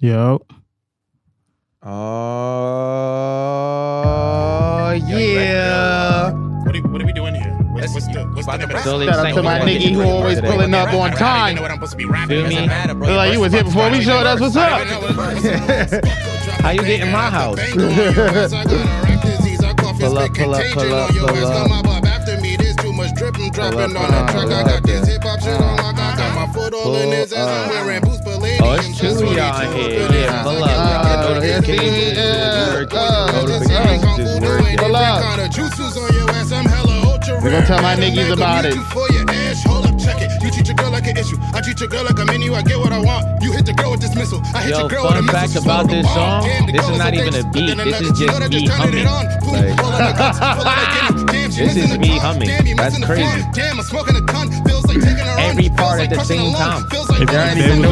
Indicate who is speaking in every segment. Speaker 1: Yo.
Speaker 2: Oh yeah!
Speaker 3: What are, what are we doing here? What's, what's the, what's the name of
Speaker 4: Shout
Speaker 3: this?
Speaker 2: Shout out to my nigga who always pulling up on
Speaker 3: I don't even
Speaker 2: time.
Speaker 3: know what I'm supposed to be rapping.
Speaker 4: Feel
Speaker 3: It doesn't
Speaker 4: me?
Speaker 3: matter, bro.
Speaker 2: Look like you was here before we showed us what's
Speaker 3: I
Speaker 2: up.
Speaker 3: don't even know what I'm supposed to be rapping.
Speaker 4: How you get in my house?
Speaker 3: Pull
Speaker 2: Pull up, pull up, pull up, pull
Speaker 3: Pull
Speaker 2: up. Pull up, pull up, yeah.
Speaker 4: Oh, it's two of y'all in here. Yeah, pull up.
Speaker 2: Uh,
Speaker 4: y'all. Notifications
Speaker 2: yeah,
Speaker 4: is working.
Speaker 2: uh,
Speaker 4: Notifications is working.
Speaker 2: Pull up. We gonna tell my niggas about it.
Speaker 3: for your ass, hold up, check it. You treat your girl like an issue. I treat your girl like a menu. I get what I want. You hit the girl with dismissal. I hit
Speaker 4: Yo,
Speaker 3: your girl
Speaker 4: fun
Speaker 3: with a
Speaker 4: fact
Speaker 3: missile.
Speaker 4: about
Speaker 3: Smoke a
Speaker 4: this
Speaker 3: bomb.
Speaker 4: song,
Speaker 3: Damn, the
Speaker 4: this is
Speaker 3: girl
Speaker 4: not
Speaker 3: a
Speaker 4: even a
Speaker 3: bitch,
Speaker 4: beat.
Speaker 3: but then
Speaker 4: This is
Speaker 3: another
Speaker 4: just
Speaker 3: girl
Speaker 4: me
Speaker 3: turned it
Speaker 4: humming.
Speaker 3: on. Boom,
Speaker 4: Like-
Speaker 3: pull up, pull up, damn, she
Speaker 4: This
Speaker 3: missing
Speaker 4: is
Speaker 3: the
Speaker 4: me
Speaker 3: car.
Speaker 4: humming.
Speaker 3: Damn, you
Speaker 4: That's
Speaker 3: missing the
Speaker 4: crazy.
Speaker 3: front. Damn, I'm smoking a ton. Feels like taking a run.
Speaker 4: Every
Speaker 3: Feels
Speaker 4: part
Speaker 3: like
Speaker 4: at the
Speaker 3: crushing
Speaker 4: same
Speaker 3: a lung.
Speaker 4: time.
Speaker 3: Feels like
Speaker 1: If they
Speaker 3: running through
Speaker 1: was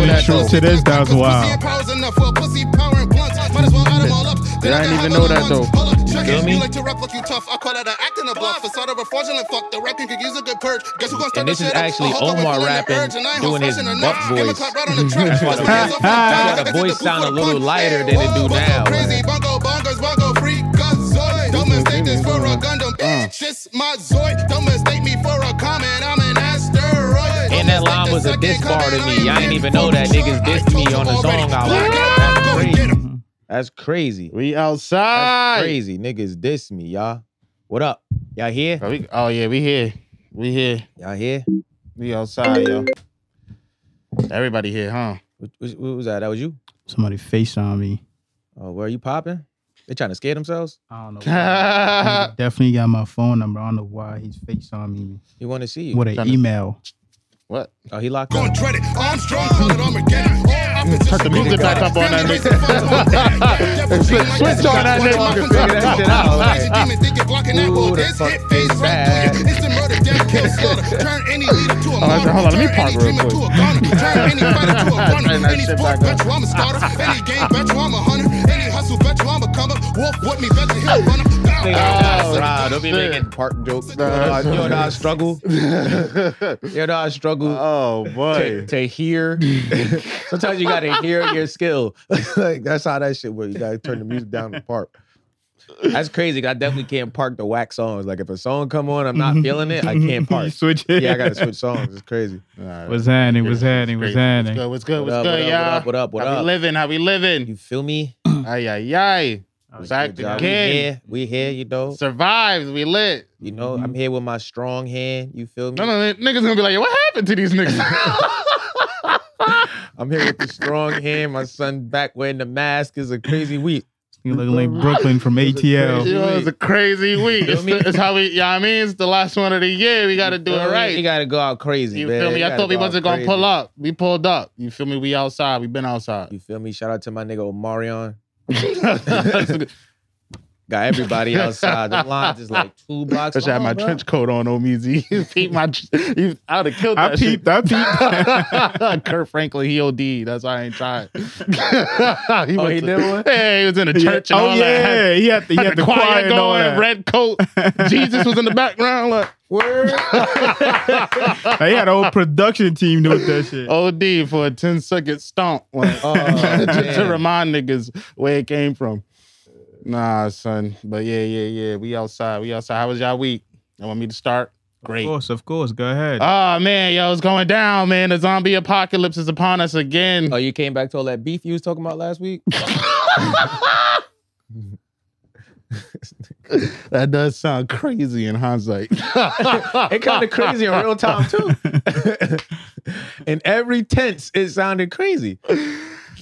Speaker 3: the
Speaker 1: even true to
Speaker 3: jungle.
Speaker 1: this, that was
Speaker 3: Pussy
Speaker 1: wild.
Speaker 3: and powers enough for pussy power and blunts. Might as well add 'em all up. Then
Speaker 2: Yeah, I
Speaker 3: can
Speaker 2: didn't even
Speaker 3: have
Speaker 2: know
Speaker 3: all
Speaker 2: that,
Speaker 3: at
Speaker 2: though.
Speaker 3: once. Hold up, check
Speaker 4: feel
Speaker 3: it.
Speaker 4: me?
Speaker 3: You like to rap, look you tough. I call that an act and a bluff. Facade of a fraudulent fuck. The rapping could use a good purge. Guess who gonna start
Speaker 4: And this
Speaker 3: the
Speaker 4: is
Speaker 3: shit up?
Speaker 4: actually
Speaker 3: I hope I
Speaker 4: Omar
Speaker 3: feeling the
Speaker 4: rapping,
Speaker 3: urge and I ain't
Speaker 4: doing his
Speaker 3: fashion
Speaker 4: buck
Speaker 3: enough. Give me
Speaker 4: voice.
Speaker 3: clap right on the track.
Speaker 4: That's why the-
Speaker 3: Put my hands up
Speaker 1: that's
Speaker 3: on
Speaker 4: why the
Speaker 3: top. Is it
Speaker 4: voice
Speaker 3: boot
Speaker 4: sound
Speaker 3: for
Speaker 4: a
Speaker 3: the
Speaker 4: little
Speaker 3: punch?
Speaker 4: lighter
Speaker 3: Hey,
Speaker 4: than it
Speaker 3: whoa,
Speaker 4: do
Speaker 3: what's so
Speaker 4: now,
Speaker 3: Crazy
Speaker 4: like-
Speaker 3: bongo bongers, bongo freak, Zoid. Don't mistake this for a Gundam,
Speaker 1: Uh.
Speaker 3: bitch. Shit's my Zoid. Don't mistake me for a comment. I'm an asteroid.
Speaker 4: And that line was a diss bar to me. I didn't even know that niggas dissed me on the song I was.
Speaker 3: was.
Speaker 4: That's crazy. That's crazy.
Speaker 2: We
Speaker 4: That's
Speaker 2: outside.
Speaker 4: crazy. Niggas diss me, y'all. What up? Y'all here?
Speaker 2: Oh, we- oh yeah, we here. We here.
Speaker 4: Y'all here?
Speaker 2: We outside, yo. Everybody here, huh?
Speaker 4: What, what, what was that? That was you?
Speaker 1: Somebody face on me.
Speaker 4: Oh, where are you popping? They trying to scare themselves?
Speaker 1: I don't know. why. Nigga Definitely got my phone number. I don't know why he's face on me.
Speaker 4: He want to see you.
Speaker 1: What an
Speaker 2: Tryna-
Speaker 1: email.
Speaker 2: what?
Speaker 4: Oh, he locked
Speaker 3: Going
Speaker 4: up.
Speaker 3: dread it. I'm strong, call it Armageddon.
Speaker 2: Turn the music back up on that nigga.
Speaker 3: Switch
Speaker 2: Switch on that nigga.
Speaker 4: Figure that shit out. Like,
Speaker 3: Ooh, the fuck
Speaker 4: is bad.
Speaker 3: It's the murder, death, kill, slaughter. Turn any leader to a
Speaker 2: I said,
Speaker 3: martyr.
Speaker 2: hold on, let me
Speaker 3: Turn
Speaker 2: park
Speaker 3: any
Speaker 2: real
Speaker 3: dreamer to
Speaker 2: quick.
Speaker 3: a goner. Turn any fighter to a runner.
Speaker 2: Turn that
Speaker 3: Any
Speaker 2: shit
Speaker 3: sport,
Speaker 2: back up.
Speaker 3: bet you I'm a starter. Any game, bet you I'm a hunter. Any hustle, bet you I'm a comer. Wolf with me, bet you he'll run him. Bow, bow,
Speaker 4: oh,
Speaker 3: bow.
Speaker 4: nah, don't be
Speaker 2: shit.
Speaker 4: making park jokes.
Speaker 2: Nah,
Speaker 4: Nah,
Speaker 2: it's
Speaker 4: yo,
Speaker 2: okay.
Speaker 4: nah, I struggle. Yo, nah, I struggle
Speaker 2: oh
Speaker 4: to,
Speaker 2: boy.
Speaker 4: to hear. Sometimes you gotta hear your skill. like that's how that shit works. You gotta turn the music down to park. That's crazy. 'cause I definitely can't park the whack songs. Like if a song come on, I'm
Speaker 2: Mm-hmm.
Speaker 4: not feeling it. I can't park.
Speaker 1: Switch it.
Speaker 4: Yeah, I gotta switch songs. It's crazy.
Speaker 1: What's happening? What's happening? What's happening?
Speaker 2: What's good?
Speaker 4: What
Speaker 2: What's
Speaker 4: up, what up,
Speaker 2: good? What's good,
Speaker 4: what
Speaker 2: y'all?
Speaker 4: up, what up, what
Speaker 2: How
Speaker 4: up?
Speaker 2: we living? How we living?
Speaker 4: You feel me?
Speaker 2: Ay ay ay. Was
Speaker 4: Good
Speaker 2: acting
Speaker 4: job. We
Speaker 2: again.
Speaker 4: here. We here. You know.
Speaker 2: Survived. We lit.
Speaker 4: You know. I'm here with my strong hand. You feel me?
Speaker 2: mm-hmm. No, no, niggas gonna be like, yo, what happened to these niggas?
Speaker 4: I'm here with the strong hand. My son back wearing the mask is a crazy week.
Speaker 1: You looking like Brooklyn from ATL.
Speaker 2: It was a crazy week.
Speaker 4: Feel
Speaker 2: It's,
Speaker 4: me?
Speaker 2: the, it's how we, you know what I mean? It's the last one of the year. We got to do it
Speaker 4: You
Speaker 2: right.
Speaker 4: gotta go out crazy.
Speaker 2: You
Speaker 4: man.
Speaker 2: feel me? I
Speaker 4: gotta
Speaker 2: thought we
Speaker 4: go out
Speaker 2: wasn't going to
Speaker 4: crazy.
Speaker 2: pull up. We pulled up. You feel me? We outside. We been outside.
Speaker 4: You feel me? Shout out to my nigga Omarion.
Speaker 2: I
Speaker 4: Got everybody outside. The lines is like two blocks.
Speaker 2: should have
Speaker 4: long,
Speaker 2: my
Speaker 4: bro.
Speaker 2: trench coat on, Omizi. You peeped my, tr- you, I would have killed that
Speaker 1: I peeped. I peeped.
Speaker 2: shit. Kurt Franklin, he OD. That's why I ain't tried. he
Speaker 4: Oh, he did one?
Speaker 2: Yeah, he was in a church and
Speaker 1: oh
Speaker 2: all
Speaker 1: yeah,
Speaker 2: that.
Speaker 1: he had the, he
Speaker 2: Had,
Speaker 1: had
Speaker 2: the, choir,
Speaker 1: and all
Speaker 2: going,
Speaker 1: that.
Speaker 2: red coat. Jesus was in the background. Like,
Speaker 4: Word.
Speaker 1: They had a whole production team doing that shit.
Speaker 2: Oh, OD for a 10 second stomp like,
Speaker 4: Oh,
Speaker 2: just to
Speaker 4: man.
Speaker 2: remind niggas where it came from. Nah, son. But yeah, yeah, yeah. We outside. We outside. How was y'all week? You want me to start?
Speaker 1: Of
Speaker 2: Great.
Speaker 1: course, of course. Go ahead.
Speaker 2: Oh man, yo, it's going down, man. The zombie apocalypse is upon us again.
Speaker 4: Oh, you came back to all that beef you was talking about last week.
Speaker 2: That does sound crazy in hindsight.
Speaker 4: It kind of crazy in real time too. in every tense, it sounded crazy.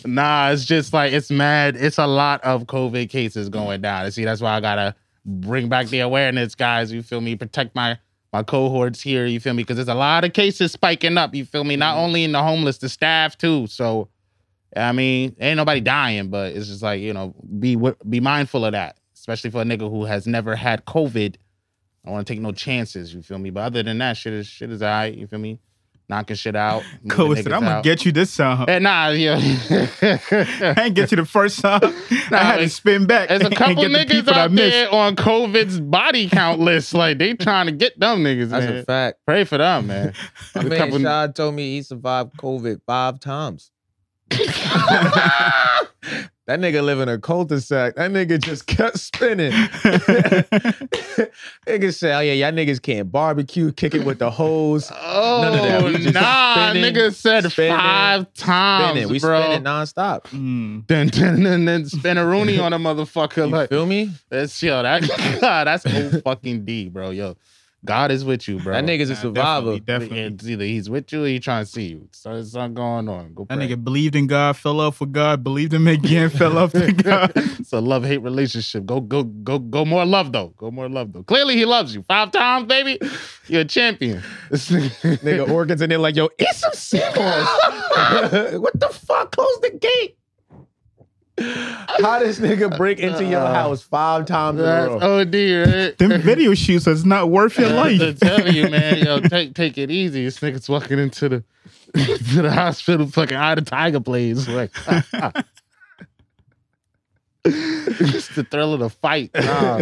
Speaker 2: Nah, it's just like it's mad. It's a lot of COVID cases going down. And see, that's why I gotta bring back the awareness, guys. You feel me? Protect my my cohorts here. You feel me? Because there's a lot of cases spiking up. You feel me? Not
Speaker 1: Mm-hmm.
Speaker 2: only in the homeless, the staff too. So, I mean, ain't nobody dying, but it's just like you know, be wi- be mindful of that, especially for a nigga who has never had COVID. I want to take no chances. You feel me? But other than that, shit is shit is alright. You feel me? Knocking shit out. moving
Speaker 1: Coach said,
Speaker 2: niggas
Speaker 1: I'm gonna
Speaker 2: out."
Speaker 1: get you this time.
Speaker 2: Eh, nah, yeah.
Speaker 1: I ain't get you the first time. I had to
Speaker 2: it's-
Speaker 1: spin back.
Speaker 2: There's a
Speaker 1: and
Speaker 2: couple
Speaker 1: get the
Speaker 2: niggas
Speaker 1: people I
Speaker 2: out
Speaker 1: missed.
Speaker 2: there on COVID's body count list. Like they trying to get them niggas,
Speaker 4: That's
Speaker 2: man.
Speaker 4: a fact.
Speaker 2: Pray for them, man.
Speaker 4: My
Speaker 2: A
Speaker 4: man
Speaker 2: couple-
Speaker 4: Shad told me he survived COVID five times. That nigga live in a cul-de-sac. That nigga just kept spinning. nigga said, "Oh yeah, y'all niggas can't barbecue, kick it with the hose."
Speaker 2: Oh,
Speaker 4: None of that. We just
Speaker 2: nah,
Speaker 4: spinning,
Speaker 2: nigga said
Speaker 4: spinning,
Speaker 2: five times,
Speaker 4: Spinning, we
Speaker 2: bro.
Speaker 4: spinning nonstop.
Speaker 1: Mm.
Speaker 2: Dun, dun, dun, dun, spin a Rooney on a
Speaker 4: You
Speaker 2: motherfucker. Like,
Speaker 4: feel me?
Speaker 2: that's yo, that God, that's O fucking D, bro. Yo, God is with you, bro.
Speaker 4: That nigga's a survivor.
Speaker 1: Definitely. definitely.
Speaker 2: It's either he's with you or he trying to see you. So there's something going on. Go
Speaker 1: That
Speaker 2: pray.
Speaker 1: nigga believed in God, fell off with God, believed him again, fell off to God.
Speaker 2: it's a love hate relationship. Go go go go more love though. Go more love though. Clearly he loves you. Five times, baby. You're a champion. This nigga-
Speaker 4: Nigga organs in there like, yo, eat some seagulls. what the fuck? Close the gate. How does nigga break into your house five times in a
Speaker 2: That's
Speaker 4: row?
Speaker 2: OD, right?
Speaker 1: Them video shoots is not worth your
Speaker 2: I'm
Speaker 1: life.
Speaker 2: telling you, man. Yo, take take it easy. This nigga's walking into the to the hospital, fucking out of tiger blades. Like, just the thrill of the fight. Nah.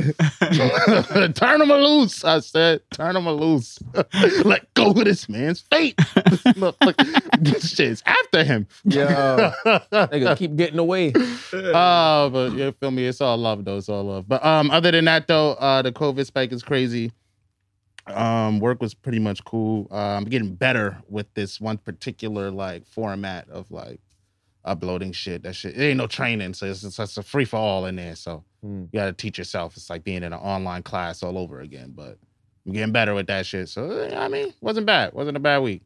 Speaker 2: turn him loose. I said, turn him loose. Let go of this man's fate. Motherfucker, this shit's after him.
Speaker 4: Yo, nigga keep getting away.
Speaker 2: Oh, but you feel me? It's all love, though. It's all love. But um, other than that, though, uh, the COVID spike is crazy. Um, work was pretty much cool. Uh, I'm getting better with this one particular like format of like uploading shit. That shit. It ain't no training, so it's, it's, it's a free for all in there. So
Speaker 4: Hmm.
Speaker 2: you got to teach yourself. It's like being in an online class all over again. But I'm getting better with that shit. So eh, I mean, wasn't bad. Wasn't a bad week.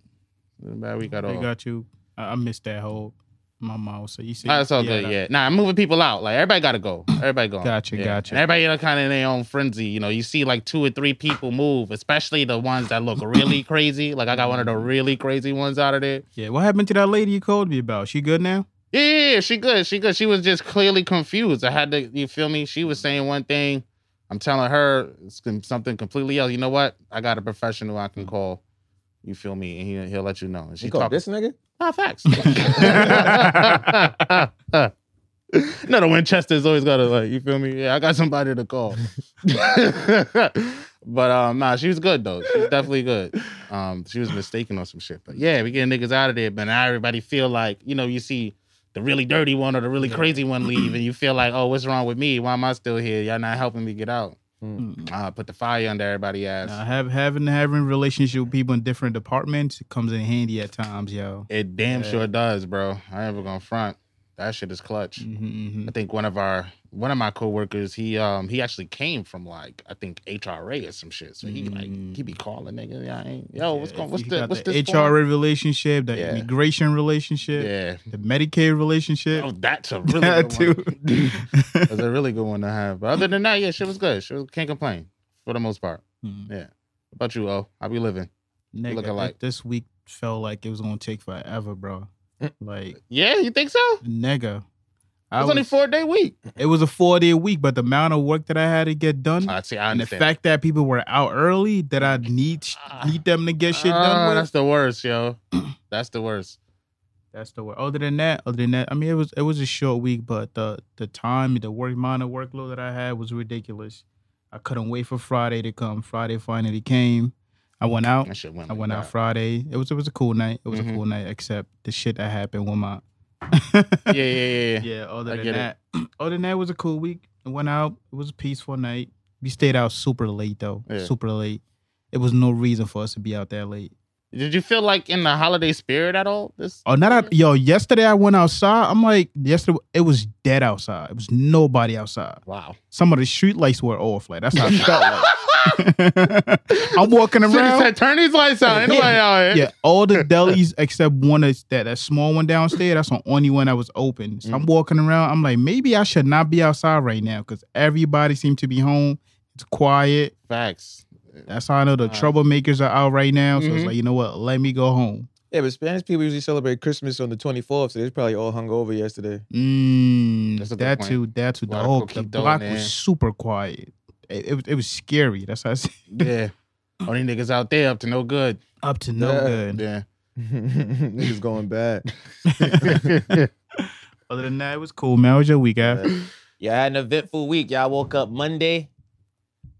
Speaker 2: Wasn't a bad week at all.
Speaker 1: They got you. I, I missed that whole my mouth. So you said
Speaker 2: Oh, that's all
Speaker 1: yeah,
Speaker 2: good.
Speaker 1: that-
Speaker 2: Yeah. Nah, I'm moving people out. Like everybody gotta go. Everybody go.
Speaker 1: Gotcha,
Speaker 2: Yeah.
Speaker 1: gotcha.
Speaker 2: And everybody you know, kind of in their own frenzy. You know, you see like two or three people move, especially the ones that look really crazy. Like I got one of the really crazy ones out of there.
Speaker 1: Yeah, what happened to that lady you called me about? She good now?
Speaker 2: Yeah, yeah, yeah, she good. She good. She was just clearly confused. I had to, you feel me? She was saying one thing. I'm telling her it's com- something completely else. You know what? I got a professional I
Speaker 1: Mm.
Speaker 2: can call. You feel me? And he, he'll let you know. And she
Speaker 4: You call
Speaker 2: talking-
Speaker 4: this nigga?
Speaker 2: Ah, facts. no, the Winchester's always gotta like, you feel me? Yeah, I got somebody to call. but um, nah, she was good though. She's definitely good. Um, she was mistaken on some shit. But yeah, we getting niggas out of there. But now everybody feel like, you know, you see the really dirty one or the really crazy one leave, and you feel like, oh, what's wrong with me? Why am I still here? Y'all not helping me get out. Uh, put the fire under everybody's ass.
Speaker 1: Nah, have, having having relationship with people in different departments comes in handy at times, yo.
Speaker 2: It damn sure does, bro. I ain't even gonna front. That shit is clutch.
Speaker 1: Mm-hmm,
Speaker 2: I think one of our one of my coworkers, he um he actually came from like I think HRA or some shit. So he like
Speaker 1: Mm.
Speaker 2: he be calling nigga, "Yeah, I ain't, yo, what's going? What's the what's
Speaker 1: the
Speaker 2: this
Speaker 1: HRA
Speaker 2: form?"
Speaker 1: relationship, the
Speaker 2: Yeah.
Speaker 1: immigration relationship,
Speaker 2: Yeah,
Speaker 1: the Medicaid relationship?
Speaker 2: oh, that's a really
Speaker 1: That
Speaker 2: good
Speaker 1: too.
Speaker 2: one. that's a really good one to have. But other than that, yeah, shit was good. Shit was, can't complain for the most part.
Speaker 1: Mm.
Speaker 2: Yeah, What about you, oh, I be living.
Speaker 1: Nigga,
Speaker 2: Look
Speaker 1: th-
Speaker 2: alike.
Speaker 1: this week felt like it was gonna take forever, bro.
Speaker 2: Mm.
Speaker 1: Like,
Speaker 2: Yeah, you think so? It's
Speaker 1: nigga, I
Speaker 2: only
Speaker 1: was-
Speaker 2: four day week.
Speaker 1: it was a four day week, but the amount of work that I had to get done,
Speaker 2: I Ah, see. I
Speaker 1: and the
Speaker 2: understand.
Speaker 1: fact that people were out early, that I need sh-
Speaker 2: Ah.
Speaker 1: need them to get shit
Speaker 2: Oh,
Speaker 1: done with,
Speaker 2: that's the worst, yo. that's the worst.
Speaker 1: That's the word. Other than that, other than that, I mean, it was it was a short week, but the the time, the work amount of workload that I had was ridiculous. I couldn't wait for Friday to come. Friday finally came. I went out.
Speaker 2: That shit went.
Speaker 1: Oh, I
Speaker 2: like
Speaker 1: went out
Speaker 2: that.
Speaker 1: Friday. It was it was a cool night. It was
Speaker 2: Mhm.
Speaker 1: a cool night, except the shit that happened with my.
Speaker 2: Yeah, yeah, yeah, yeah.
Speaker 1: yeah. Other
Speaker 2: I
Speaker 1: than
Speaker 2: get it.
Speaker 1: that, other than that, it was a cool week. I went out. It was a peaceful night. We stayed out super late though.
Speaker 2: Yeah.
Speaker 1: Super late. It was no reason for us to be out that late.
Speaker 2: Did you feel like in the holiday spirit at all? This
Speaker 1: Oh, not out, yo. Yesterday I went outside. I'm like, yesterday it was dead outside. It was nobody outside.
Speaker 2: wow.
Speaker 1: Some of the street lights were off. Like that's how it felt. Like. I'm walking
Speaker 2: Nigga
Speaker 1: around.
Speaker 2: said, turn these lights out. Anybody out here?
Speaker 1: Yeah, all the delis except one that's that, that small one downstairs. That's the only one that was open. So
Speaker 2: Mm.
Speaker 1: I'm walking around. I'm like, maybe I should not be outside right now because everybody seemed to be home. It's quiet.
Speaker 2: Facts.
Speaker 1: That's how I know the
Speaker 2: Right.
Speaker 1: troublemakers are out right now. So
Speaker 2: Mhm.
Speaker 1: it's like, you know what? Let me go home.
Speaker 4: Yeah, but Spanish people usually celebrate Christmas on the 24th, so they're probably all hungover yesterday.
Speaker 1: Mm,
Speaker 2: That's a good
Speaker 1: that
Speaker 2: point.
Speaker 1: too. That too. The
Speaker 2: Lot of
Speaker 1: whole
Speaker 2: coquito
Speaker 1: the
Speaker 2: in
Speaker 1: block
Speaker 2: there.
Speaker 1: was super quiet. It, it, was- it was scary. That's how I said.
Speaker 2: Yeah. Only niggas out there up to no good.
Speaker 1: Up to no
Speaker 4: Yeah.
Speaker 1: good.
Speaker 2: Yeah.
Speaker 4: Niggas going bad.
Speaker 1: Other than that, it was cool, man. How was your week, Av?
Speaker 4: Yeah, I had an eventful week. Y'all woke up Monday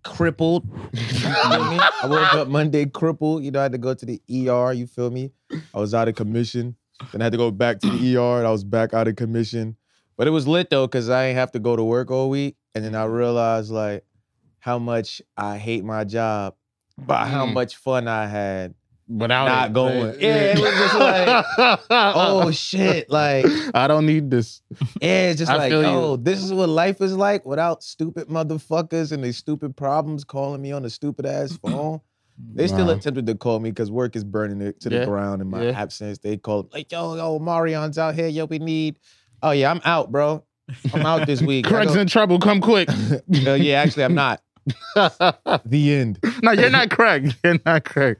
Speaker 4: crippled. You feel me? I woke up Monday crippled. You know, I had to go to the ER. You E feel me? I was out of commission. Then I had to go back to the ER. And I was back out of commission. But it was lit though, cause I ain't have to go to work all week, and then I realized like how much I hate my job, but how
Speaker 2: Mm.
Speaker 4: much fun I had.
Speaker 2: Without
Speaker 4: Not
Speaker 2: it,
Speaker 4: going.
Speaker 2: like-
Speaker 4: Yeah, it was just like,
Speaker 2: Uh-uh.
Speaker 4: Oh shit! Like
Speaker 2: I don't need this.
Speaker 4: yeah, it's just
Speaker 2: I
Speaker 4: like
Speaker 2: feel you.
Speaker 4: oh, this is what life is like without stupid motherfuckers and these stupid problems calling me on the stupid ass
Speaker 2: Mm.
Speaker 4: phone. They still
Speaker 2: Wow.
Speaker 4: attempted to call me because work is burning it to the
Speaker 2: Yeah,
Speaker 4: ground in my
Speaker 2: yeah.
Speaker 4: absence. They called like, yo, yo, Marion's out here. Yo, we need. Oh yeah, I'm out, bro. I'm out this week. I
Speaker 2: Craig's
Speaker 4: go-
Speaker 2: in trouble. Come quick.
Speaker 4: Uh, yeah, actually, I'm not. the end.
Speaker 2: no, you're not Craig. You're not Craig.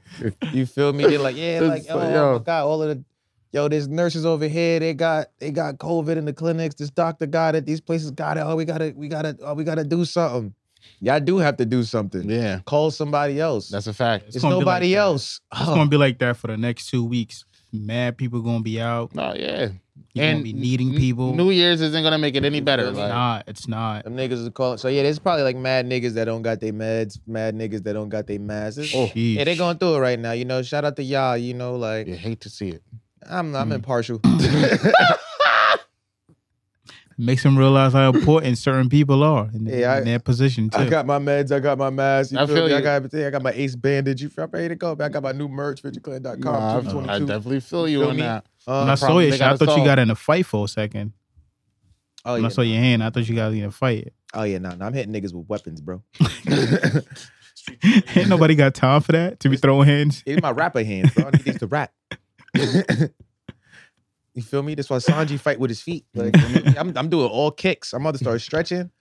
Speaker 4: You feel me? They're like, yeah, like,
Speaker 2: It's
Speaker 4: oh,
Speaker 2: like,
Speaker 4: oh
Speaker 2: yo.
Speaker 4: my god, all of the, yo, there's nurses over here. They got they got COVID in the clinics. This doctor got it. These places got it. Oh, we gotta, we gotta, oh, we gotta do something. Y'all do have to do something.
Speaker 2: Yeah,
Speaker 4: Call somebody else.
Speaker 2: that's a fact.
Speaker 4: it's,
Speaker 1: It's gonna be
Speaker 4: nobody
Speaker 1: like that.
Speaker 4: else.
Speaker 1: It's
Speaker 4: Oh.
Speaker 1: gonna be like that for the next two weeks. Mad people gonna be out.
Speaker 2: No, Oh, yeah.
Speaker 1: You gonna be needing
Speaker 2: n-
Speaker 1: people.
Speaker 2: New Year's isn't gonna make it any better.
Speaker 1: it's
Speaker 2: like-
Speaker 1: not. It's not.
Speaker 4: Oh. Them niggas is calling. So yeah, there's probably like mad niggas that don't got their meds, mad niggas that don't got their masses.
Speaker 1: Oh, Sheesh.
Speaker 4: Yeah, they going through it right now. You know, shout out to y'all. You know, like
Speaker 2: you hate to see it.
Speaker 4: I'm, I'm
Speaker 1: Mm.
Speaker 4: impartial.
Speaker 1: Makes them realize how important certain people are in,
Speaker 4: Yeah, I-
Speaker 1: in their position too.
Speaker 4: I got my meds. I got my mask. You
Speaker 2: I
Speaker 4: feel,
Speaker 2: feel
Speaker 4: me? I
Speaker 2: you.
Speaker 4: got everything. I got my Ace bandage. You feel, I'm ready to go. man. I got my new merch, richardclan.com.
Speaker 2: Nah, I, I
Speaker 4: 2022.
Speaker 2: definitely feel you
Speaker 4: Feel
Speaker 2: on
Speaker 4: me?
Speaker 2: that.
Speaker 1: when I
Speaker 4: Uh,
Speaker 1: saw
Speaker 2: problem
Speaker 1: your
Speaker 2: they
Speaker 1: shit, I
Speaker 2: gotta
Speaker 1: thought you
Speaker 2: solve.
Speaker 1: got in a fight for a second.
Speaker 4: oh,
Speaker 1: When
Speaker 4: yeah,
Speaker 1: I saw your hand, I thought you got in a fight.
Speaker 4: oh yeah, no, no, I'm hitting niggas with weapons, bro.
Speaker 1: Ain't nobody got time for that to be throwing hands.
Speaker 4: It's my rapper hands, bro. I need these to rap. you feel me? That's why Sanji fight with his feet. Like I'm, I'm doing all kicks. I'm about to start stretching,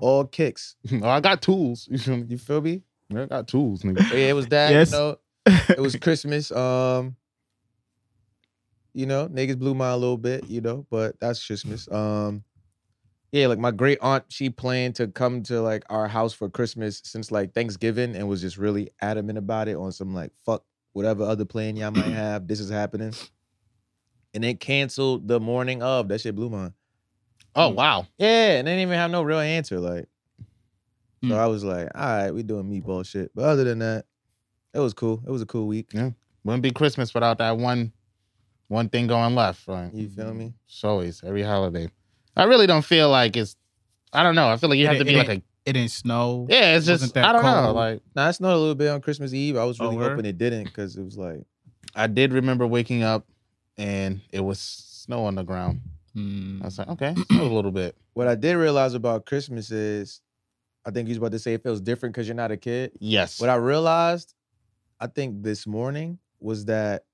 Speaker 4: all kicks.
Speaker 2: Oh, I got tools. You feel me?
Speaker 4: You feel me?
Speaker 2: I got tools, nigga.
Speaker 4: But Oh, yeah, it was that.
Speaker 1: Yes.
Speaker 4: You know, it was Christmas. Um, you know, niggas blew mine a little bit. You know, but that's Christmas. Um, yeah, like my great aunt, she planned to come to like our house for Christmas since like Thanksgiving, and was just really adamant about it on some like fuck whatever other plan y'all might have. This is happening, and then canceled the morning of. That shit blew mine.
Speaker 2: Oh
Speaker 4: Mm.
Speaker 2: wow.
Speaker 4: Yeah, and they didn't even have no real answer. Like,
Speaker 1: Hmm.
Speaker 4: so I was like, all right, we doing meatball shit. But other than that, it was cool. It was a cool week.
Speaker 2: Wouldn't be Christmas without that one one thing going left, right?
Speaker 4: You feel me?
Speaker 2: It's always every holiday. I really don't feel like it's I don't know. I feel like you
Speaker 1: It
Speaker 2: have to
Speaker 1: ain't-
Speaker 2: be
Speaker 1: it
Speaker 2: like a
Speaker 1: It didn't snow.
Speaker 2: Yeah, it's just
Speaker 1: wasn't that
Speaker 2: I don't know.
Speaker 1: cold.
Speaker 2: Like
Speaker 4: Nah, it snowed a little bit on Christmas Eve. I was
Speaker 1: Oh,
Speaker 4: really
Speaker 1: word?
Speaker 4: hoping it didn't because it was like,
Speaker 2: I did remember waking up and it was snow on the ground. I
Speaker 1: Mm.
Speaker 2: was like, okay, snow a little bit.
Speaker 4: what I did realize about Christmas is, I think you was about to say it feels different because you're not a kid.
Speaker 2: Yes.
Speaker 4: What I realized, I think this morning was that,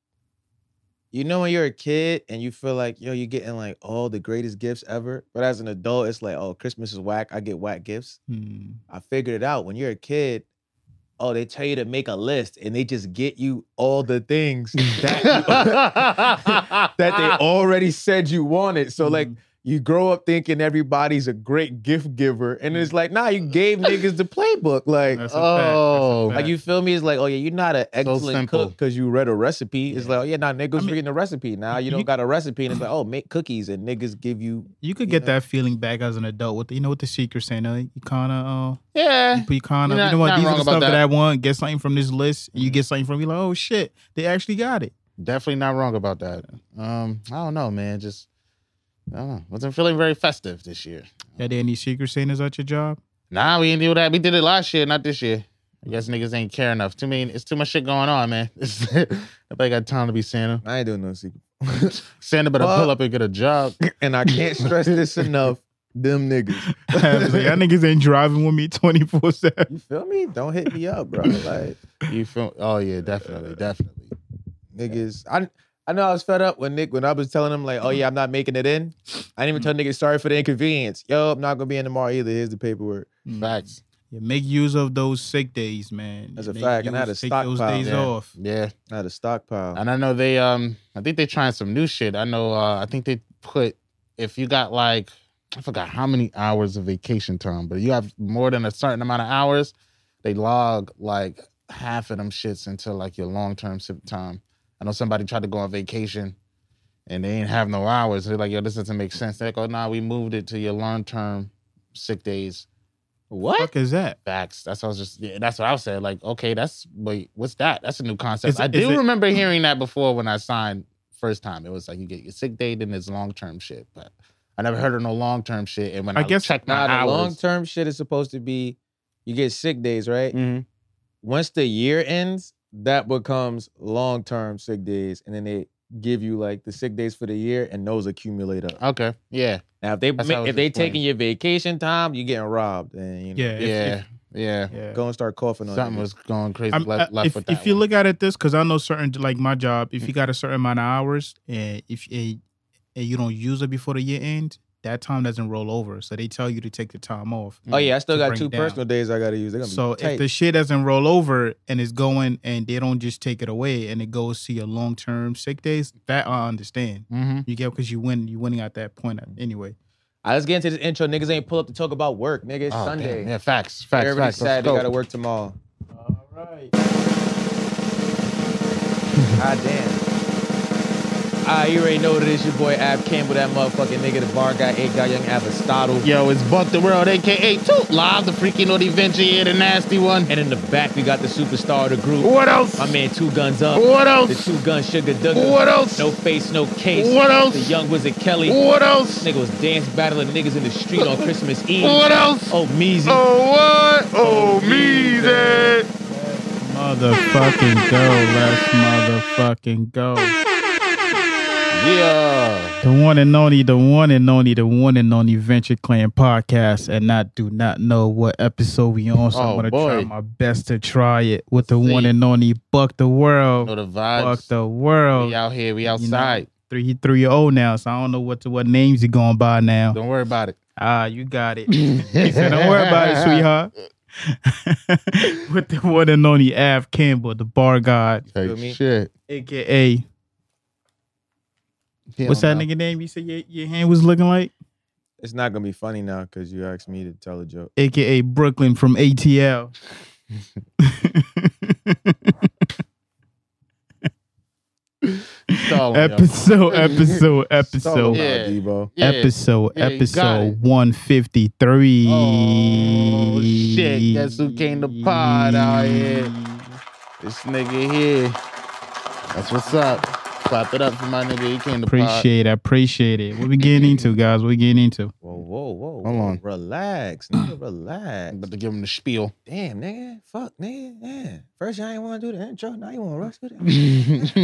Speaker 4: you know, when you're a kid and you feel like, yo, you're getting like all the greatest gifts ever. But as an adult, it's like, oh, Christmas is whack. I get whack gifts.
Speaker 1: Mm.
Speaker 4: I figured it out. When you're a kid, oh, they tell you to make a list and they just get you all the things that, that they
Speaker 2: Ah.
Speaker 4: already said you wanted. So, like,
Speaker 1: Mm-hmm.
Speaker 4: you grow up thinking everybody's a great gift giver. And it's like, nah, you gave niggas the playbook. Like,
Speaker 1: That's a fact. That's a
Speaker 2: oh,
Speaker 1: fact.
Speaker 4: like you feel me? It's like, oh yeah, you're not an excellent
Speaker 2: simple.
Speaker 4: cook because you read a recipe. It's like, oh yeah, now nah, niggas
Speaker 1: I mean,
Speaker 4: reading the recipe. Now you don't
Speaker 1: you-
Speaker 4: got a recipe, and it's like, oh, make cookies, and niggas give you
Speaker 1: You could
Speaker 4: you
Speaker 1: get
Speaker 4: know.
Speaker 1: that feeling back as an adult with you know what the secret saying. Uh, you kind of, uh,
Speaker 2: yeah.
Speaker 1: you kind of,
Speaker 2: You're
Speaker 1: you
Speaker 2: not-
Speaker 1: know
Speaker 2: not
Speaker 1: what? These are
Speaker 2: wrong
Speaker 1: the
Speaker 2: about
Speaker 1: stuff that.
Speaker 2: that.
Speaker 1: I want. Get something from this list. and You
Speaker 4: Mm-hmm.
Speaker 2: Mhm.
Speaker 1: get something from me. Like, oh shit, they actually got it.
Speaker 2: Definitely not wrong about that. Um, I don't know, man. Just I don't know. Wasn't feeling very festive this year.
Speaker 1: Are there any secret Santas at your job?
Speaker 2: Nah, we didn't do that. We did it last year, not this year. I guess niggas ain't care enough. Too many. It's too much shit going on, man. Nobody got time to be Santa.
Speaker 4: I ain't doing no secret.
Speaker 2: Santa better
Speaker 4: Well-
Speaker 2: pull up and get a job.
Speaker 4: And I can't stress this enough. Them niggas.
Speaker 1: I was like, y'all niggas ain't driving with me twenty four seven.
Speaker 4: You feel me? Don't hit me up, bro. Like
Speaker 2: You feel? Oh yeah, definitely, definitely.
Speaker 4: niggas, I I know I was fed up when Nick when I was telling him like, oh yeah, I'm not making it in. I didn't even
Speaker 2: Mm.
Speaker 4: tell niggas sorry for the inconvenience. Yo, I'm not gonna be in tomorrow either. Here's the paperwork.
Speaker 2: Facts.
Speaker 1: Yeah, make use of those sick days, man.
Speaker 4: That's a
Speaker 1: Make
Speaker 4: fact, and I had
Speaker 1: use-
Speaker 4: a
Speaker 1: take those
Speaker 4: stockpile.
Speaker 1: days
Speaker 2: Yeah.
Speaker 1: off.
Speaker 2: Yeah.
Speaker 4: I had a stockpile.
Speaker 2: And I know they um I think they're trying some new shit. I know uh I think they put if you got like I forgot how many hours of vacation time, but you have more than a certain amount of hours, they log like half of them shits into like your long term sick time. I know somebody tried to go on vacation and they ain't have no hours. They're like, yo, this doesn't make sense. They're like, oh nah, we moved it to your long term sick days. What?
Speaker 1: Fuck is that?
Speaker 2: Facts. That's what I was just. Yeah, that's what I was saying. Like, okay, that's wait, what's that? That's a new concept.
Speaker 1: Is-
Speaker 2: I
Speaker 1: is
Speaker 2: do
Speaker 1: it-
Speaker 2: remember hearing that before when I signed first time. It was like you get your sick day, then it's long term shit. But I never heard of no long term shit. And when
Speaker 1: I
Speaker 2: I,
Speaker 1: guess-
Speaker 2: guess check my
Speaker 4: Nah, the
Speaker 2: hours,
Speaker 4: long term shit is supposed to be you get sick days, right?
Speaker 2: Mhm.
Speaker 4: Once the year ends, that becomes long term sick days, and then they give you like the sick days for the year, and those accumulate up.
Speaker 2: Okay, yeah,
Speaker 4: Now, if they
Speaker 2: That's how
Speaker 4: ma-
Speaker 2: it's
Speaker 4: if they
Speaker 2: explained.
Speaker 4: taking your vacation time, you getting robbed, and you know,
Speaker 1: Yeah, if-
Speaker 2: yeah, yeah.
Speaker 1: if- yeah.
Speaker 4: go and start coughing on
Speaker 2: Something
Speaker 4: niggas.
Speaker 2: was going crazy
Speaker 1: I'm-
Speaker 2: left,
Speaker 1: I-
Speaker 2: left
Speaker 1: if,
Speaker 2: with that.
Speaker 1: if you
Speaker 2: one.
Speaker 1: look at it this because i know certain like my job
Speaker 4: Mm-hmm.
Speaker 1: if you got a certain amount of hours and if and, and you don't use it before the year end that time doesn't roll over so they tell you to take the time off
Speaker 4: Oh
Speaker 2: Mm,
Speaker 4: yeah, I still
Speaker 1: to
Speaker 4: got
Speaker 1: bring
Speaker 4: two
Speaker 1: down.
Speaker 4: personal days I gotta use. They're gonna
Speaker 1: so
Speaker 4: be tight.
Speaker 1: if the shit doesn't roll over and it's going and they don't just take it away and it goes to your long-term sick days that i understand
Speaker 2: Mhm.
Speaker 1: you get because you win you winning at that point
Speaker 4: Mm-hmm.
Speaker 1: anyway
Speaker 4: All right, Ah, let's get into this intro. Niggas ain't pull up to talk about work. Nigga, it's
Speaker 2: Oh,
Speaker 4: Sunday.
Speaker 2: damn. Yeah, facts, facts,
Speaker 4: Everybody's sad
Speaker 2: facts. Let's
Speaker 4: they
Speaker 2: go.
Speaker 4: gotta work tomorrow.
Speaker 1: all right
Speaker 4: God damn. Ah, you already know what it is. Your boy Ab Campbell, that motherfucking nigga, the bar guy, eight guy, young Aristotle.
Speaker 2: Yo, it's Buck the World, aka Toot Live, the freaking Naughty Venture, yeah, the nasty one.
Speaker 4: And in the back, we got the superstar of the group.
Speaker 2: What else?
Speaker 4: My man, Two Guns Up.
Speaker 2: What
Speaker 4: The
Speaker 2: else?
Speaker 4: Two Gun Sugar Dugger.
Speaker 2: What else?
Speaker 4: No face, no case.
Speaker 2: What else?
Speaker 4: The Young Wizard Kelly.
Speaker 2: What else?
Speaker 4: Nigga was dance battling niggas in the street on Christmas Eve.
Speaker 2: What else?
Speaker 4: Oh, Meezy.
Speaker 2: Oh, what? Oh, me, that.
Speaker 1: motherfucking go let's motherfucking go
Speaker 2: Yeah.
Speaker 1: The one and only, the one and only, the one and only Venture Clan podcast, and I do not know what episode we on, so
Speaker 2: Oh,
Speaker 1: I'm gonna try
Speaker 2: boy.
Speaker 1: my best to try it with the
Speaker 2: See.
Speaker 1: one and only Buck the
Speaker 2: Know
Speaker 1: World,
Speaker 2: the
Speaker 1: Buck
Speaker 2: vibes.
Speaker 1: the World.
Speaker 2: We out here, we outside.
Speaker 1: Three he three year old now, so I don't know what to, what names he going by now.
Speaker 2: Don't worry about it.
Speaker 1: Ah, you got it. He said, don't worry about it, sweetheart. with the one and only Av Campbell, the bar god,
Speaker 2: Hey,
Speaker 4: Feel me?
Speaker 2: shit.
Speaker 1: aka
Speaker 2: Hell
Speaker 1: what's that
Speaker 2: no.
Speaker 1: nigga name? You said your, your hand was looking like.
Speaker 4: It's not gonna be funny now because you asked me to tell a joke.
Speaker 1: aka Brooklyn from ATL.
Speaker 4: Oh,
Speaker 2: Stall him, yo.
Speaker 1: episode, episode, episode,
Speaker 4: Stall him out,
Speaker 2: Yeah.
Speaker 4: Debo.
Speaker 2: Yeah.
Speaker 1: episode,
Speaker 2: Yeah, you got it.
Speaker 1: episode one fifty three.
Speaker 2: Oh, shit. Guess who came to pod out here? This nigga here. That's what's up. Clap it up for my nigga. He came to pod.
Speaker 1: Appreciate, it, appreciate it. What we getting into, guys? What we getting into?
Speaker 4: Whoa, whoa, whoa.
Speaker 2: Hold
Speaker 4: whoa.
Speaker 2: on.
Speaker 4: Oh. Relax, nigga. Relax.
Speaker 2: I'm about to give him the spiel.
Speaker 4: Damn, nigga. Fuck, nigga. Yeah. First, y'all ain't want to do the intro. Now you want to rush through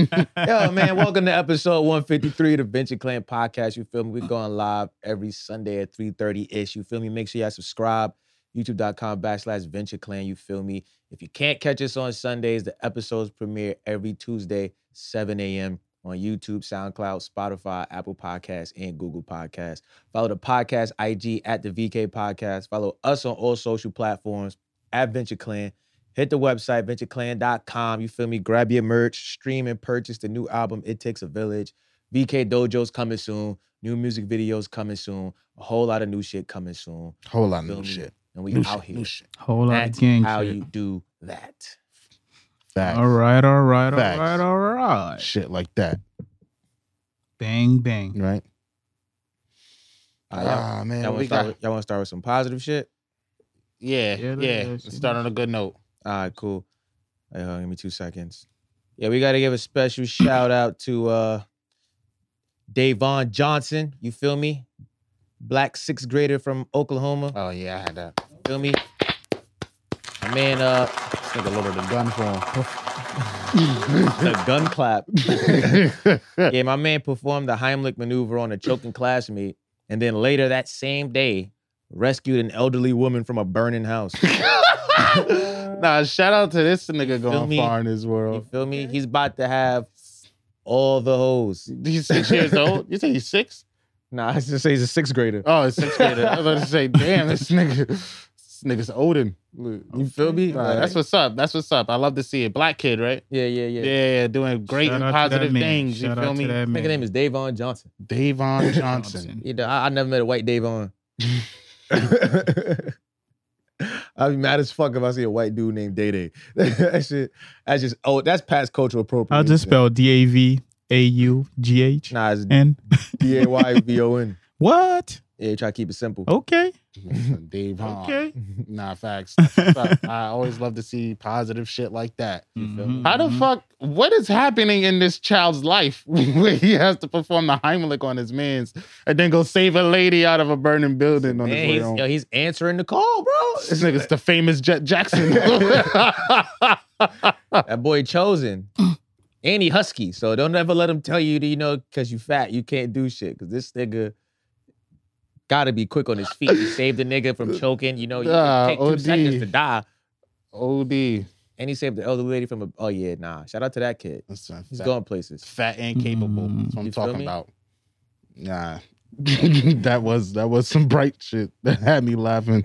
Speaker 4: that. Yo, man, welcome to episode 153 of the Venture Clan Podcast. You feel me? We're going live every Sunday at 3.30-ish. You feel me? Make sure y'all subscribe. YouTube.com backslash Venture Clan. You feel me? If you can't catch us on Sundays, the episodes premiere every Tuesday, 7 a.m. on YouTube, SoundCloud, Spotify, Apple Podcasts, and Google Podcasts. Follow the podcast IG at the VK Podcast. Follow us on all social platforms at Venture Clan. Hit the website, ventureclan.com. You feel me? Grab your merch, stream and purchase the new album, It Takes a Village. VK Dojo's coming soon. New music videos coming soon. A whole lot of new shit coming soon.
Speaker 2: Whole lot of
Speaker 4: Feel
Speaker 2: new
Speaker 4: me?
Speaker 2: shit.
Speaker 4: And we
Speaker 2: New
Speaker 4: out
Speaker 2: shit.
Speaker 4: here.
Speaker 2: New shit.
Speaker 1: Whole lot of
Speaker 4: That's
Speaker 1: gang
Speaker 4: how
Speaker 1: shit.
Speaker 4: you do that.
Speaker 2: Facts.
Speaker 1: All right, all right, all
Speaker 2: Facts.
Speaker 1: right, all right.
Speaker 2: Shit like that.
Speaker 1: Bang, bang.
Speaker 2: Right?
Speaker 4: All right, y'all-
Speaker 2: Ah, man.
Speaker 4: y'all, want
Speaker 2: we
Speaker 4: to start
Speaker 2: got,
Speaker 4: with, y'all want to start with some positive shit?
Speaker 2: yeah,
Speaker 1: Yeah,
Speaker 2: yeah.
Speaker 1: that- that
Speaker 2: Let's
Speaker 1: shit
Speaker 2: start
Speaker 1: is-
Speaker 2: on a good note.
Speaker 4: All right, cool. Hey, hold on, give me two seconds. Yeah, we got to give a special shout out to uh Davon Johnson. You feel me? Black sixth grader from Oklahoma.
Speaker 2: Oh, yeah, I had that.
Speaker 4: Feel me? My man, uh,
Speaker 2: This nigga loaded the gun
Speaker 4: the gun clap.
Speaker 2: for him.
Speaker 4: Yeah, my man performed the Heimlich maneuver on a choking classmate, and then later that same day, rescued an elderly woman from a burning house.
Speaker 2: nah, shout out to this nigga going
Speaker 4: me?
Speaker 2: far in this
Speaker 4: You
Speaker 2: world.
Speaker 4: feel me? He's about to have all the hoes.
Speaker 2: He's six years old. You say he's six?
Speaker 4: Nah, I just say he's a sixth grader.
Speaker 2: Oh, it's sixth grader. I was about to say, damn, this nigga, this nigga's Odin.
Speaker 4: You feel me?
Speaker 2: Nah, that's what's up. That's what's up. I love to see it. Black kid, right?
Speaker 4: Yeah, yeah, yeah.
Speaker 2: Yeah, doing great
Speaker 1: Shout
Speaker 2: and
Speaker 1: out to that
Speaker 2: positive
Speaker 1: man.
Speaker 2: things. You
Speaker 1: Shout
Speaker 2: feel
Speaker 1: out to
Speaker 2: me?
Speaker 1: that
Speaker 4: Nigga
Speaker 1: man.
Speaker 4: name is Davon Johnson.
Speaker 2: Davon Johnson.
Speaker 4: You know, I, I never met a white Davon. I'd be mad as fuck if I see a white dude named Day Day. that shit, that's just oh, that's past cultural appropriation.
Speaker 1: I'll just spell D A V A U G H
Speaker 4: Nah, it's
Speaker 1: N.
Speaker 4: D A Y V O N.
Speaker 1: What?
Speaker 4: Yeah, you try to keep it simple.
Speaker 1: Okay.
Speaker 2: Dave Hahn.
Speaker 1: Okay.
Speaker 2: Nah, facts. Fuck, I always love to see positive shit like that. Mm-hmm. How
Speaker 4: Mm-hmm.
Speaker 2: the fuck? What is happening in this child's life where he has to perform the Heimlich on his man's and then go save a lady out of a burning building on
Speaker 4: Man,
Speaker 2: his way
Speaker 4: he's,
Speaker 2: home?
Speaker 4: yo, he's answering the call,
Speaker 2: This
Speaker 4: bro.
Speaker 2: nigga's the famous Jet Jackson.
Speaker 4: that boy chosen. And he husky, so don't ever let him tell you that you know because you fat you can't do shit. Because this nigga gotta be quick on his feet. You saved the nigga from choking. You know you
Speaker 2: Ah,
Speaker 4: take two
Speaker 2: OD.
Speaker 4: seconds to die,
Speaker 2: OD.
Speaker 4: and he saved the elderly lady from a. Oh yeah, nah. Shout out to that kid.
Speaker 2: Listen,
Speaker 4: He's
Speaker 2: fat,
Speaker 4: going places.
Speaker 2: fat and capable. That's what
Speaker 4: Mm-hmm.
Speaker 2: I'm
Speaker 4: You feel
Speaker 2: talking
Speaker 4: me?
Speaker 2: about. Nah. that was that was some bright shit that had me laughing.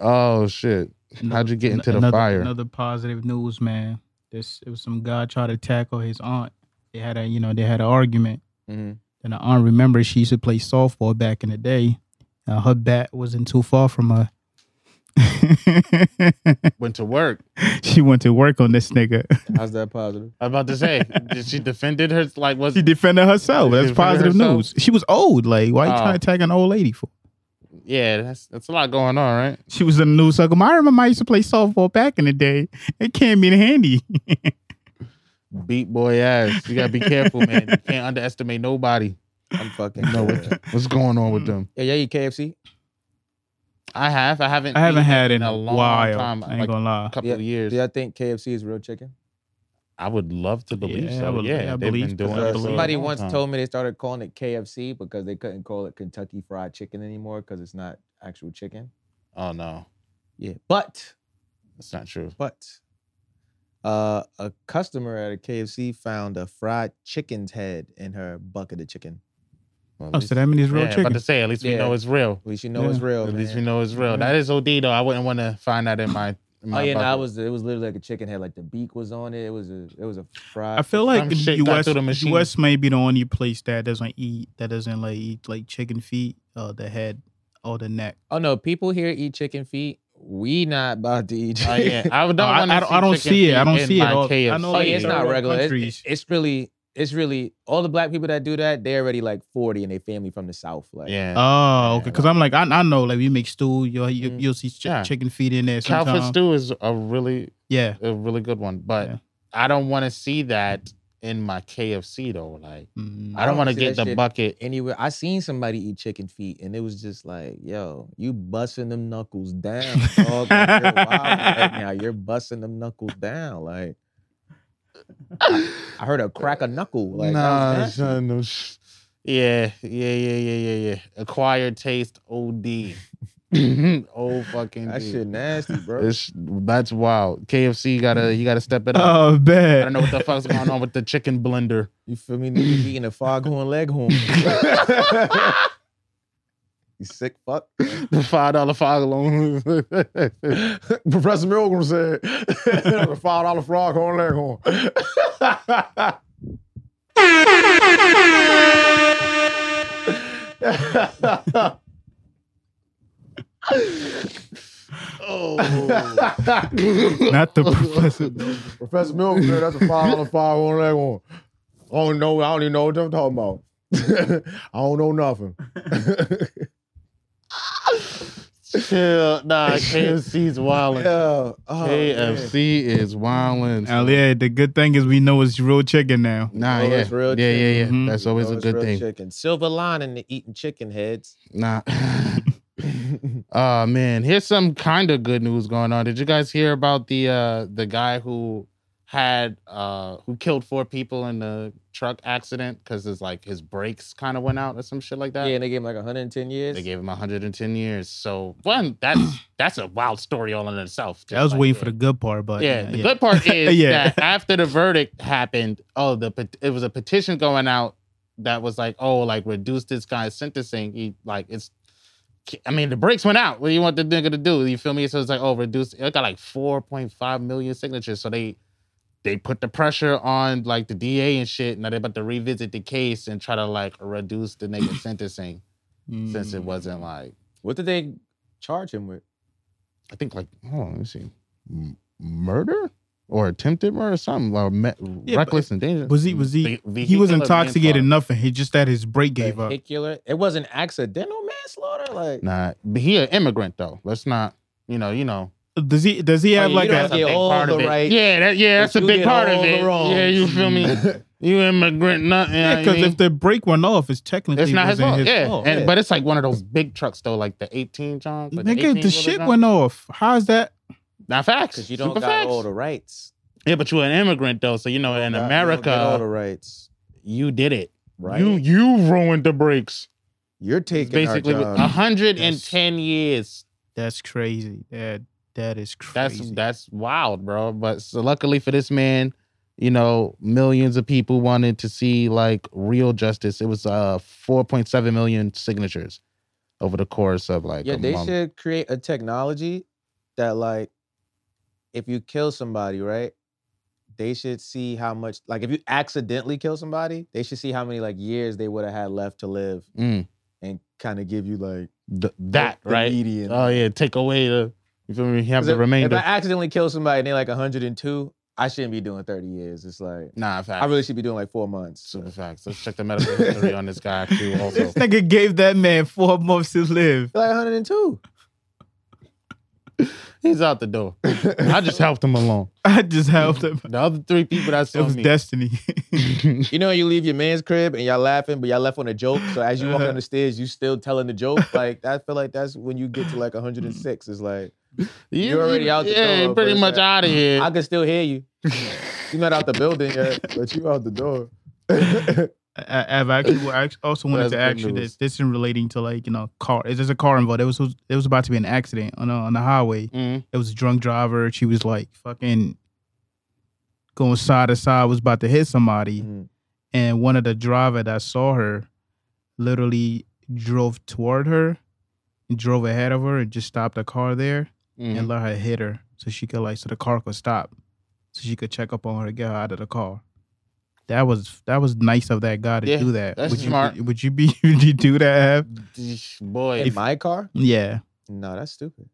Speaker 2: Oh shit. How'd you get into the
Speaker 1: another,
Speaker 2: fire?
Speaker 1: Another positive news, man. This it was some guy tried to tackle his aunt. They had a you know they had an argument.
Speaker 4: hmm
Speaker 1: And the aunt remembers she used to play softball back in the day. Now her bat wasn't too far from her.
Speaker 2: Went to work.
Speaker 1: she went to work on this nigga.
Speaker 4: How's that positive?
Speaker 2: I'm about to say, did she defended her like was
Speaker 1: She defended herself.
Speaker 2: She
Speaker 1: That's
Speaker 2: defended
Speaker 1: positive
Speaker 2: herself?
Speaker 1: news. She was old. Like, why you
Speaker 2: Oh.
Speaker 1: trying to attack an old lady for?
Speaker 2: yeah, that's that's a lot going on, right?
Speaker 1: She was in the news circle. I remember I used to play softball back in the day. It came in handy.
Speaker 2: Beat boy ass. You gotta be careful, man. You can't underestimate nobody.
Speaker 4: I'm fucking.
Speaker 2: No,
Speaker 4: yeah,
Speaker 2: what- what's going on with them?
Speaker 4: yeah, you KFC.
Speaker 2: I have. I haven't
Speaker 1: I haven't
Speaker 2: eaten
Speaker 1: had it in
Speaker 2: a
Speaker 1: a
Speaker 2: long
Speaker 1: while.
Speaker 2: time,
Speaker 1: I ain't
Speaker 2: like-
Speaker 1: gonna lie.
Speaker 2: a couple
Speaker 4: Yeah,
Speaker 2: of years.
Speaker 4: Do y'all think KFC is real chicken?
Speaker 2: I would love to believe
Speaker 1: Yeah, I
Speaker 2: so.
Speaker 1: would-
Speaker 2: yeah,
Speaker 1: yeah, I
Speaker 2: they've
Speaker 1: believe-
Speaker 2: been doing
Speaker 1: I
Speaker 2: it.
Speaker 4: Uh,
Speaker 1: believe-
Speaker 2: for a
Speaker 4: somebody
Speaker 2: long
Speaker 4: once
Speaker 2: time.
Speaker 4: told me they started calling it KFC because they couldn't call it Kentucky Fried Chicken anymore because it's not actual chicken.
Speaker 2: Oh no,
Speaker 4: Yeah, but
Speaker 2: that's not true.
Speaker 4: but uh, a customer at a KFC found a fried chicken's head in her bucket of chicken.
Speaker 2: Well, at
Speaker 1: Oh,
Speaker 2: least-
Speaker 1: so that means it's real
Speaker 2: yeah, I'm
Speaker 1: chicken.
Speaker 2: about to say, at least we
Speaker 4: Yeah.
Speaker 2: know it's real.
Speaker 4: At least you know
Speaker 1: Yeah.
Speaker 4: it's real.
Speaker 2: At
Speaker 4: man.
Speaker 2: least we know it's real. That is OD though. I wouldn't want to find that in my. In
Speaker 4: Oh
Speaker 2: my
Speaker 4: yeah, no,
Speaker 2: bucket.
Speaker 4: I was it was literally like a chicken head, like the beak was on it. It was a it was a fried.
Speaker 1: I feel like
Speaker 2: Some
Speaker 1: the
Speaker 2: shit got
Speaker 1: U.S.
Speaker 2: through the machine.
Speaker 1: U.S. may be the only place that doesn't eat that doesn't like eat like chicken feet, uh, the head or the neck.
Speaker 4: Oh no, people here eat chicken feet. We not about to eat.
Speaker 2: Oh,
Speaker 4: Chicken.
Speaker 2: yeah, I don't.
Speaker 1: No, I,
Speaker 2: wanna
Speaker 1: I, don't- I don't
Speaker 2: chicken
Speaker 1: see it. I
Speaker 2: feet
Speaker 1: don't
Speaker 2: in
Speaker 1: see it.
Speaker 2: my
Speaker 1: All, I
Speaker 2: KFC.
Speaker 1: know
Speaker 4: Oh
Speaker 1: like
Speaker 4: yeah, it's
Speaker 1: third
Speaker 4: not
Speaker 1: world
Speaker 4: regular. It's,
Speaker 1: countries.
Speaker 4: it's really, it's really all the black people that do that. They already like forty and they family from the south. Like,
Speaker 2: Yeah.
Speaker 1: oh, okay.
Speaker 2: Yeah.
Speaker 1: Because I'm like, I, I know like we make stew. You'll you,
Speaker 4: Mm.
Speaker 1: you'll see ch-
Speaker 2: Yeah.
Speaker 1: chicken feet in there
Speaker 2: Calvert
Speaker 1: sometimes.
Speaker 2: stew is a really
Speaker 1: Yeah.
Speaker 2: a really good one, but
Speaker 1: Yeah.
Speaker 2: I don't want to see that in my KFC though. Like
Speaker 1: Mm.
Speaker 2: I
Speaker 4: don't
Speaker 2: don't, want to
Speaker 4: see
Speaker 2: get
Speaker 4: that
Speaker 2: the
Speaker 4: shit.
Speaker 2: bucket.
Speaker 4: Anywhere I seen somebody eat chicken feet and it was just like, yo, you busting them knuckles down, dog. Like, you're wild right now, you're busting them knuckles down. Like, I heard a crack a knuckle. Like, that was nasty.
Speaker 2: son, no sh- yeah, yeah, yeah, yeah, yeah, yeah. Acquired taste, OD, oh fucking.
Speaker 4: that
Speaker 2: D.
Speaker 4: shit nasty, bro.
Speaker 2: It's- that's wild. KFC gotta you gotta step it up.
Speaker 1: Oh,
Speaker 2: I
Speaker 1: bad.
Speaker 2: don't know what the fuck's going on with the chicken blender.
Speaker 4: You feel me? Nigga be eating a foghorn leghorn. you sick fuck.
Speaker 2: The five dollar fog alone.
Speaker 5: Professor Milgram said, "The five dollar frog horn leghorn."
Speaker 2: oh,
Speaker 1: Not the professor.
Speaker 5: Professor Milgram said, "That's a five dollar frog horn leghorn." I don't know. I don't even know what I'm talking about. I don't know nothing.
Speaker 2: chill. Nah, KFC's wildin'.
Speaker 5: Yeah. Oh, man.
Speaker 2: KFC is wildin'.
Speaker 1: Now, yeah, the good thing is we know it's real chicken now.
Speaker 2: Nah,
Speaker 4: Oh,
Speaker 2: yeah.
Speaker 4: it's real
Speaker 2: yeah, yeah, yeah.
Speaker 1: chicken. Mhm.
Speaker 2: That's always
Speaker 4: Oh,
Speaker 2: a
Speaker 4: it's
Speaker 2: good
Speaker 4: real
Speaker 2: thing.
Speaker 4: Chicken. Silver lining to eating chicken heads.
Speaker 2: Nah. oh man, here's some kind of good news going on. Did you guys hear about the uh the guy who had uh who killed four people in the truck accident because it's like his brakes kind of went out or some shit like that?
Speaker 4: Yeah, and they gave him like 110 years.
Speaker 2: They gave him 110 years. So one, that's that's a wild story all in itself.
Speaker 1: I was
Speaker 2: Just like,
Speaker 1: waiting
Speaker 2: yeah.
Speaker 1: for the good part, but
Speaker 2: yeah, the good part is
Speaker 1: Yeah.
Speaker 2: that after the verdict happened, oh, the pet- it was a petition going out that was like, oh, like reduce this guy's sentencing. He like it's, I mean, the brakes went out. What do you want the nigga to do? You feel me? So it's like, oh, reduce. It got like four point five million signatures. So they they put the pressure on like the DA and shit. Now they're about to revisit the case and try to like reduce the nigga sentencing
Speaker 1: Mm.
Speaker 2: since it wasn't like
Speaker 4: What did they charge him with?
Speaker 2: I think like oh, let me see, M- murder. or attempted murder, or something, or me-
Speaker 1: Yeah,
Speaker 2: reckless endangerment.
Speaker 1: Was he? Was he?
Speaker 2: Ve- vehicular
Speaker 1: he was intoxicated
Speaker 2: manslaughter.
Speaker 1: nothing. He just that his brake gave up.
Speaker 4: Particular. It wasn't accidental manslaughter. Like
Speaker 2: Nah, but he an immigrant though. Let's not, you know, you know.
Speaker 1: Does he? Does he have
Speaker 4: you
Speaker 1: like
Speaker 4: don't
Speaker 1: a?
Speaker 4: have to get all
Speaker 2: part
Speaker 4: the
Speaker 2: of it.
Speaker 4: right,
Speaker 2: Yeah, that,
Speaker 4: but
Speaker 2: yeah, that's a
Speaker 4: you
Speaker 2: big
Speaker 4: get
Speaker 2: part
Speaker 4: all
Speaker 2: of
Speaker 4: the
Speaker 2: it.
Speaker 4: wrongs.
Speaker 2: Yeah, you feel me? you immigrant,
Speaker 1: Mm-hmm.
Speaker 2: nothing.
Speaker 1: Yeah, because if the brake went off, it's technically
Speaker 2: it's not his
Speaker 1: wasn't
Speaker 2: fault. yeah, and
Speaker 1: yeah.
Speaker 2: but it's like one of those big trucks though, like the eighteen John. Like
Speaker 1: Nigga, the shit went off. How is that?
Speaker 2: Not facts.
Speaker 4: because you don't
Speaker 2: Super
Speaker 4: got
Speaker 2: facts.
Speaker 4: all the rights.
Speaker 2: Yeah, but you an immigrant though, so you know in
Speaker 4: Nah, you don't
Speaker 2: America,
Speaker 4: get all the rights,
Speaker 2: you did it.
Speaker 4: right?
Speaker 2: You you ruined the brakes.
Speaker 5: You're taking
Speaker 2: Basically,
Speaker 5: our
Speaker 2: a
Speaker 5: jobs.
Speaker 2: hundred and
Speaker 1: That's-
Speaker 2: ten years.
Speaker 1: That's crazy. That that is
Speaker 2: That's
Speaker 1: crazy.
Speaker 2: that's wild, bro. But so luckily for this man, you know, millions of people wanted to see like real justice. It was uh four point seven million signatures over the course of like
Speaker 4: yeah,
Speaker 2: a
Speaker 4: they
Speaker 2: month.
Speaker 4: should create a technology that like if you kill somebody, right? They should see how much like if you accidentally kill somebody, they should see how many like years they would have had left to live
Speaker 2: Mm,
Speaker 4: and kind of give you like
Speaker 2: th- that
Speaker 4: the
Speaker 2: right?
Speaker 4: median.
Speaker 2: Oh yeah, take away the you feel me? You have
Speaker 4: 'Cause
Speaker 2: the
Speaker 4: if,
Speaker 2: remainder.
Speaker 4: If I accidentally kill somebody and they're like 102, I shouldn't be doing 30 years. It's like
Speaker 2: nah, facts.
Speaker 4: I really should be doing like four months.
Speaker 2: super facts. Let's check the medical history on this guy too. Also,
Speaker 1: this nigga gave that man four months to live.
Speaker 4: Like 102.
Speaker 2: he's out the door. I just helped him along.
Speaker 1: I just helped him.
Speaker 2: The other three people that
Speaker 1: It
Speaker 2: saw
Speaker 1: was
Speaker 2: me.
Speaker 1: destiny.
Speaker 4: You know, you leave your man's crib and y'all laughing, but y'all left on a joke. So as you walk
Speaker 1: Uh-huh.
Speaker 4: down the stairs, you still telling the joke. Like I feel like that's when you get to like
Speaker 1: Mm.
Speaker 4: 106. It's like You already out the
Speaker 2: yeah,
Speaker 4: door,
Speaker 2: pretty
Speaker 4: but
Speaker 2: much
Speaker 4: it's like-
Speaker 2: out of here.
Speaker 4: I can still hear you. You're not out the building yet.
Speaker 5: but you out the door.
Speaker 1: I, I've actually, I act- also wanted
Speaker 2: That's
Speaker 1: to
Speaker 2: good
Speaker 1: ask you
Speaker 2: news.
Speaker 1: this. This in relating to like you know car. There's a car involved. It was it was about to be an accident on a, on the highway.
Speaker 2: Mm.
Speaker 1: It was a drunk driver. She was like fucking going side to side. Was about to hit somebody,
Speaker 2: Mm-hmm.
Speaker 4: Mhm.
Speaker 1: and one of the driver that saw her literally drove toward her and drove ahead of her and just stopped the car there
Speaker 2: Mm.
Speaker 1: and let her hit her so she could like so the car could stop so she could check up on her get her out of the car that was that was nice of that guy to
Speaker 2: Yeah,
Speaker 1: do that
Speaker 2: that's
Speaker 1: would you
Speaker 2: smart.
Speaker 1: would you be would you do that Ab?
Speaker 2: Eesh, Boy,
Speaker 4: In my car?
Speaker 1: yeah
Speaker 4: No, that's stupid.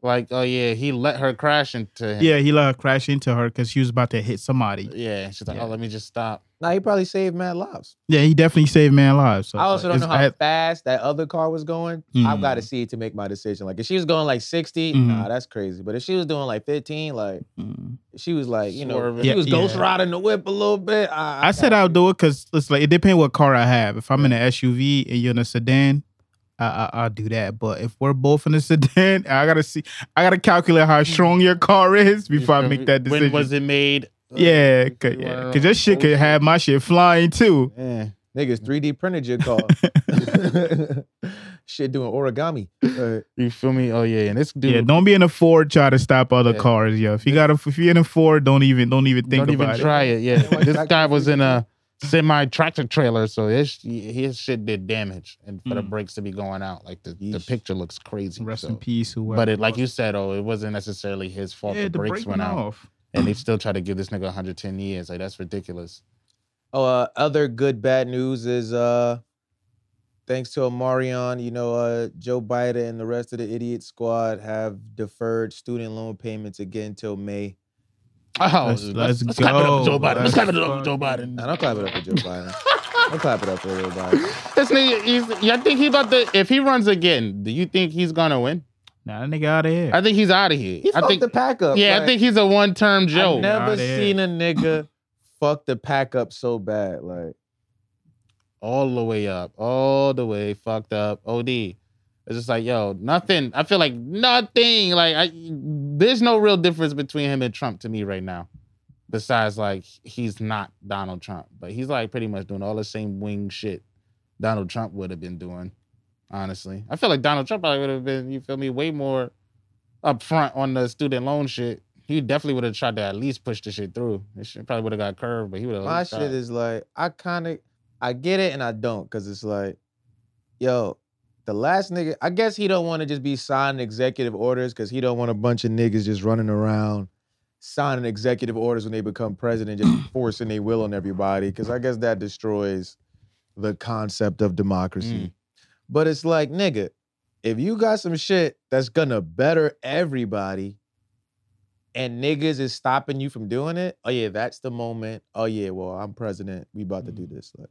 Speaker 2: like oh yeah, he let her crash into him.
Speaker 1: yeah he let her crash into her because she was about to hit somebody
Speaker 2: yeah. She's like,
Speaker 1: Yeah.
Speaker 2: oh, let me just stop.
Speaker 4: Nah, he probably saved mad lives.
Speaker 1: yeah he definitely saved man lives so
Speaker 4: I also don't
Speaker 1: it's-
Speaker 4: know how
Speaker 1: I-
Speaker 4: fast that other car was going. I've
Speaker 1: Mm.
Speaker 4: got to see it to make my decision. Like if she was going like 60,
Speaker 1: Mhm.
Speaker 4: nah, that's crazy. But if she was doing like 15, like
Speaker 1: Mm.
Speaker 4: she was like, you know,
Speaker 2: Swerving.
Speaker 4: she
Speaker 1: Yeah,
Speaker 4: was
Speaker 1: yeah.
Speaker 4: ghost riding the whip a little bit. I,
Speaker 1: I said I'll do it because it's like it depends what car I have. If I'm in an SUV and you're in a sedan, I, I I'll do that. But if we're both in a sedan, I gotta see, I gotta calculate how strong your car is before I make that decision.
Speaker 2: When was it mid?
Speaker 1: yeah, cause, yeah, 'cause this shit could have my shit flying too.
Speaker 2: Yeah.
Speaker 4: Niggas 3D printed your car. Shit doing origami.
Speaker 2: You feel me? Oh yeah, and this dude
Speaker 1: Yeah, don't be in a Ford try to stop other
Speaker 2: Yeah.
Speaker 1: cars. Yeah, if you got a, if you're in a Ford, don't even don't even think
Speaker 2: don't
Speaker 1: about
Speaker 2: even
Speaker 1: it.
Speaker 2: try it. Yeah,
Speaker 4: Like
Speaker 2: this
Speaker 4: back
Speaker 2: guy
Speaker 4: to the
Speaker 2: was in
Speaker 4: future.
Speaker 2: a semi tractor trailer, so his his shit did damage, and for the
Speaker 1: Mm.
Speaker 2: brakes to be going out, like the, the
Speaker 4: Yeesh.
Speaker 2: picture looks crazy.
Speaker 1: Rest
Speaker 2: so.
Speaker 1: in peace, whoever.
Speaker 2: But it, like you said, oh, it wasn't necessarily his fault.
Speaker 1: yeah,
Speaker 2: the, brakes
Speaker 1: brake
Speaker 2: went out,
Speaker 1: off.
Speaker 2: and they still try to give this nigga 110 years. Like that's ridiculous.
Speaker 4: Oh, uh, other good bad news is uh thanks to Omarion, you know, uh Joe Biden and the rest of the idiot squad have deferred student loan payments again till May.
Speaker 2: Oh,
Speaker 1: Let's- let's
Speaker 2: clap it up,
Speaker 1: go.
Speaker 2: for Joe Biden. Let's
Speaker 1: Let's
Speaker 2: clap it up, for Joe
Speaker 1: fucking-
Speaker 4: Now
Speaker 2: Biden.
Speaker 4: don't clap it up for Joe Biden. Don't clap it up for Joe Biden.
Speaker 2: This nigga, he's, yeah, I think he about to. If he runs again, do you think he's gonna win?
Speaker 1: Nah, that nigga out of here.
Speaker 2: I think he's out of here.
Speaker 4: He
Speaker 2: I
Speaker 4: fucked
Speaker 2: think,
Speaker 4: the pack up.
Speaker 2: yeah, I
Speaker 4: like-
Speaker 2: think he's a one-term Joe.
Speaker 4: I've never
Speaker 1: Nah, they-
Speaker 4: seen a nigga fuck the pack up so bad. Like
Speaker 2: all the way up, all the way fucked up. OD. It's just like, yo, nothing. I feel like nothing. Like, I, there's no real difference between him and Trump to me right now. Besides, like, he's not Donald Trump, but he's like pretty much doing all the same wing shit Donald Trump would have been doing. Honestly, I feel like Donald Trump probably would have been, you feel me, way more upfront on the student loan shit. He definitely would have tried to at least push the shit through. It shit probably would have got curved, but he would have.
Speaker 4: my shit is like I kind of I get it and I don't because it's like, yo, the last nigga. I guess he don't want to just be signing executive orders because he don't want a bunch of niggas just running around signing executive orders when they become president, just forcing their will on everybody. Because I guess that destroys the concept of democracy. But it's like, nigga, if you got some shit that's gonna better everybody, and niggas is stopping you from doing it, oh yeah, that's the moment. Oh yeah, well I'm president. We about to do
Speaker 2: Mm-hmm.
Speaker 4: this. Like,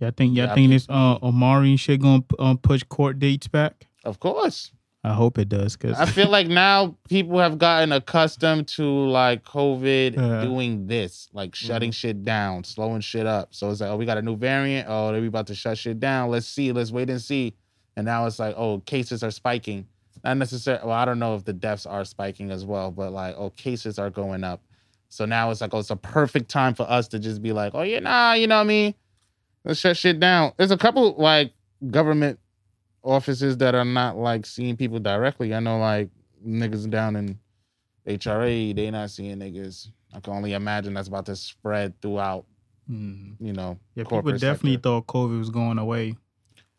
Speaker 1: Yeah, I think. Yeah,
Speaker 2: Yeah,
Speaker 1: I
Speaker 2: I
Speaker 1: think this uh, Omari and shit gonna um, push court dates back.
Speaker 2: Of course.
Speaker 1: I hope it does, cause
Speaker 2: I feel like now people have gotten accustomed to like COVID
Speaker 1: Yeah.
Speaker 2: doing this, like shutting shit down, slowing shit up. So it's like, oh, we got a new variant. Oh, they we about to shut shit down. Let's see. Let's wait and see. And now it's like, oh, cases are spiking. Not necessarily. Well, I don't know if the deaths are spiking as well, but like, oh, cases are going up. So now it's like, oh, it's a perfect time for us to just be like, oh yeah, nah, you know what I mean? Let's shut shit down. There's a couple like government offices that are not like seeing people directly. I know like niggas down in HRA, they not seeing niggas. I can only imagine that's about to spread throughout,
Speaker 1: Mm.
Speaker 2: you know.
Speaker 1: yeah, people
Speaker 2: corporate
Speaker 1: definitely
Speaker 2: sector.
Speaker 1: thought COVID was going away,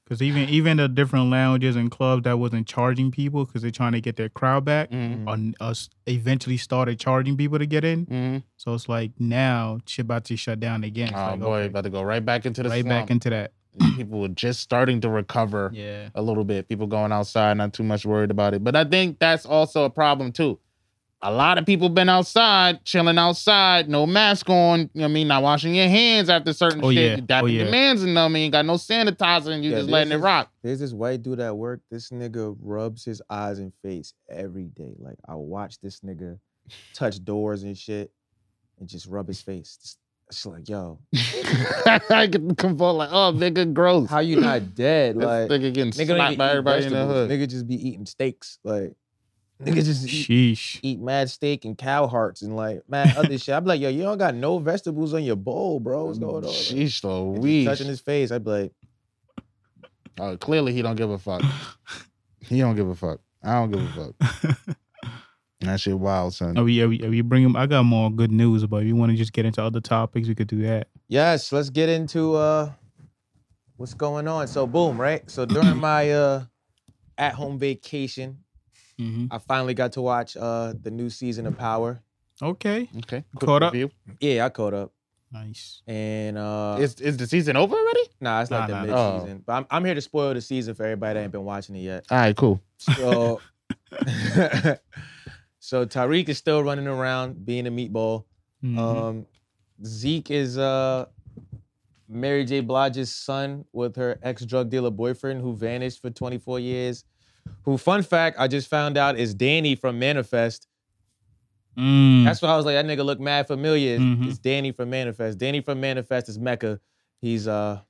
Speaker 1: cause even even the different lounges and clubs that wasn't charging people, cause they're trying to get their crowd back,
Speaker 2: Mhm.
Speaker 1: on us eventually started charging people to get in.
Speaker 2: Mhm.
Speaker 1: So Mm-hmm. it's like now shit about to shut down again. It's
Speaker 2: Oh
Speaker 1: like,
Speaker 2: boy,
Speaker 1: okay,
Speaker 2: about to go right back into the
Speaker 1: right
Speaker 2: slump.
Speaker 1: back into that.
Speaker 2: people were just starting to recover
Speaker 1: Yeah,
Speaker 2: a little bit. People going outside, not too much worried about it. But I think that's also a problem too. A lot of people been outside, chilling outside, no mask on. You know what I mean, not washing your hands after certain
Speaker 1: Oh, yeah.
Speaker 2: shit. You
Speaker 1: Oh,
Speaker 2: got the
Speaker 1: yeah.
Speaker 2: demands and I mean, got no sanitizer, and you
Speaker 4: Yeah,
Speaker 2: just letting it
Speaker 4: this is-
Speaker 2: rock.
Speaker 4: There's this white dude at work. This nigga rubs his eyes and face every day. Like I watch this nigga touch doors and shit, and just rub his face. It's, it's like, yo,
Speaker 2: I get convulsed like, oh, nigga, gross.
Speaker 4: how you not dead?
Speaker 2: this
Speaker 4: Like
Speaker 2: nigga getting
Speaker 4: nigga don't
Speaker 2: slapped
Speaker 4: even
Speaker 2: by
Speaker 4: eat
Speaker 2: everybody in the
Speaker 4: vegetables.
Speaker 2: hood. Mm.
Speaker 4: Nigga just be eating steaks. Like nigga just eat,
Speaker 1: sheesh.
Speaker 4: eat mad steak and cow hearts and like mad other shit. I'd be like, yo, you don't got no vegetables on your bowl, bro. What's going on? Like,
Speaker 2: Sheesh,
Speaker 4: and just
Speaker 2: Louise.
Speaker 4: touching his face. I'd be like,
Speaker 2: Oh, clearly he don't give a fuck. he don't give a fuck. I don't give a fuck. that shit wild, son.
Speaker 1: Oh yeah, we, we bring him. I got more good news, but if you want to just get into other topics, we could do that.
Speaker 4: Yes, let's get into uh what's going on. So boom, right? So during my uh at home vacation,
Speaker 1: hmm
Speaker 4: I finally got to watch uh the new season of Power.
Speaker 1: Okay,
Speaker 2: Okay.
Speaker 1: Caught up?
Speaker 2: review.
Speaker 4: Yeah, I caught up.
Speaker 1: nice.
Speaker 4: And uh
Speaker 2: Is is the season over already?
Speaker 4: nah, it's like
Speaker 1: Nah,
Speaker 4: the
Speaker 1: nah,
Speaker 2: nah.
Speaker 4: mid season. But I'm, I'm here to spoil the season for everybody that ain't been watching it yet.
Speaker 2: All right, cool.
Speaker 4: So So Tariq is still running around being a meatball.
Speaker 1: Mhm.
Speaker 4: Um, Zeke is uh, Mary J. Blige's son with her ex drug dealer boyfriend who vanished for 24 years. Who, fun fact, I just found out is Danny from Manifest.
Speaker 1: Mm.
Speaker 4: That's why I was like, that nigga look mad familiar. It's,
Speaker 1: Mhm.
Speaker 4: it's Danny from Manifest. Danny from Manifest is Mecca. He's uh,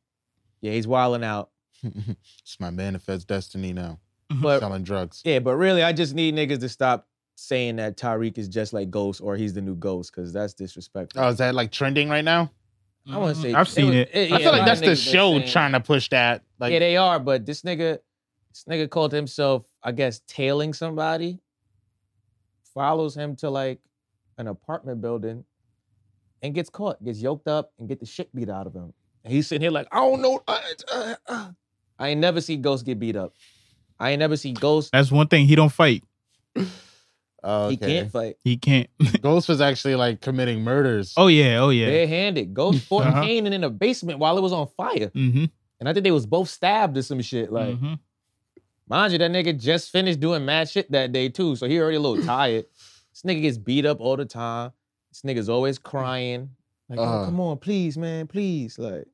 Speaker 4: yeah, he's wilding out.
Speaker 2: it's my manifest destiny now.
Speaker 4: But
Speaker 2: Selling drugs.
Speaker 4: yeah, but really, I just need niggas to stop saying that Tariq is just like Ghost or he's the new Ghost because that's disrespectful.
Speaker 2: Oh, is that like trending right now?
Speaker 4: I want to say
Speaker 1: Mm-hmm. I've seen
Speaker 4: was-
Speaker 1: it.
Speaker 2: I
Speaker 4: yeah, a
Speaker 2: feel like
Speaker 4: lot of
Speaker 2: that's the
Speaker 4: niggas been
Speaker 2: show
Speaker 4: saying-
Speaker 2: trying to push that. Like,
Speaker 4: yeah, they are, but this nigga, this nigga called himself, I guess, tailing somebody. Follows him to like an apartment building, and gets caught, gets yoked up, and get the shit beat out of him. And he's sitting here like, I don't know. uh, uh, uh." I ain't never see Ghost get beat up. I ain't never see Ghost.
Speaker 1: That's one thing he don't fight.
Speaker 2: oh,
Speaker 4: He
Speaker 2: okay.
Speaker 4: can't fight.
Speaker 1: He can't.
Speaker 2: Ghost was actually like committing murders.
Speaker 1: Oh yeah. Oh yeah.
Speaker 4: Barehanded. Ghost fought
Speaker 1: Uh-huh.
Speaker 4: Kanan in a basement while it was on fire,
Speaker 1: Mm-hmm.
Speaker 4: and I think they was both stabbed or some shit. Like,
Speaker 1: hmm
Speaker 4: Mind you, that nigga just finished doing mad shit that day too, so he already a little tired. This nigga gets beat up all the time. This nigga's always crying. Like, oh,
Speaker 2: Uh.
Speaker 4: come on, please, man, please. Like,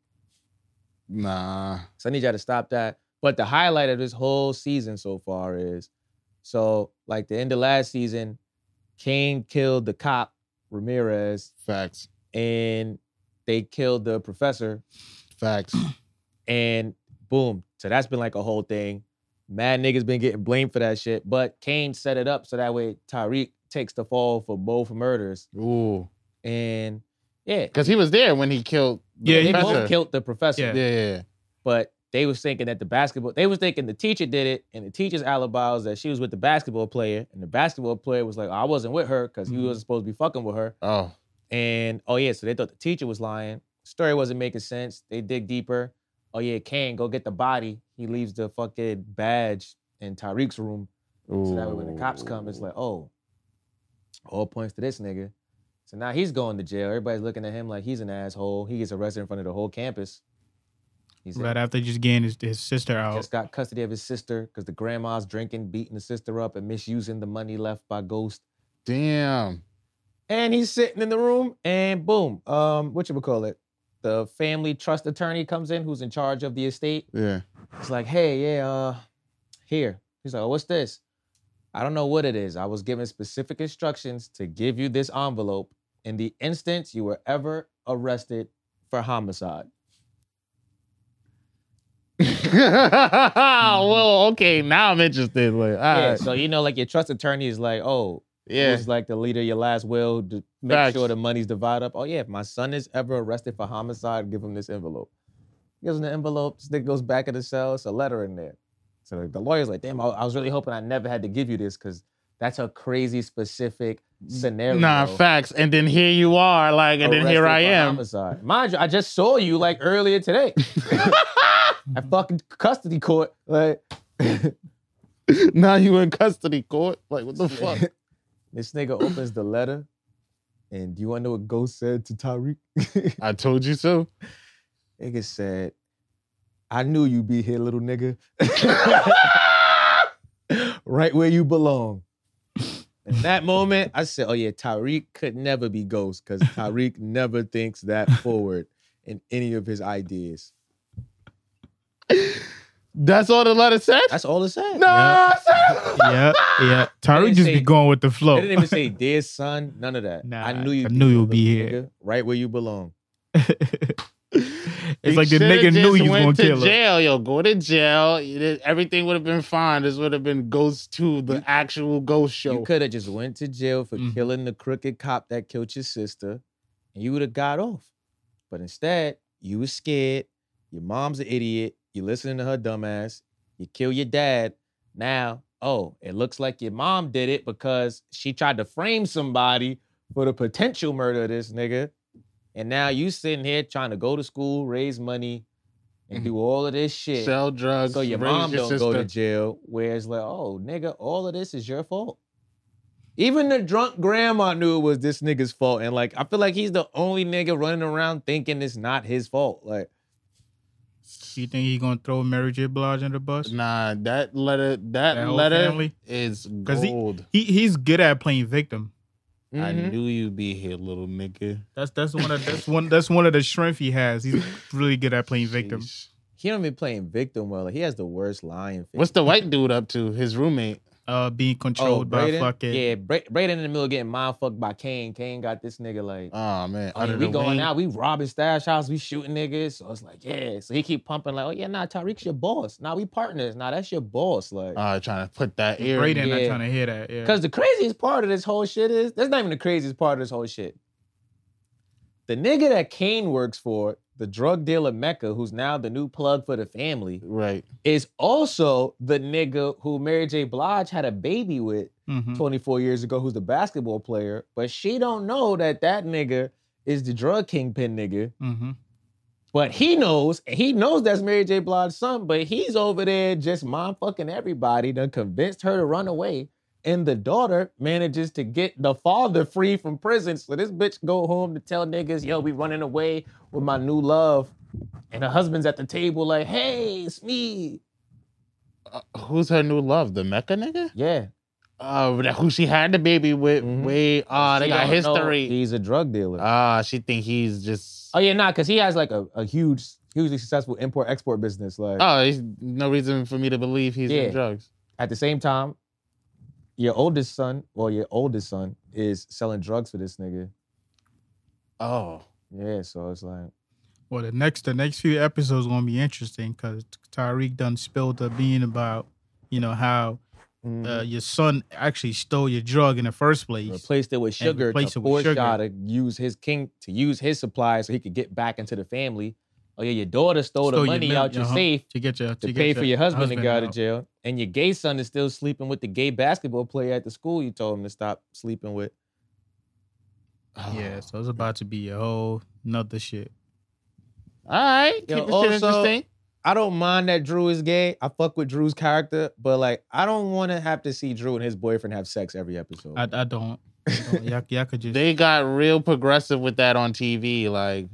Speaker 2: Nah.
Speaker 4: so I need y'all to stop that. But the highlight of this whole season so far is, so like the end of last season, Kane killed the cop Ramirez,
Speaker 2: Facts.
Speaker 4: and they killed the professor.
Speaker 2: Facts.
Speaker 4: and boom. So that's been like a whole thing. Mad niggas been getting blamed for that shit, but Kane set it up so that way Tariq takes the fall for both murders.
Speaker 2: Ooh.
Speaker 4: And yeah,
Speaker 2: Because he was there when he killed. the
Speaker 1: Yeah, he
Speaker 4: they
Speaker 2: professor.
Speaker 4: both killed the professor,
Speaker 1: Yeah.
Speaker 2: Yeah, yeah, yeah.
Speaker 4: but they was thinking that the basketball, they was thinking the teacher did it, and the teacher's alibi was that she was with the basketball player, and the basketball player was like, "Oh, I wasn't with her because
Speaker 1: Mhm.
Speaker 4: you wasn't supposed to be fucking with her.
Speaker 2: Oh,
Speaker 4: And oh yeah, so they thought the teacher was lying. Story wasn't making sense. They dig deeper. Oh yeah, Kane, go get the body. He leaves the fucking badge in Tariq's room. So that way when the cops come, it's like, oh, all points to this nigga. So now he's going to jail. Everybody's looking at him like he's an asshole. He gets arrested in front of the whole campus. He's
Speaker 1: Right after just getting his, his sister out.
Speaker 4: just got custody of his sister because the grandma's drinking, beating the sister up, and misusing the money left by Ghost.
Speaker 2: damn.
Speaker 4: And he's sitting in the room, and boom, um, what you would call it? The family trust attorney comes in, who's in charge of the estate.
Speaker 2: Yeah.
Speaker 4: It's like, hey, yeah, uh, here. He's like, oh, what's this? I don't know what it is. I was given specific instructions to give you this envelope in the instance you were ever arrested for homicide.
Speaker 2: well, okay, now I'm interested. Like, all
Speaker 4: yeah,
Speaker 2: right.
Speaker 4: so you know, like your trust attorney is like, oh,
Speaker 2: yeah.
Speaker 4: who's like the leader of your last will, to make
Speaker 2: Facts.
Speaker 4: sure the money's divided up. Oh yeah, if my son is ever arrested for homicide, give him this envelope. Gives him the envelope, stick goes back in the cell, it's a letter in there. So the lawyer's like, damn, I, I was really hoping I never had to give you this because that's a crazy specific scenario.
Speaker 2: Nah, facts. And then here you are, like, and then here
Speaker 4: arrested
Speaker 2: I
Speaker 4: for
Speaker 2: am.
Speaker 4: Homicide. Mind you, I just saw you like earlier today. at fucking custody court. Like
Speaker 2: now you in custody court. Like, what the fuck?
Speaker 4: this nigga opens the letter. And do you wanna know what Ghost said to Tyreek?
Speaker 2: I told you so.
Speaker 4: Nigga said, I knew you'd be here, little nigga. right where you belong. In that moment, I said, Oh yeah, Tyreek could never be ghost because Tyreek never thinks that forward in any of his ideas.
Speaker 2: That's all the letter said?
Speaker 4: That's all it said.
Speaker 2: no,
Speaker 1: Yeah.
Speaker 2: sir.
Speaker 1: yeah, yeah. Tyreek
Speaker 4: didn't
Speaker 1: just be
Speaker 4: say-
Speaker 1: going with the
Speaker 4: They
Speaker 1: flow.
Speaker 4: didn't even say dear son, none of that.
Speaker 1: Nah,
Speaker 4: I knew you
Speaker 1: I knew you'd be here.
Speaker 4: Right where you belong.
Speaker 1: it's like the nigga knew you was gonna
Speaker 2: went to
Speaker 1: kill him.
Speaker 2: jail. Yo, go to jail. You did- Everything would have been fine. This would have been Ghost to the actual Ghost
Speaker 4: You
Speaker 2: show.
Speaker 4: could have just went to jail for
Speaker 1: Mhm.
Speaker 4: killing the crooked cop that killed your sister, and you would have got off. But instead, you was scared. Your mom's an idiot. You listening to her dumbass. You kill your dad. Now, oh, it looks like your mom did it because she tried to frame somebody for the potential murder of this nigga. And now you sitting here trying to go to school, raise money, and do all of this shit.
Speaker 2: Sell drugs.
Speaker 4: So your
Speaker 2: raise
Speaker 4: mom don't go to
Speaker 2: sister.
Speaker 4: jail. Where it's like, oh nigga, all of this is your fault. Even the drunk grandma knew it was this nigga's fault, and like I feel like he's the only nigga running around thinking it's not his fault. Like
Speaker 1: You think he gonna throw Mary J. Blige under the bus?
Speaker 2: Nah, that letter, that,
Speaker 1: That whole
Speaker 2: letter
Speaker 1: family?
Speaker 2: is
Speaker 1: 'Cause he-
Speaker 2: gold.
Speaker 1: He he's good at playing victim.
Speaker 2: I
Speaker 1: Mm-hmm.
Speaker 4: mhm.
Speaker 2: knew you'd be here, little nigga.
Speaker 1: That's that's one of that's one that's one of the strength he has. He's really good at playing victim.
Speaker 2: Jeez.
Speaker 4: he don't even playing victim well. Like, he has the worst lying. Face.
Speaker 2: What's the white dude up to? His roommate.
Speaker 1: Uh, being controlled by
Speaker 4: Braden?
Speaker 1: fucking
Speaker 4: Oh, Yeah, Bra- Braden in the middle of getting mind fucked by Kane. Kane got this nigga like.
Speaker 2: Oh man,
Speaker 4: I mean,
Speaker 2: under
Speaker 4: we
Speaker 2: the
Speaker 4: going
Speaker 2: wing.
Speaker 4: out, we robbing stash house, we shooting niggas. So it's like, yeah. So he keep pumping like, oh yeah, nah, Tyreek's your boss. Nah, we partners. Nah, that's your boss. Like,
Speaker 2: Uh, trying to put that ear.
Speaker 1: Braden. Not
Speaker 4: Yeah.
Speaker 1: trying to hear that. Yeah.
Speaker 4: Because the craziest part of this whole shit is that's not even the craziest part of this whole shit. The nigga that Kane works for, the drug dealer Mecca, who's now the new plug for the family,
Speaker 2: Right.
Speaker 4: is also the nigga who Mary J. Blige had a baby with
Speaker 1: Mhm.
Speaker 4: 24 years ago, who's the basketball player, but she don't know that that nigga is the drug kingpin nigga.
Speaker 1: Mhm.
Speaker 4: But he knows, and he knows that's Mary J. Blige's son, but he's over there just mind fucking everybody, done convinced her to run away. And the daughter manages to get the father free from prison. So this bitch go home to tell niggas, yo, we running away with my new love. And her husband's at the table like, hey, it's me.
Speaker 2: Uh, Who's her new love? The Mecca nigga?
Speaker 4: Yeah.
Speaker 2: Uh, that- who she had the baby with?
Speaker 4: Mhm.
Speaker 2: Way. Ah, they
Speaker 4: She
Speaker 2: got
Speaker 4: don't know
Speaker 2: history.
Speaker 4: He's a drug dealer.
Speaker 2: Ah, she think he's just.
Speaker 4: oh, yeah, nah, because he has like a, a huge, hugely successful import-export business. Like,
Speaker 2: Oh, there's no reason for me to believe he's
Speaker 4: Yeah.
Speaker 2: in drugs.
Speaker 4: at the same time, your oldest son, well, your oldest son is selling drugs for this nigga.
Speaker 2: Oh,
Speaker 4: Yeah, so it's like,
Speaker 1: Well, the next the next few episodes gonna be interesting because Tyreek done spilled the bean about you know how
Speaker 4: mm,
Speaker 1: uh, your son actually stole your drug in the first place.
Speaker 4: replaced it Mm-hmm. with sugar
Speaker 1: replace
Speaker 4: to
Speaker 1: it with
Speaker 4: force
Speaker 1: sugar.
Speaker 4: y'all to use his king to use his supply so he could get back into the family. Oh yeah, your daughter stole,
Speaker 1: Stole
Speaker 4: the
Speaker 1: your
Speaker 4: money
Speaker 1: mil-
Speaker 4: out your
Speaker 1: uh-huh,
Speaker 4: safe
Speaker 1: to get your
Speaker 4: to
Speaker 1: get
Speaker 4: pay for your husband, and go out of
Speaker 1: out.
Speaker 4: jail. And your gay son is still sleeping with the gay basketball player at the school you told him to stop sleeping with.
Speaker 1: Yeah, so it's about to be a whole nother shit.
Speaker 2: All right.
Speaker 4: Yo,
Speaker 2: Keep it
Speaker 4: also-
Speaker 2: shit interesting.
Speaker 4: I don't mind that Drew is gay. I fuck with Drew's character, but like I don't want to have to see Drew and his boyfriend have sex every episode.
Speaker 1: I I don't. I don't- y'all, y'all could just
Speaker 2: They got real progressive with that on TV. Like,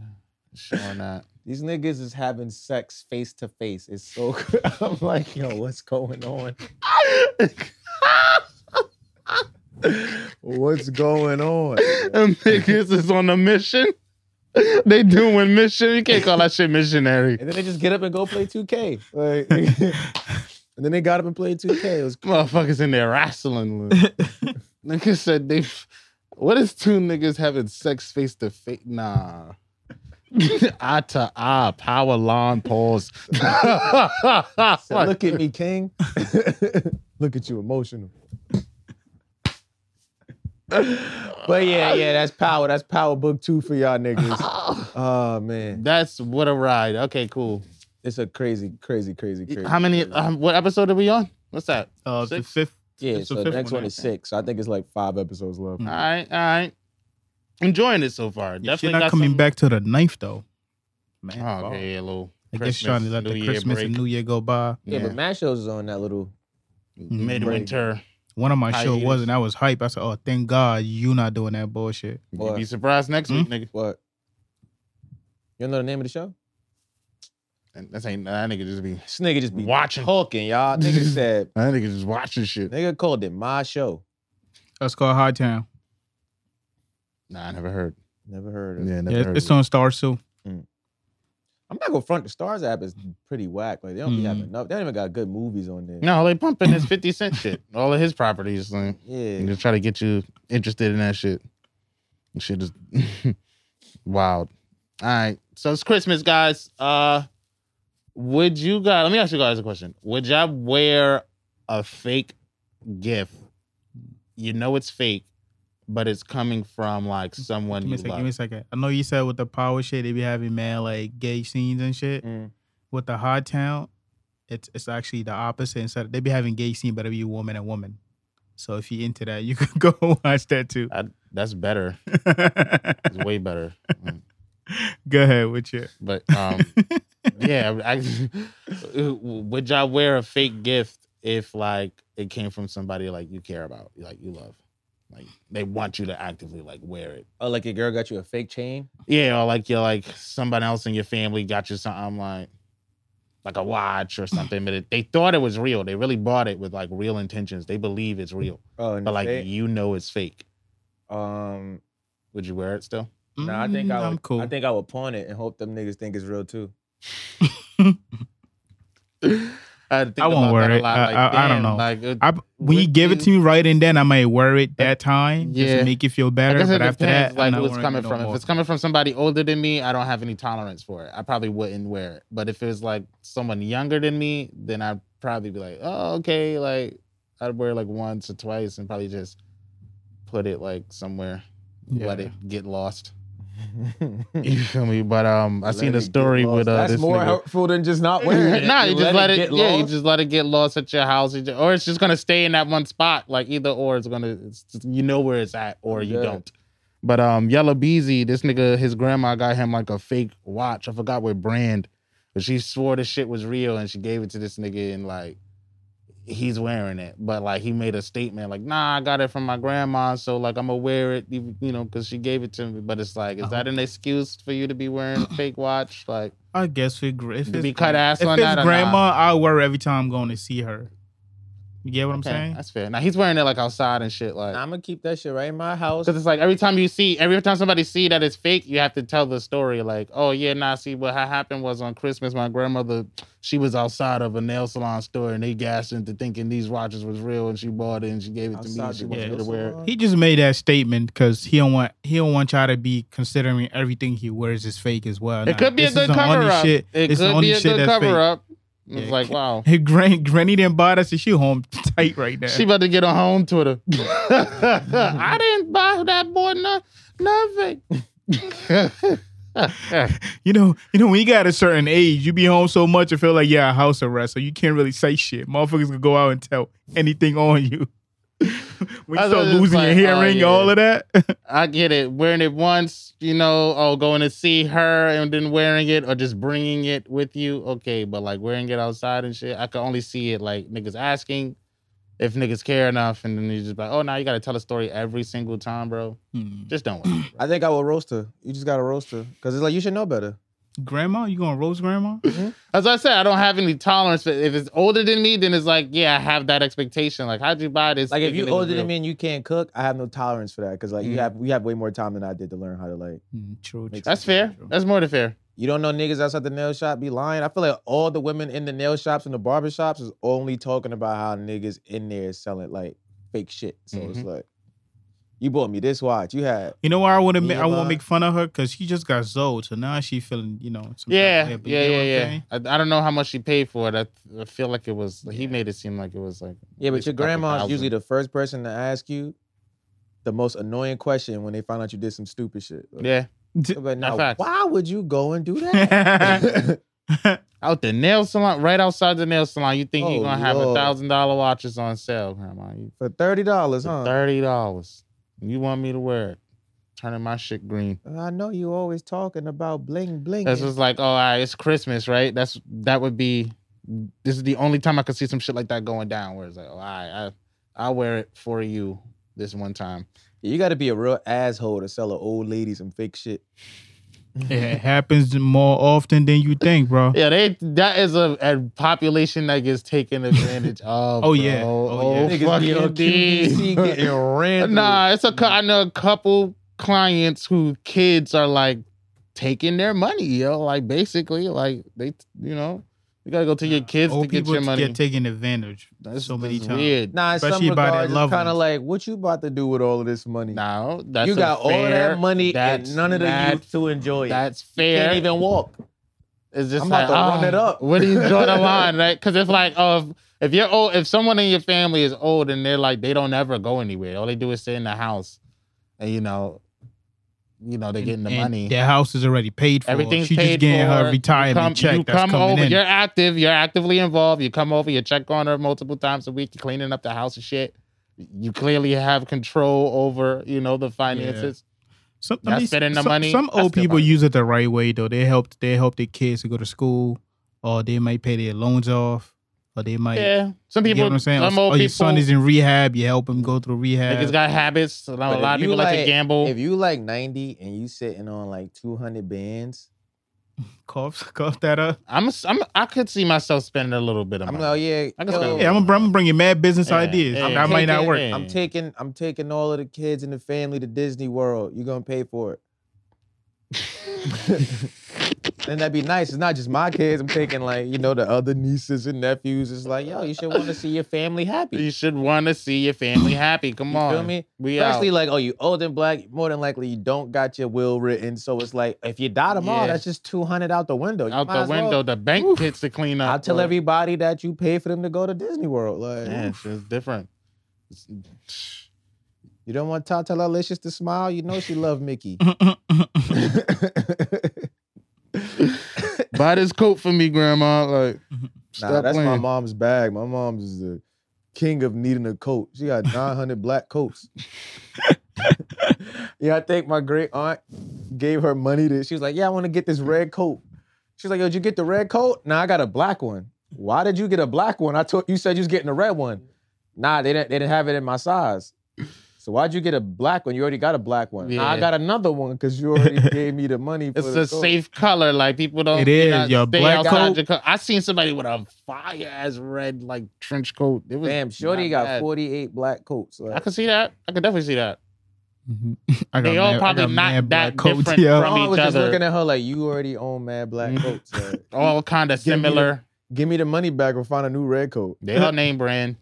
Speaker 2: showing that.
Speaker 4: These niggas is having sex face to face. It's so good. I'm like, yo, what's going on?
Speaker 5: What's going on?
Speaker 2: Them niggas is on a mission. They doing mission. You can't call that shit missionary.
Speaker 4: And then they just get up and go play 2K.
Speaker 5: Like, and then they got up and played 2K. It was
Speaker 2: Motherfuckers in there wrestling. niggas said they. f- What is two niggas having sex face to face? Nah. eye to eye, power line pause.
Speaker 5: Said, Look at me, King. Look at you, emotional.
Speaker 4: But yeah, yeah, that's power. That's power book two for y'all niggas.
Speaker 2: Look-
Speaker 5: Oh man,
Speaker 2: That's what a ride. Okay, cool.
Speaker 4: It's a crazy, crazy, crazy, crazy.
Speaker 2: How many? Um, what episode are we on? What's that?
Speaker 1: Uh, the
Speaker 2: Six?
Speaker 1: fifth.
Speaker 4: Yeah,
Speaker 1: It's the
Speaker 4: so the
Speaker 1: fifth
Speaker 4: next
Speaker 1: one,
Speaker 4: one
Speaker 1: I
Speaker 4: is six. So I think it's like five episodes left.
Speaker 1: Hmm.
Speaker 2: All right, all right. Enjoying it so far.
Speaker 1: She's
Speaker 2: Definitely
Speaker 1: not
Speaker 2: got
Speaker 1: coming
Speaker 2: some-
Speaker 1: back to the ninth though. Man,
Speaker 2: Oh, okay, yeah, little.
Speaker 1: I guess trying to let
Speaker 2: New
Speaker 1: the
Speaker 2: Year
Speaker 1: Christmas and
Speaker 2: break.
Speaker 1: New Year go by.
Speaker 4: Yeah, but Mashos is on that little.
Speaker 1: Mm-hmm.
Speaker 2: midwinter.
Speaker 1: One of my show
Speaker 2: Hiatus.
Speaker 1: wasn't. I was hype. I said, "Oh, thank God you not doing that bullshit."
Speaker 2: You'd
Speaker 4: What?
Speaker 2: be surprised next week,
Speaker 1: Hmm?
Speaker 2: nigga.
Speaker 4: what? You don't know the name of the show?
Speaker 2: And That's ain't that nigga just be
Speaker 4: This nigga just be
Speaker 2: Watching.
Speaker 4: talking, y'all. Nigga said,
Speaker 2: that nigga just watching shit.
Speaker 4: nigga called it my show.
Speaker 1: That's called High Town.
Speaker 2: Nah, I never heard.
Speaker 4: Never heard of. it.
Speaker 2: Yeah, never
Speaker 1: Yeah,
Speaker 2: heard.
Speaker 1: it's on Star Sue.
Speaker 4: I'm not gonna front the Stars app is pretty whack. Like they don't be
Speaker 1: Mhm.
Speaker 4: having enough. They don't even got good movies on there.
Speaker 2: no, they pumping his fifty cent shit. All of his properties. Like, and
Speaker 4: Yeah,
Speaker 2: just try to get you interested in that shit. And Shit is wild. All right. So it's Christmas, guys. Uh would you guys let me ask you guys a question. Would y'all wear a fake gift? You know it's fake, but it's coming from like someone
Speaker 1: Give me
Speaker 2: you
Speaker 1: a second. Give me a
Speaker 2: love.
Speaker 1: second. I know you said with the power shit they be having man like gay scenes and shit.
Speaker 4: Mm.
Speaker 1: With the High Town, it's it's actually the opposite. Instead, they be having gay scene, but it be woman and woman. So if you into that, you can go watch that too.
Speaker 2: I, that's better. It's way better. Mm.
Speaker 1: go ahead with your
Speaker 2: But um, yeah, I, would y'all wear a fake gift if like it came from somebody like you care about, like you love, like they want you to actively like wear it?
Speaker 4: oh, like your girl got you a fake chain.
Speaker 2: Yeah, or like you're like somebody else in your family got you something like like a watch or something, but it, they thought it was real. They really bought it with like real intentions. They believe it's real,
Speaker 4: Oh, and
Speaker 2: but like
Speaker 4: fake-
Speaker 2: you know it's fake.
Speaker 4: um,
Speaker 2: Would you wear it still?
Speaker 4: No, I think I would,
Speaker 1: am Mm, cool.
Speaker 4: I think I would pawn it and hope them niggas think it's real too.
Speaker 2: I, think
Speaker 1: I won't
Speaker 2: about
Speaker 1: wear
Speaker 2: that a
Speaker 1: it.
Speaker 2: lot,
Speaker 1: I- I- I don't
Speaker 2: damn,
Speaker 1: know.
Speaker 2: Like, it-
Speaker 1: I, when you
Speaker 2: Would
Speaker 1: give it
Speaker 2: you- Uh,
Speaker 1: to me right and then, I might wear it that time just
Speaker 2: Yeah.
Speaker 1: to make you feel
Speaker 2: I
Speaker 1: better.
Speaker 2: guess it
Speaker 1: But after
Speaker 2: depends,
Speaker 1: that,
Speaker 2: like
Speaker 1: I'm not
Speaker 2: who it's
Speaker 1: wearing
Speaker 2: coming
Speaker 1: it no
Speaker 2: from.
Speaker 1: more.
Speaker 2: If it's coming from somebody older than me, I don't have any tolerance for it. I probably wouldn't wear it. But if it was like someone younger than me, then I'd probably be like, oh, okay, like I'd wear it like once or twice and probably just put it like somewhere, let
Speaker 1: Yeah.
Speaker 2: it get lost. You feel me? But um, I
Speaker 4: Let
Speaker 2: seen
Speaker 4: it
Speaker 2: the
Speaker 4: get
Speaker 2: story
Speaker 4: lost.
Speaker 2: with uh,
Speaker 4: That's
Speaker 2: this
Speaker 4: more
Speaker 2: nigga.
Speaker 4: hurtful than just not wearing it.
Speaker 2: nah, you just let it,
Speaker 4: get
Speaker 2: yeah, you
Speaker 4: lost.
Speaker 2: just let it get lost at your house, You ju- or it's just gonna stay in that one spot. Like either or, it's gonna, it's just- you know where it's at, or you
Speaker 4: Yeah.
Speaker 2: don't. But um, Yellow Beezy, this nigga, his grandma got him like a fake watch. I forgot what brand, but she swore the shit was real, and she gave it to this nigga, and like, he's wearing it. But like, he made a statement like, "Nah, I got it from my grandma, so like, I'm gonna wear it, even- you know, because she gave it to me." But it's like,
Speaker 4: Uh-huh.
Speaker 2: is that an excuse for you to be wearing a fake watch? Like,
Speaker 1: I guess we agree. If
Speaker 2: To
Speaker 1: it's,
Speaker 2: be cut ass
Speaker 1: if
Speaker 2: on
Speaker 1: it's
Speaker 2: that or
Speaker 1: grandma,
Speaker 2: not?
Speaker 1: I worry every time I'm going to see her. You get what I'm
Speaker 2: okay,
Speaker 1: saying?
Speaker 2: that's fair. Now he's wearing it like outside and shit, like.
Speaker 4: I'm gonna keep that shit right in my house.
Speaker 2: Because it's like every time you see, every time somebody see that it's fake, you have to tell the story. Like, oh yeah, nah, see what ha- happened was on Christmas, my grandmother, she was outside of a nail salon store and they gassed her into thinking these watches was real and she bought it and she gave it to me.
Speaker 4: Outside
Speaker 2: and She
Speaker 4: the
Speaker 2: wanted me
Speaker 1: nail
Speaker 2: to wear it.
Speaker 4: salon?
Speaker 1: He just made that statement because he don't want he don't want y'all to be considering everything he wears is fake as well.
Speaker 2: It
Speaker 1: Nah,
Speaker 2: could be a
Speaker 1: this is
Speaker 2: good
Speaker 1: the only
Speaker 2: cover up.
Speaker 1: Shit,
Speaker 2: It
Speaker 1: this is the
Speaker 2: could
Speaker 1: only
Speaker 2: be a
Speaker 1: shit
Speaker 2: good
Speaker 1: that's
Speaker 2: cover
Speaker 1: fake.
Speaker 2: up.
Speaker 1: Yeah.
Speaker 2: It's like wow,
Speaker 1: Hey, Gran, Granny didn't buy that, so she home tight right now.
Speaker 2: she about to get on home Twitter. I didn't buy that boy no, nothing.
Speaker 1: you know, you know, when you got a certain age, you be home so much and feel like yeah, house arrest, so you can't really say shit. Motherfuckers can go out and tell anything on you. when you
Speaker 2: I
Speaker 1: start
Speaker 2: thought it was
Speaker 1: losing your
Speaker 2: like, oh,
Speaker 1: hearing,
Speaker 2: yeah.
Speaker 1: all of that.
Speaker 2: I get it. Wearing it once, you know, oh, going to see her and then wearing it or just bringing it with you. Okay. But like wearing it outside and shit, I could only see it like niggas asking if niggas care enough. And then you just be like, oh, now you got to tell a story every single time, bro. Just don't. Wear it.
Speaker 4: I think I will roast her. You just gotta roast her because it's like you should know better.
Speaker 1: Grandma, you gonna roast grandma?
Speaker 2: As I said, I don't have any tolerance. But if it's older than me, then it's like, yeah, I have that expectation. Like, how'd you buy this?
Speaker 4: Like if
Speaker 2: thinking
Speaker 4: you
Speaker 2: it was
Speaker 4: older
Speaker 2: real? Mm.
Speaker 4: than me and you can't cook, I have no tolerance for that because like you have we have way more time than I did to learn how to like.
Speaker 1: Mm, true, true.
Speaker 4: Makes
Speaker 2: That's fair. That's more than fair.
Speaker 4: You don't know niggas outside the nail shop be lying. I feel like all the women in the nail shops and the barber shops is only talking about how niggas in there is selling like fake shit. So
Speaker 2: Mm-hmm.
Speaker 4: it's like, you bought me this watch. You had
Speaker 1: You know why I want to make I
Speaker 4: Yeah,
Speaker 1: won't
Speaker 4: but-
Speaker 1: make fun of her because she just got zoed, so now she feeling you know. Some
Speaker 2: Yeah,
Speaker 1: type of
Speaker 2: yeah,
Speaker 1: way, but you
Speaker 2: yeah,
Speaker 1: know what
Speaker 2: yeah.
Speaker 1: I'm saying?
Speaker 2: I, I don't know how much she paid for it. I, I feel like it was. He made it seem like it was like.
Speaker 4: yeah, but
Speaker 2: It's
Speaker 4: your
Speaker 2: a couple
Speaker 4: grandma's
Speaker 2: thousand.
Speaker 4: usually the first person to ask you the most annoying question when they find out you did some stupid shit. Like,
Speaker 2: Yeah,
Speaker 4: But
Speaker 2: Not
Speaker 4: now,
Speaker 2: facts.
Speaker 4: why would you go and do that?
Speaker 2: out the nail salon, right outside the nail salon. You think
Speaker 4: Oh,
Speaker 2: you're gonna have a
Speaker 4: Lord.
Speaker 2: thousand dollar watches on sale, grandma? You
Speaker 4: For thirty dollars, huh?
Speaker 2: thirty dollars. You want me to wear it? Turning my shit green.
Speaker 4: I know you always talking about bling bling.
Speaker 2: That's just like, oh, all right, it's Christmas, right? That's that would be. This is the only time I could see some shit like that going down. Where it's like, oh, all right, I I wear it for you this one time.
Speaker 4: You got to be a real asshole to sell an old lady some fake shit.
Speaker 1: it happens more often than you think, bro.
Speaker 2: Yeah, they that is a, a population that gets taken advantage of.
Speaker 1: Oh, yeah.
Speaker 2: bro.
Speaker 1: Oh, yeah.
Speaker 2: oh, fucking D.
Speaker 4: getting ran.
Speaker 2: Nah, it's a cou- I know a couple clients who kids are like taking their money, yo. Like basically, like they, you know, you gotta go to your kids to
Speaker 1: Old
Speaker 2: get
Speaker 1: people
Speaker 2: your money.
Speaker 1: get taken advantage
Speaker 2: That's-
Speaker 1: so many
Speaker 2: that's
Speaker 1: times.
Speaker 2: Weird.
Speaker 4: Nah, in some
Speaker 1: Especially by their
Speaker 4: regards, it's
Speaker 1: loved
Speaker 4: kind of
Speaker 1: ones.
Speaker 4: like what you about to do with all of this money.
Speaker 2: No, that's
Speaker 4: you
Speaker 2: a
Speaker 4: got all of
Speaker 2: fair-
Speaker 4: that money and
Speaker 2: that's
Speaker 4: none of the
Speaker 2: not-
Speaker 4: youth to enjoy it.
Speaker 2: That's
Speaker 4: you
Speaker 2: fair.
Speaker 4: can't even walk.
Speaker 2: It's just
Speaker 4: I'm
Speaker 2: like,
Speaker 4: about to run
Speaker 2: oh,
Speaker 4: it up.
Speaker 2: Where do you draw the line, right? Because it's like, oh, if, if you're old, if someone in your family is old and they're like, they don't ever go anywhere. All they do is stay in the house, and you know, you know, they're getting the
Speaker 1: And
Speaker 2: money.
Speaker 1: Their house is already paid for.
Speaker 2: Everything's
Speaker 1: she just
Speaker 2: paid
Speaker 1: getting
Speaker 2: for.
Speaker 1: her retirement
Speaker 2: you come,
Speaker 1: check
Speaker 2: you
Speaker 1: that's
Speaker 2: come
Speaker 1: coming
Speaker 2: over.
Speaker 1: in.
Speaker 2: You're active. You're actively involved. You come over. You check on her multiple times a week. You're cleaning up the house and shit. You clearly have control over, you know, the finances.
Speaker 1: Some,
Speaker 2: Not spending the
Speaker 1: some,
Speaker 2: money,
Speaker 1: Some
Speaker 2: that's
Speaker 1: old
Speaker 2: their
Speaker 1: people
Speaker 2: money.
Speaker 1: use it the right way though. They help they help their kids to go to school, or they might pay their loans off, or they might.
Speaker 2: Yeah. Some
Speaker 1: you know
Speaker 2: people,
Speaker 1: what I'm saying?
Speaker 2: some
Speaker 1: or,
Speaker 2: old
Speaker 1: or
Speaker 2: people,
Speaker 1: your son is in rehab. You help him go through
Speaker 2: niggas
Speaker 1: rehab.
Speaker 2: got habits. A lot,
Speaker 4: But
Speaker 2: a
Speaker 4: if
Speaker 2: lot of
Speaker 4: you
Speaker 2: people like, to gamble.
Speaker 4: If you like 90 and you sitting on like 200 bands,
Speaker 1: cough, cough that up.
Speaker 2: I'm, I'm, I could see myself spending a little bit of
Speaker 4: I'm
Speaker 2: money.
Speaker 4: like, yeah,
Speaker 2: I can
Speaker 4: yo,
Speaker 2: spend-
Speaker 1: Yeah, I'm gonna bring you mad business
Speaker 2: Yeah,
Speaker 1: ideas.
Speaker 2: yeah.
Speaker 1: that might not
Speaker 2: Taking-
Speaker 1: work.
Speaker 2: yeah.
Speaker 4: I'm taking I'm taking all of the kids in the family to Disney World. You're gonna pay for it. and that'd be nice. It's not just my kids. I'm taking like, you know, the other nieces and nephews. It's like, yo, you should want to see your family happy.
Speaker 2: you should want to see your family happy. Come
Speaker 4: You
Speaker 2: on,
Speaker 4: feel me?
Speaker 2: We
Speaker 4: Especially
Speaker 2: out.
Speaker 4: like, oh, you old and black, more than likely you don't got your will written. So it's like if you die tomorrow,
Speaker 2: Yeah.
Speaker 4: that's just 200 out the window. You
Speaker 2: out
Speaker 4: might
Speaker 2: the
Speaker 4: as well-
Speaker 2: window. The bank pits to clean up.
Speaker 4: I'll tell
Speaker 2: bro.
Speaker 4: everybody that you pay for them to go to Disney World. Like
Speaker 2: Yeah, it's just different. It's-
Speaker 4: you don't want to tell Alicious to smile, you know she love Mickey.
Speaker 2: Buy this coat for me, Grandma. Like,
Speaker 4: Nah,
Speaker 2: stop
Speaker 4: that's my
Speaker 2: playing.
Speaker 4: mom's bag. My mom's is the king of needing a coat. She got 900 black coats. yeah, I think my great aunt gave her money to. She was like, "Yeah, I want to get this red coat." She's like, "Yo, did you get the red coat?" Nah, I got a black one. Why did you get a black one? I told you said you was getting a red one. Nah, they didn't. They didn't have it in my size. So why'd you get a black one? You already got a black one. Nah, I
Speaker 2: Yeah.
Speaker 4: got another one because you already gave me the money. For
Speaker 2: It's
Speaker 4: the
Speaker 2: a
Speaker 4: coat.
Speaker 2: safe color. Like people don't.
Speaker 1: It
Speaker 2: you
Speaker 1: is,
Speaker 2: know,
Speaker 1: your
Speaker 2: stay
Speaker 1: black
Speaker 2: outside
Speaker 1: coat.
Speaker 2: your co- I seen somebody with a fire ass red like trench coat. It was
Speaker 4: Damn, Shorty
Speaker 2: not
Speaker 4: got
Speaker 2: bad.
Speaker 4: 48 black coats.
Speaker 2: I
Speaker 4: Like,
Speaker 2: could see that. I could definitely see that.
Speaker 1: Mhm. I got
Speaker 2: They all
Speaker 1: mad- I
Speaker 2: probably
Speaker 1: got
Speaker 2: not
Speaker 1: mad
Speaker 2: that
Speaker 1: black coats,
Speaker 2: different
Speaker 1: yo.
Speaker 2: from
Speaker 4: My mom
Speaker 2: each
Speaker 4: was just
Speaker 2: other.
Speaker 4: looking at her like, you already own mad
Speaker 2: Mm-hmm.
Speaker 4: black coats. like,
Speaker 2: All kind of
Speaker 4: Give me the-
Speaker 2: similar.
Speaker 4: Give me the money back or find a new red coat.
Speaker 2: They all name brand.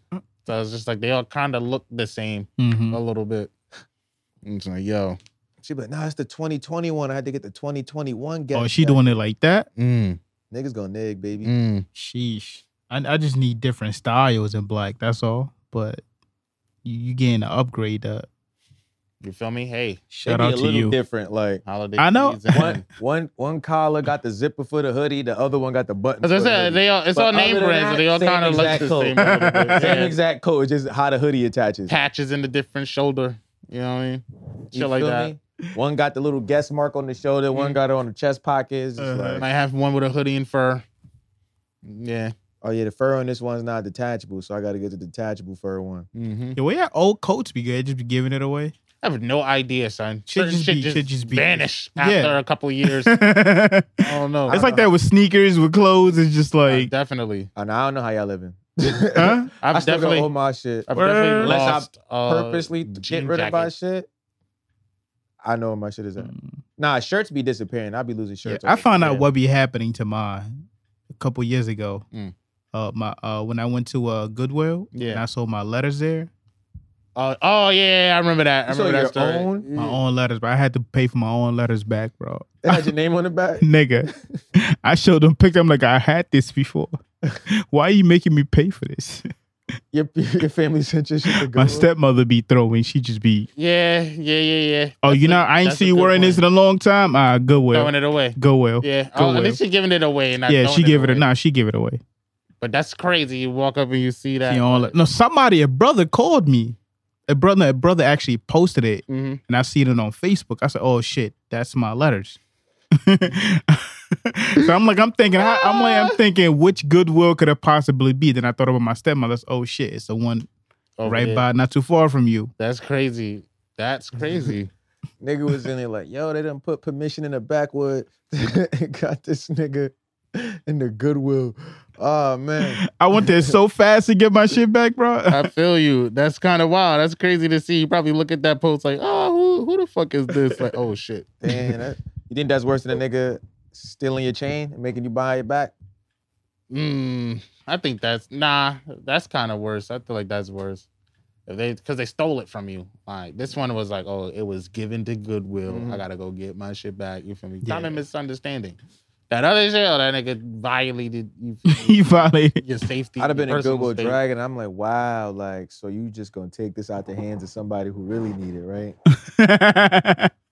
Speaker 2: So it's just like they all kind of look the same
Speaker 1: Mhm.
Speaker 2: a little bit. And It's like, yo.
Speaker 4: She be like, nah, it's the 2021. I had to get the 2021 gas.
Speaker 1: Oh, she
Speaker 4: back."
Speaker 1: doing it like that?
Speaker 2: Mm,
Speaker 4: Niggas gonna nig, baby.
Speaker 2: mm.
Speaker 1: Sheesh. I, I just need different styles in black. That's all. But you, you getting an upgrade. Uh,
Speaker 2: You feel me? Hey,
Speaker 1: shout
Speaker 4: They be
Speaker 1: out
Speaker 4: a
Speaker 1: to
Speaker 4: little
Speaker 1: you.
Speaker 4: different. Like
Speaker 2: holiday.
Speaker 1: I know.
Speaker 2: season.
Speaker 4: one, one, one collar got the zipper for the hoodie, the other one got the button.
Speaker 2: As I
Speaker 4: for the
Speaker 2: said,
Speaker 4: hoodie.
Speaker 2: they all it's
Speaker 4: But
Speaker 2: all name
Speaker 4: other than
Speaker 2: brands, so
Speaker 4: that,
Speaker 2: they all
Speaker 4: same
Speaker 2: kind of look
Speaker 4: exact
Speaker 2: the
Speaker 4: coat.
Speaker 2: same. a little bit.
Speaker 4: Same
Speaker 2: Yeah.
Speaker 4: exact coat, it's just how the hoodie attaches.
Speaker 2: Patches in the different shoulder. You know what I mean?
Speaker 4: You
Speaker 2: Shit like
Speaker 4: feel
Speaker 2: that. Mm.
Speaker 4: me? One got the little guest mark on the shoulder, one got it on the chest pockets. It's
Speaker 1: Uh-huh.
Speaker 4: like,
Speaker 2: Might have one with a hoodie and fur. Yeah.
Speaker 4: oh yeah, the fur on this one's not detachable, so I gotta get the detachable fur one.
Speaker 2: Mm-hmm.
Speaker 1: The way our old coats be good, just be giving it away.
Speaker 2: I have no idea, son.
Speaker 1: Shit
Speaker 2: Certain
Speaker 1: just
Speaker 2: shit
Speaker 1: be-
Speaker 2: just,
Speaker 1: shit just be-
Speaker 2: vanish
Speaker 1: Yeah.
Speaker 2: after a couple years. I
Speaker 1: it's
Speaker 2: don't know.
Speaker 1: like that with sneakers, with clothes. It's just
Speaker 2: I've
Speaker 1: like,
Speaker 2: definitely.
Speaker 4: And I don't know how y'all living.
Speaker 1: huh?
Speaker 4: I
Speaker 2: I've
Speaker 4: still got all
Speaker 2: definitely.
Speaker 4: my shit.
Speaker 2: I've
Speaker 1: Word.
Speaker 2: definitely
Speaker 4: Unless I
Speaker 2: lost, uh,
Speaker 4: Purposely get
Speaker 2: jean
Speaker 4: rid of my
Speaker 2: jacket. Mm.
Speaker 4: shit. I know where my shit is at. Nah, shirts be disappearing. I be losing
Speaker 1: Yeah,
Speaker 4: shirts.
Speaker 1: I found out
Speaker 4: Yeah.
Speaker 1: what be happening to mine a couple years ago.
Speaker 2: Mm.
Speaker 1: Uh, my uh, when I went to uh Goodwill, and
Speaker 2: Yeah.
Speaker 1: I sold my letters there,
Speaker 2: Uh, oh yeah, I remember that. I
Speaker 4: You sold
Speaker 2: remember that
Speaker 4: your
Speaker 2: story. Mm.
Speaker 4: own.
Speaker 1: my own letters, but I had to pay for my own letters back, bro.
Speaker 4: It had your name on the back.
Speaker 1: Nigga, I showed them picture. I'm like, I had this before. Why are you making me pay for this?
Speaker 4: Your, your family sent your shit to go.
Speaker 1: My stepmother be throwing. She just be,
Speaker 2: Yeah, yeah, yeah, yeah.
Speaker 1: oh,
Speaker 2: That's
Speaker 1: you
Speaker 2: a-
Speaker 1: know, I ain't
Speaker 2: that's a
Speaker 1: see you
Speaker 2: good
Speaker 1: wearing
Speaker 2: one.
Speaker 1: this in a long time. Ah,
Speaker 2: Throwing
Speaker 1: Goodwill,
Speaker 2: it away.
Speaker 1: Goodwill.
Speaker 2: Yeah,
Speaker 1: Go
Speaker 2: oh, at
Speaker 1: away.
Speaker 2: least she's giving it away. Not
Speaker 1: yeah,
Speaker 2: throwing
Speaker 1: she gave it a
Speaker 2: away.
Speaker 1: nah. She gave it away.
Speaker 2: But that's crazy. You walk up and you see that.
Speaker 1: You know, all that- no, somebody, a brother called me. A brother, a brother actually posted it,
Speaker 2: Mhm.
Speaker 1: and I seen it on Facebook. I said, "Oh shit, that's my letters." so I'm like, I'm thinking, I, I'm like, I'm thinking, which Goodwill could it possibly be? Then I thought about my stepmother's. Oh shit, it's the one
Speaker 2: Oh,
Speaker 1: right
Speaker 2: yeah.
Speaker 1: by, not too far from you.
Speaker 2: That's crazy. That's crazy.
Speaker 4: Nigga was in there like, yo, they done put permission in the backwood. Got this nigga in the Goodwill. Oh man,
Speaker 1: I went there so fast to get my shit back, bro.
Speaker 2: I feel you. That's kind of wild. That's crazy to see. You probably look at that post like, oh, who, who the fuck is this? Like, oh shit.
Speaker 4: damn. That, you think that's worse than a nigga stealing your chain and making you buy it back?
Speaker 2: Mm, I think that's nah. That's kind of worse. I feel like that's worse. If they because they stole it from you. Like this one was like, oh, it was given to Goodwill.
Speaker 4: Mhm.
Speaker 2: I gotta go get my shit back. You feel me?
Speaker 1: Yeah.
Speaker 2: Common misunderstanding. That other shit, oh, that nigga violated you. feel me?
Speaker 1: he violated.
Speaker 2: your safety.
Speaker 4: I'd have been
Speaker 2: your
Speaker 4: in
Speaker 2: personal
Speaker 4: Goodwill
Speaker 2: safety.
Speaker 4: Dragon. I'm like, wow, like, so you just gonna take this out the hands of somebody who really need it, right?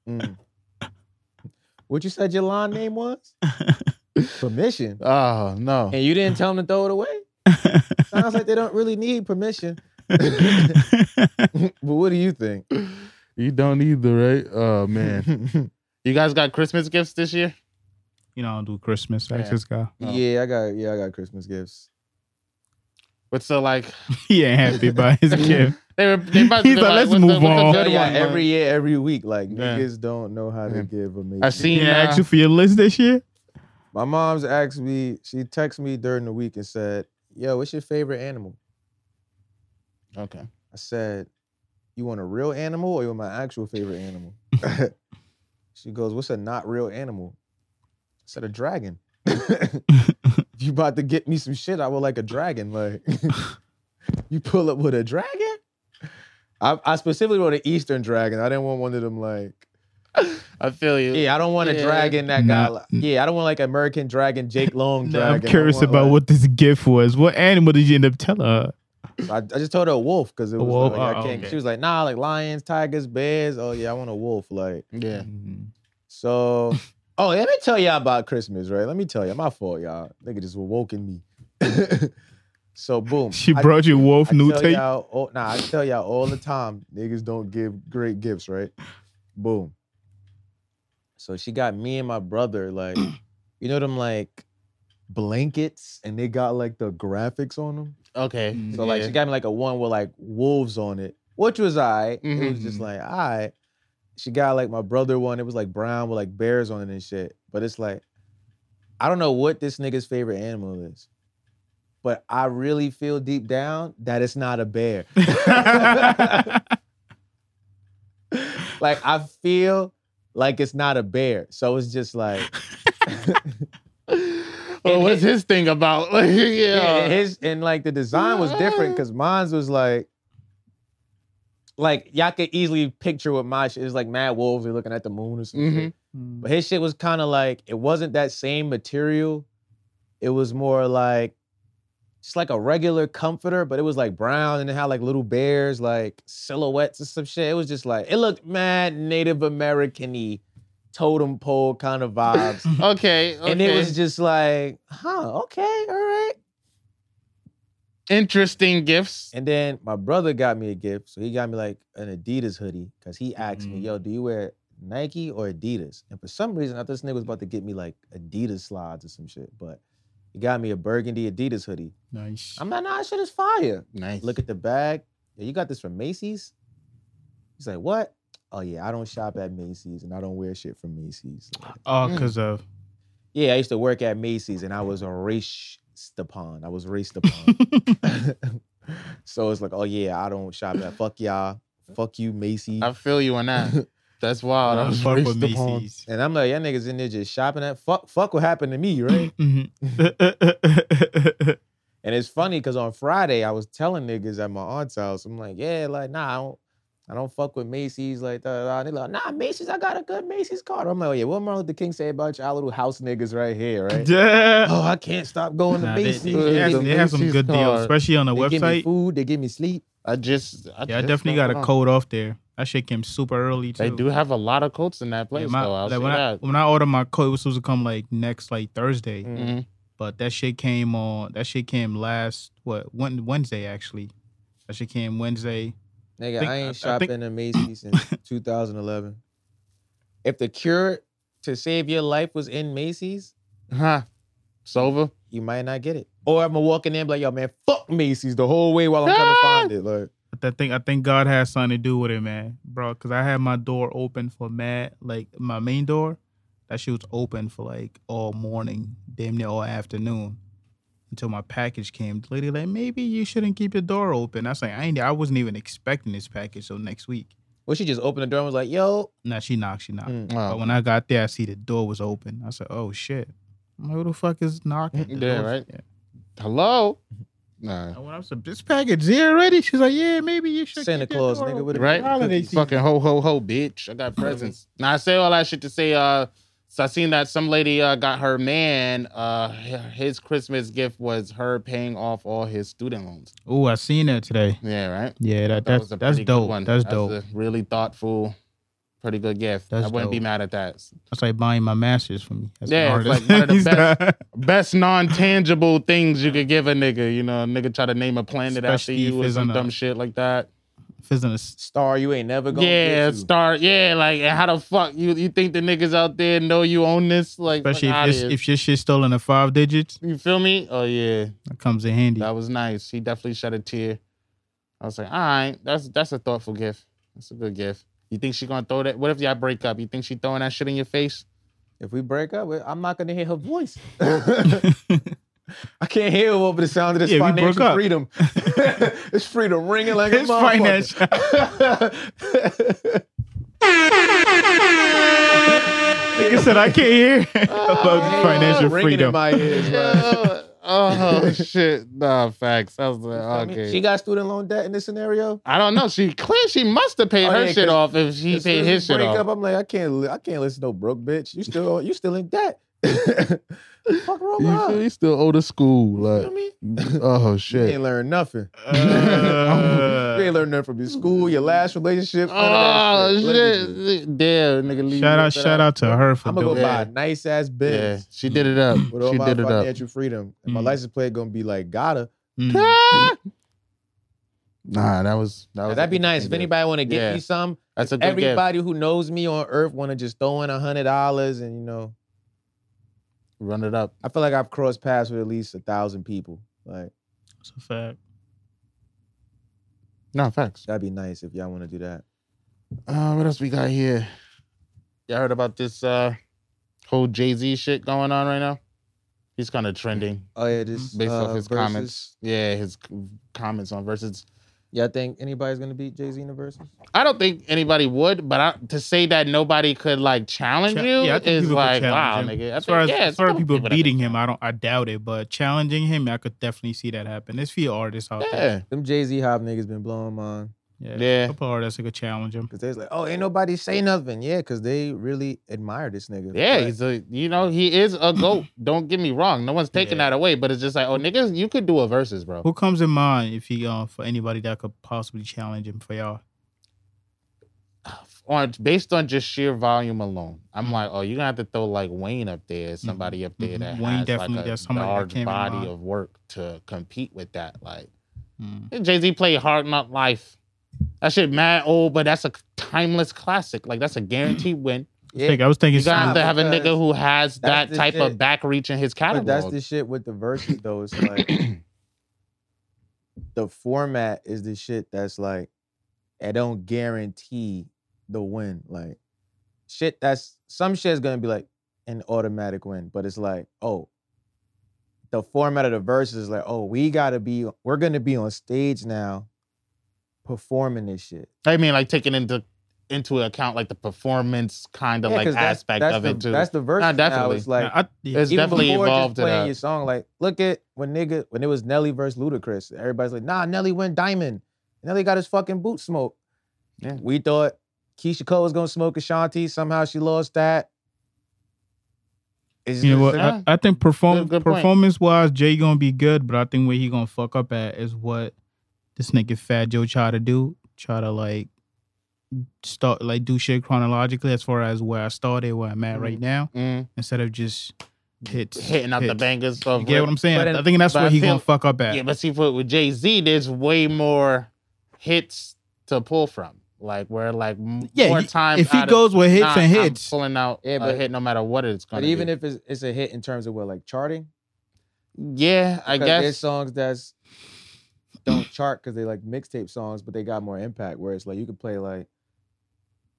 Speaker 4: Mm. what you said your line name was? permission.
Speaker 2: Oh no.
Speaker 4: And you didn't tell them to throw it away? Sounds like they don't really need permission. but what do you think?
Speaker 2: You don't either, right? Oh man. you guys got Christmas gifts this year?
Speaker 1: you know, I don't do Christmas. I
Speaker 2: Yeah.
Speaker 1: just got.
Speaker 2: No.
Speaker 4: Yeah, I got yeah, I got Christmas gifts.
Speaker 2: But so like
Speaker 1: He ain't happy about his gift.
Speaker 2: they were they must
Speaker 1: He's
Speaker 2: have been
Speaker 1: like, "Let's
Speaker 2: what's
Speaker 1: move
Speaker 2: the, what's the
Speaker 1: on."
Speaker 2: good
Speaker 4: yeah,
Speaker 2: one,
Speaker 4: every
Speaker 2: man?
Speaker 4: year, every week, like
Speaker 2: Yeah.
Speaker 4: niggas don't know how to
Speaker 2: Yeah.
Speaker 4: give amazing.
Speaker 2: I seen
Speaker 1: He
Speaker 2: uh,
Speaker 1: asked you for your list this year.
Speaker 4: My mom's asked me. She texted me during the week and said, "Yo, what's your favorite animal?"
Speaker 2: Okay.
Speaker 4: I said, "You want a real animal or you want my actual favorite animal?" she goes, "What's a not real animal?" I said, "A dragon." If you about to get me some shit? I would like a dragon. Like, you pull up with a dragon? I, I specifically want an Eastern dragon. I didn't want one of them like.
Speaker 2: I feel you.
Speaker 4: Yeah, I don't want a
Speaker 2: Yeah.
Speaker 4: dragon that
Speaker 1: Nah.
Speaker 4: got. Like, yeah, I don't want like American dragon, Jake Long
Speaker 1: Nah,
Speaker 4: dragon.
Speaker 1: I'm curious about what this gift was. What animal did you end up telling her?
Speaker 4: what. I, I just told her a wolf because it was.
Speaker 1: wolf?
Speaker 4: like, I
Speaker 1: Oh,
Speaker 4: can't.
Speaker 1: okay.
Speaker 4: She was like, nah, like lions, tigers, bears. Oh yeah, I want a wolf. Like
Speaker 2: Yeah.
Speaker 1: Mm-hmm.
Speaker 4: so. Oh, let me tell y'all about Christmas, right? Let me tell you, all my fault, y'all. Nigga just woken me. so boom,
Speaker 1: She
Speaker 4: I-
Speaker 1: brought you wolf
Speaker 4: I
Speaker 1: new
Speaker 4: tell
Speaker 1: tape.
Speaker 4: y'all, all- nah, I tell y'all all the time, niggas don't give great gifts, right? Boom. So she got me and my brother like, you know them like blankets, and they got like the graphics on them.
Speaker 2: Okay.
Speaker 1: Mm-hmm.
Speaker 4: So like
Speaker 2: yeah.
Speaker 4: she got me like a one with like wolves on it, which was alright. It was just
Speaker 1: Mhm.
Speaker 4: like alright. She got like my brother one. It was like brown with like bears on it and shit. But it's like, I don't know what this nigga's favorite animal is, but I really feel deep down that it's not a bear. like I feel like it's not a bear. So it's just like
Speaker 2: well, what's his thing about?
Speaker 4: Yeah,
Speaker 2: Like,
Speaker 4: and
Speaker 2: yeah.
Speaker 4: his and like the design was different because mine's was like, like y'all could easily picture what my shit is like. Mad wolves are looking at the moon or something.
Speaker 2: Mhm.
Speaker 1: Mm,
Speaker 4: But his shit was kind of like it wasn't that same material. It was more like just like a regular comforter, but it was like brown and it had like little bears, like silhouettes and some shit. It was just like it looked mad Native American-y, totem pole kind of vibes.
Speaker 2: Okay. Okay.
Speaker 4: And it was just like, huh, okay, all right.
Speaker 2: interesting gifts.
Speaker 4: And then my brother got me a gift. So he got me like an Adidas hoodie because he asked me, yo, do you wear Nike or Adidas? And for some reason, I thought this nigga was about to get me like Adidas slides or some shit, but he got me a burgundy Adidas hoodie.
Speaker 1: Nice.
Speaker 4: I'm like, nah, this shit is fire.
Speaker 2: Nice.
Speaker 4: Look at the bag. Yeah, you got this from Macy's? He's like, what? oh yeah, I don't shop at Macy's and I don't wear shit from Macy's.
Speaker 1: Oh,
Speaker 2: Mm.
Speaker 1: because of
Speaker 4: Yeah, I used to work at Macy's and I was raced upon. I was raced upon. so it's like, oh yeah, I don't shop at fuck y'all. Fuck you, Macy's.
Speaker 2: I feel you on Oh, that. That's wild. I
Speaker 1: I
Speaker 2: was
Speaker 1: fuck
Speaker 2: raised
Speaker 1: with
Speaker 2: upon.
Speaker 1: Macy's.
Speaker 4: and I'm like, y'all niggas in there just shopping at fuck fuck what happened to me, right?
Speaker 1: Mm-hmm. Mhm.
Speaker 4: and it's funny because on Friday I was telling niggas at my aunt's house, I'm like, yeah, like, nah, I don't I don't fuck with Macy's like that. They like, nah, Macy's, I got a good Macy's card. I'm like, oh, yeah, what Martin Luther King say about y'all little house niggas right here, right?
Speaker 1: yeah.
Speaker 4: oh, I can't stop going
Speaker 1: Nah,
Speaker 4: to
Speaker 1: they,
Speaker 4: Macy's.
Speaker 1: they,
Speaker 2: Macy's.
Speaker 1: have, they have some
Speaker 2: Macy's
Speaker 1: good deals,
Speaker 2: card.
Speaker 1: especially on the
Speaker 4: They give me
Speaker 1: website.
Speaker 4: food, they give me sleep.
Speaker 2: I just, I
Speaker 1: Yeah, I
Speaker 2: just
Speaker 1: definitely
Speaker 2: don't
Speaker 1: got a
Speaker 2: know.
Speaker 1: coat off there. That shit came super early too.
Speaker 2: They do have a lot of coats in that
Speaker 1: Yeah,
Speaker 2: place,
Speaker 1: my-
Speaker 2: though. I'll
Speaker 1: like,
Speaker 2: say
Speaker 1: when I
Speaker 2: that.
Speaker 1: when I ordered my coat, it was supposed to come like next like Thursday,
Speaker 2: Mhm.
Speaker 1: but that shit came on. That shit came last what Wed- Wednesday actually. That shit came Wednesday.
Speaker 4: Nigga,
Speaker 1: think-
Speaker 4: I
Speaker 1: I- I
Speaker 4: ain't shopping
Speaker 1: think-
Speaker 4: at Macy's since 2011. If the cure to save your life was in Macy's,
Speaker 2: Huh? It's over.
Speaker 4: you might not get it. Or I'm gonna walk in there and be like, yo, man, fuck Macy's the whole way while I'm
Speaker 1: Ah!
Speaker 4: trying to find it. Like,
Speaker 1: But I think I think God has something to do with it, man, bro. Because I had my door open for mad, like my main door. That shit was open for like all morning, damn near all afternoon, until my package came. The lady like, maybe you shouldn't keep your door open. I was like, I ain't. I wasn't even expecting this package till next week.
Speaker 4: well, she just opened the door and was like, yo,
Speaker 1: Nah, she knocked. She knocked.
Speaker 4: mm,
Speaker 1: But
Speaker 2: Oh.
Speaker 1: when I got there, I see the door was open. I said, "Oh shit!" I'm like, "Who the fuck is knocking?" The
Speaker 2: Yeah,
Speaker 1: door's-
Speaker 2: right.
Speaker 1: Yeah.
Speaker 2: Hello. Nah.
Speaker 1: And when I was like, "This package here already," she's like, "Yeah, maybe you should."
Speaker 4: Santa
Speaker 1: keep your
Speaker 4: Claus,
Speaker 1: door
Speaker 4: nigga,
Speaker 1: open."
Speaker 4: with a
Speaker 2: Right?
Speaker 1: Holiday season.
Speaker 2: Fucking ho ho ho, bitch. I got presents. now I say all that shit to say uh so I seen that some lady uh, got her man uh h- his Christmas gift was her paying off all his student loans.
Speaker 1: Oh, I seen that today.
Speaker 2: Yeah, right?
Speaker 1: Yeah, that,
Speaker 2: That
Speaker 1: that's
Speaker 2: was a
Speaker 1: that's
Speaker 2: pretty good
Speaker 1: dope.
Speaker 2: one.
Speaker 1: That's dope.
Speaker 2: a really thoughtful, pretty good gift.
Speaker 1: That's
Speaker 2: I wouldn't be
Speaker 1: dope.
Speaker 2: mad at that.
Speaker 1: that's like buying my masters for me. As
Speaker 2: Yeah,
Speaker 1: an
Speaker 2: it's
Speaker 1: artist.
Speaker 2: like one of the
Speaker 1: He's uh,
Speaker 2: best
Speaker 1: like,
Speaker 2: Best non tangible things you could give a nigga. You know, a nigga try to name a planet after
Speaker 1: Especially if
Speaker 2: you or
Speaker 1: it's on
Speaker 2: some
Speaker 1: a-
Speaker 2: dumb shit like that.
Speaker 1: if it's in a s-
Speaker 4: star, you ain't never gonna
Speaker 2: Yeah,
Speaker 4: get you.
Speaker 2: start. Yeah, like and how the fuck you you think the niggas out there know you own this? Like,
Speaker 1: especially
Speaker 2: fuck
Speaker 1: if
Speaker 2: outta
Speaker 1: this,
Speaker 2: here.
Speaker 1: if your shit still in the five digits,
Speaker 2: you feel me? Oh yeah,
Speaker 1: that comes in handy.
Speaker 2: that was nice. He definitely shed a tear. I was like, all right, that's that's a thoughtful gift. That's a good gift. You think she gonna throw that? What if y'all break up? You think she throwing that shit in your face?
Speaker 4: If we break up, I'm not gonna hear her voice. I can't hear her over the sound of this
Speaker 1: Yeah, we broke
Speaker 4: financial
Speaker 1: up.
Speaker 4: freedom. it's freedom ringing like
Speaker 1: It's
Speaker 4: a motherfucker.
Speaker 1: financial. Nigga said I can't hear
Speaker 2: Uh,
Speaker 1: about financial
Speaker 4: Ringing
Speaker 1: freedom.
Speaker 4: in my ears, bro.
Speaker 2: oh, oh, shit, nah, facts. I was
Speaker 4: I
Speaker 2: like,
Speaker 4: mean,
Speaker 2: okay.
Speaker 4: She got student loan debt in this scenario.
Speaker 2: I don't know. She clear. She must have paid
Speaker 4: Oh,
Speaker 2: her
Speaker 4: yeah,
Speaker 2: shit
Speaker 4: 'cause
Speaker 2: off if she
Speaker 4: As soon
Speaker 2: paid
Speaker 4: as
Speaker 2: his
Speaker 4: we
Speaker 2: shit
Speaker 4: break
Speaker 2: off.
Speaker 4: up, I'm like, I can't, li- I can't listen to no broke bitch. You still, you still in debt. Fuck wrong with
Speaker 2: You
Speaker 4: her.
Speaker 2: feel
Speaker 4: You
Speaker 2: me? Still old to school.
Speaker 4: know what I
Speaker 2: Like,
Speaker 4: mean?
Speaker 2: oh
Speaker 4: You
Speaker 2: shit.
Speaker 4: ain't learn nothing.
Speaker 1: Uh,
Speaker 4: you ain't learn nothing from your school, your last relationship. Ah,
Speaker 2: Oh shit. Damn, nigga. leave
Speaker 1: shout
Speaker 2: me
Speaker 1: out,
Speaker 2: with that.
Speaker 1: shout out to her for
Speaker 4: I'm gonna go
Speaker 1: doing it.
Speaker 4: buy a nice ass
Speaker 2: Yeah,
Speaker 4: Benz
Speaker 2: she did it up.
Speaker 4: with all
Speaker 2: She
Speaker 4: my
Speaker 2: did it up.
Speaker 4: financial freedom, and my
Speaker 1: Mm.
Speaker 4: license plate gonna be like, gotta.
Speaker 1: Mm.
Speaker 2: Nah, that was that was.
Speaker 4: That'd be nice if anybody want to get
Speaker 2: Yeah.
Speaker 4: me some.
Speaker 2: That's a good gift.
Speaker 4: Everybody who knows me on Earth want to just throw in a hundred dollars, and you know,
Speaker 2: Run it up.
Speaker 4: I feel like I've crossed paths with at least a thousand people. Like.
Speaker 1: That's a fact.
Speaker 2: No facts.
Speaker 4: That'd be nice if y'all want to do that.
Speaker 2: Uh, what else we got here? Y'all heard about this uh whole Jay Z shit going on right now? He's kind of trending
Speaker 4: Oh yeah, just
Speaker 2: based
Speaker 4: uh,
Speaker 2: off his
Speaker 4: verses.
Speaker 2: comments. Yeah, his c- comments on verses.
Speaker 4: Y'all think anybody's gonna beat Jay Z in the verses?
Speaker 2: I don't think anybody would, but I, to say that nobody could like challenge
Speaker 1: Cha-
Speaker 2: you
Speaker 1: yeah, I think
Speaker 2: is
Speaker 1: people could
Speaker 2: like wow,
Speaker 1: challenge him.
Speaker 2: nigga. I
Speaker 1: As far as,
Speaker 2: think- yeah,
Speaker 1: as far as
Speaker 2: some
Speaker 1: people
Speaker 2: that-
Speaker 1: beating him, I don't, I doubt it. But challenging him, I could definitely see that happen. There's few artists out there.
Speaker 2: yeah,
Speaker 4: Them Jay Z hop niggas been blowing mine
Speaker 1: Yeah,
Speaker 2: Yeah.
Speaker 1: a couple artists that could challenge him.
Speaker 4: because they was like, oh, ain't nobody say nothing. Yeah, because they really admire this nigga.
Speaker 2: yeah,
Speaker 4: But
Speaker 2: he's a you know he is a goat. don't get me wrong, no one's taking
Speaker 1: Yeah.
Speaker 2: that away, but it's just like oh niggas, you could do a versus, bro.
Speaker 1: Who comes in mind if he uh, for anybody that could possibly challenge him for y'all?
Speaker 2: on based on just sheer volume alone,
Speaker 1: Mm-hmm.
Speaker 2: I'm like, oh, you're gonna have to throw like Wayne up there, somebody up there
Speaker 1: Mhm.
Speaker 2: that
Speaker 1: Wayne
Speaker 2: has
Speaker 1: definitely
Speaker 2: like a
Speaker 1: does. Somebody that
Speaker 2: large
Speaker 1: came in
Speaker 2: body
Speaker 1: mind.
Speaker 2: of work to compete with that. Like
Speaker 1: Mm.
Speaker 2: Jay Z played Hard Knock Life. That shit mad old, but that's a timeless classic. Like that's a guaranteed win.
Speaker 4: yeah,
Speaker 1: Think- I was thinking
Speaker 2: You're gonna have
Speaker 1: something.
Speaker 2: to have a
Speaker 4: because
Speaker 2: nigga who has
Speaker 4: that's
Speaker 2: that
Speaker 4: the
Speaker 2: type of
Speaker 4: shit.
Speaker 2: back reach in his
Speaker 4: but
Speaker 2: catalog.
Speaker 4: that's the shit with the verses though. It's like the format is the shit that's like, I don't guarantee the win. Like shit that's some shit is gonna be like an automatic win, but it's like, oh, the format of the verses is like, oh, we gotta be we're gonna be on stage now performing this shit.
Speaker 2: I mean, like taking into into account like the performance kind of
Speaker 4: Yeah,
Speaker 2: like
Speaker 4: 'cause that's-
Speaker 2: aspect
Speaker 4: that's
Speaker 2: of
Speaker 4: the,
Speaker 2: it too.
Speaker 4: That's the verse.
Speaker 2: Nah,
Speaker 4: Now.
Speaker 2: definitely.
Speaker 4: It's like
Speaker 1: Nah, I- yeah.
Speaker 2: it's
Speaker 4: even
Speaker 2: definitely
Speaker 4: before
Speaker 2: evolved
Speaker 4: just
Speaker 2: in
Speaker 4: playing
Speaker 2: a-
Speaker 4: your song. Like, look at when nigga when it was Nelly versus Ludacris. Everybody's like, nah, Nelly went diamond. Nelly got his fucking boot smoked.
Speaker 2: Yeah.
Speaker 4: We thought Keisha Cole was gonna smoke Ashanti. Somehow she lost that. It's
Speaker 1: You know
Speaker 4: just-
Speaker 1: what? I, I think perform
Speaker 2: Good- good point.
Speaker 1: performance wise, Jay gonna be good, but I think where he gonna fuck up at is what this nigga Fat Joe try to do, try to like start like do shit chronologically as far as where I started, where I'm at right now,
Speaker 2: Mm.
Speaker 1: instead of just hits
Speaker 2: hitting out the
Speaker 1: hits.
Speaker 2: bangers of
Speaker 1: You get what I'm saying?
Speaker 2: But
Speaker 1: I
Speaker 2: in-
Speaker 1: think that's
Speaker 2: but
Speaker 1: where
Speaker 2: I
Speaker 1: he
Speaker 2: feel-
Speaker 1: gonna fuck up at.
Speaker 2: Yeah, but see, for with Jay Z, there's way more hits to pull from. Like where like m-
Speaker 1: Yeah,
Speaker 2: more
Speaker 1: you-
Speaker 2: time.
Speaker 1: if he
Speaker 2: out of-
Speaker 1: goes with hits
Speaker 2: nah,
Speaker 1: and
Speaker 2: I'm
Speaker 1: hits,
Speaker 2: pulling out
Speaker 4: Yeah,
Speaker 2: a
Speaker 4: but-
Speaker 2: hit no matter what it's
Speaker 4: but
Speaker 2: going. to
Speaker 4: even if it's, it's a hit in terms of what like charting,
Speaker 2: yeah, I
Speaker 4: 'Cause there's
Speaker 2: guess
Speaker 4: songs that's don't chart because they like mixtape songs, but they got more impact. Where it's like you could play like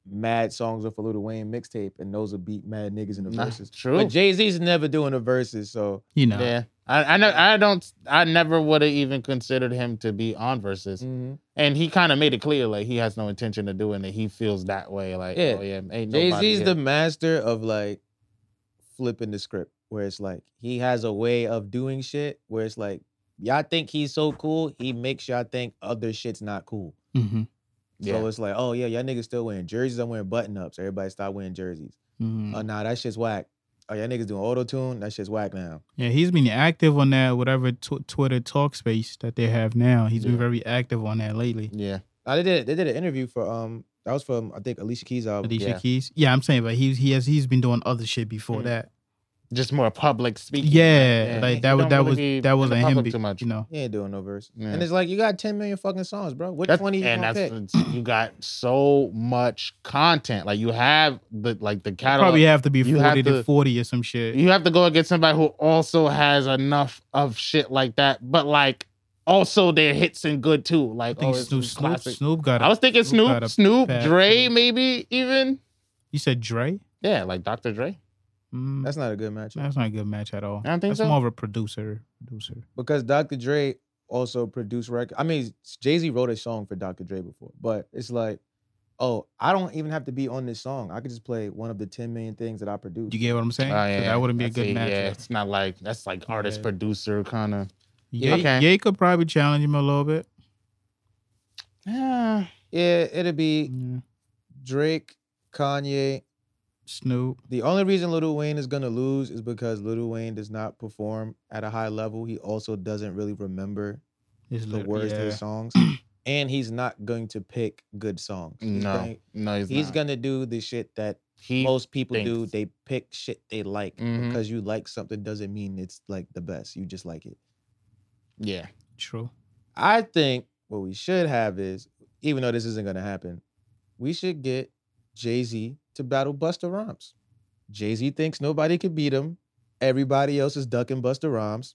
Speaker 4: mad songs off a Lil Wayne mixtape, and those would beat mad niggas in the
Speaker 2: nah,
Speaker 4: verses.
Speaker 2: true.
Speaker 4: But Jay Z's never doing the verses, so
Speaker 1: you know,
Speaker 2: Yeah, I I, know, I don't I never would have even considered him to be on
Speaker 4: Mm.
Speaker 2: versus, and he kind of made it clear like he has no intention of doing it. He feels that way. Like
Speaker 4: Yeah.
Speaker 2: oh yeah, ain't
Speaker 4: Jay
Speaker 2: nobody
Speaker 4: Z's
Speaker 2: here.
Speaker 4: the master of like flipping the script, where it's like he has a way of doing shit where it's like y'all think he's so cool, he makes y'all think other shit's not cool.
Speaker 1: Mhm.
Speaker 4: So it's like, oh yeah, y'all niggas still wearing jerseys. I'm wearing button ups. Everybody stop wearing jerseys.
Speaker 1: Mhm.
Speaker 2: Mm-hmm.
Speaker 4: Oh nah, that shit's whack. Oh y'all niggas doing auto tune. That shit's whack now.
Speaker 1: yeah, he's been active on that whatever tw- Twitter talk space that they have now. He's been
Speaker 2: Yeah.
Speaker 1: very active on that lately.
Speaker 2: yeah.
Speaker 4: Now, they did they did an interview for um that was from I think Alicia Keys album.
Speaker 1: Alicia
Speaker 2: Oh, yeah.
Speaker 1: Keys. Yeah, I'm saying, but he's he has he's been doing other shit before
Speaker 2: Mhm.
Speaker 1: that.
Speaker 2: just more public speaking.
Speaker 1: Yeah,
Speaker 2: Yeah.
Speaker 1: like
Speaker 2: He
Speaker 1: that was
Speaker 2: don't
Speaker 1: that
Speaker 2: really
Speaker 1: was
Speaker 2: be
Speaker 1: that
Speaker 2: in
Speaker 1: wasn't
Speaker 2: the
Speaker 1: him.
Speaker 2: public
Speaker 1: Be,
Speaker 2: too much.
Speaker 1: You know,
Speaker 4: He ain't doing no verse.
Speaker 2: Yeah.
Speaker 4: And it's like you got 10 million fucking songs, bro. Which
Speaker 2: That's,
Speaker 4: 20 you
Speaker 2: and
Speaker 4: gonna pick?
Speaker 2: that's you got so much content. Like you have the like the catalog.
Speaker 1: probably have to be
Speaker 2: you
Speaker 1: forty
Speaker 2: have
Speaker 1: to
Speaker 2: to-
Speaker 1: forty or some shit.
Speaker 2: you have to go against somebody who also has enough of shit like that, but like also their hits and good too.
Speaker 1: I
Speaker 2: Like oh,
Speaker 1: think
Speaker 2: it's
Speaker 1: Snoop, Snoop
Speaker 2: classic.
Speaker 1: Snoop got.
Speaker 2: I was thinking
Speaker 1: Snoop got a
Speaker 2: Snoop, Snoop,
Speaker 1: pack,
Speaker 2: Dre,
Speaker 1: too.
Speaker 2: maybe even.
Speaker 1: you said Dre.
Speaker 2: Yeah, like Dr. Dre. Mm-hmm.
Speaker 1: Mm, that's
Speaker 4: That's not a good matchup.
Speaker 1: that's not a good match at all.
Speaker 2: I don't think
Speaker 1: that's
Speaker 2: so.
Speaker 1: more of a producer. Producer.
Speaker 4: because Dr. Dre also produced record. I mean, Jay Z wrote a song for Dr. Dre before, but it's like, oh, I don't even have to be on this song. I could just play one of the 10 million things that I produced.
Speaker 1: You get what I'm saying?
Speaker 2: Oh,
Speaker 1: 'Cause
Speaker 2: yeah.
Speaker 1: That wouldn't be a
Speaker 2: That's
Speaker 1: good
Speaker 2: it,
Speaker 1: match.
Speaker 2: Yeah,
Speaker 1: Yeah.
Speaker 2: it's not like that's like artist
Speaker 1: Yeah.
Speaker 2: producer kind of.
Speaker 1: Ye,
Speaker 2: Okay.
Speaker 1: Ye could probably challenge him a little bit.
Speaker 2: Yeah,
Speaker 4: Yeah, it'd
Speaker 2: Mm-hmm.
Speaker 4: be
Speaker 1: Yeah.
Speaker 4: Drake, Kanye.
Speaker 1: Snoop.
Speaker 4: The only reason Lil Wayne is gonna lose is because Lil Wayne does not perform at a high level. He also doesn't really remember
Speaker 1: Is
Speaker 4: the
Speaker 1: lit-
Speaker 4: words to
Speaker 1: yeah.
Speaker 4: his songs, and he's not going to pick good songs. He's
Speaker 2: no,
Speaker 4: going-
Speaker 2: no, he's,
Speaker 4: he's
Speaker 2: not.
Speaker 4: gonna do the shit that
Speaker 2: he
Speaker 4: most people do
Speaker 2: thinks-
Speaker 4: they pick shit they like
Speaker 2: Mhm.
Speaker 4: because you like something doesn't mean it's like the best you just like it
Speaker 2: yeah.
Speaker 1: True.
Speaker 4: i think what we should have is even though this isn't going to happen we should get jay-z to battle buster rhymes jay-z thinks nobody could beat him everybody else is ducking buster rhymes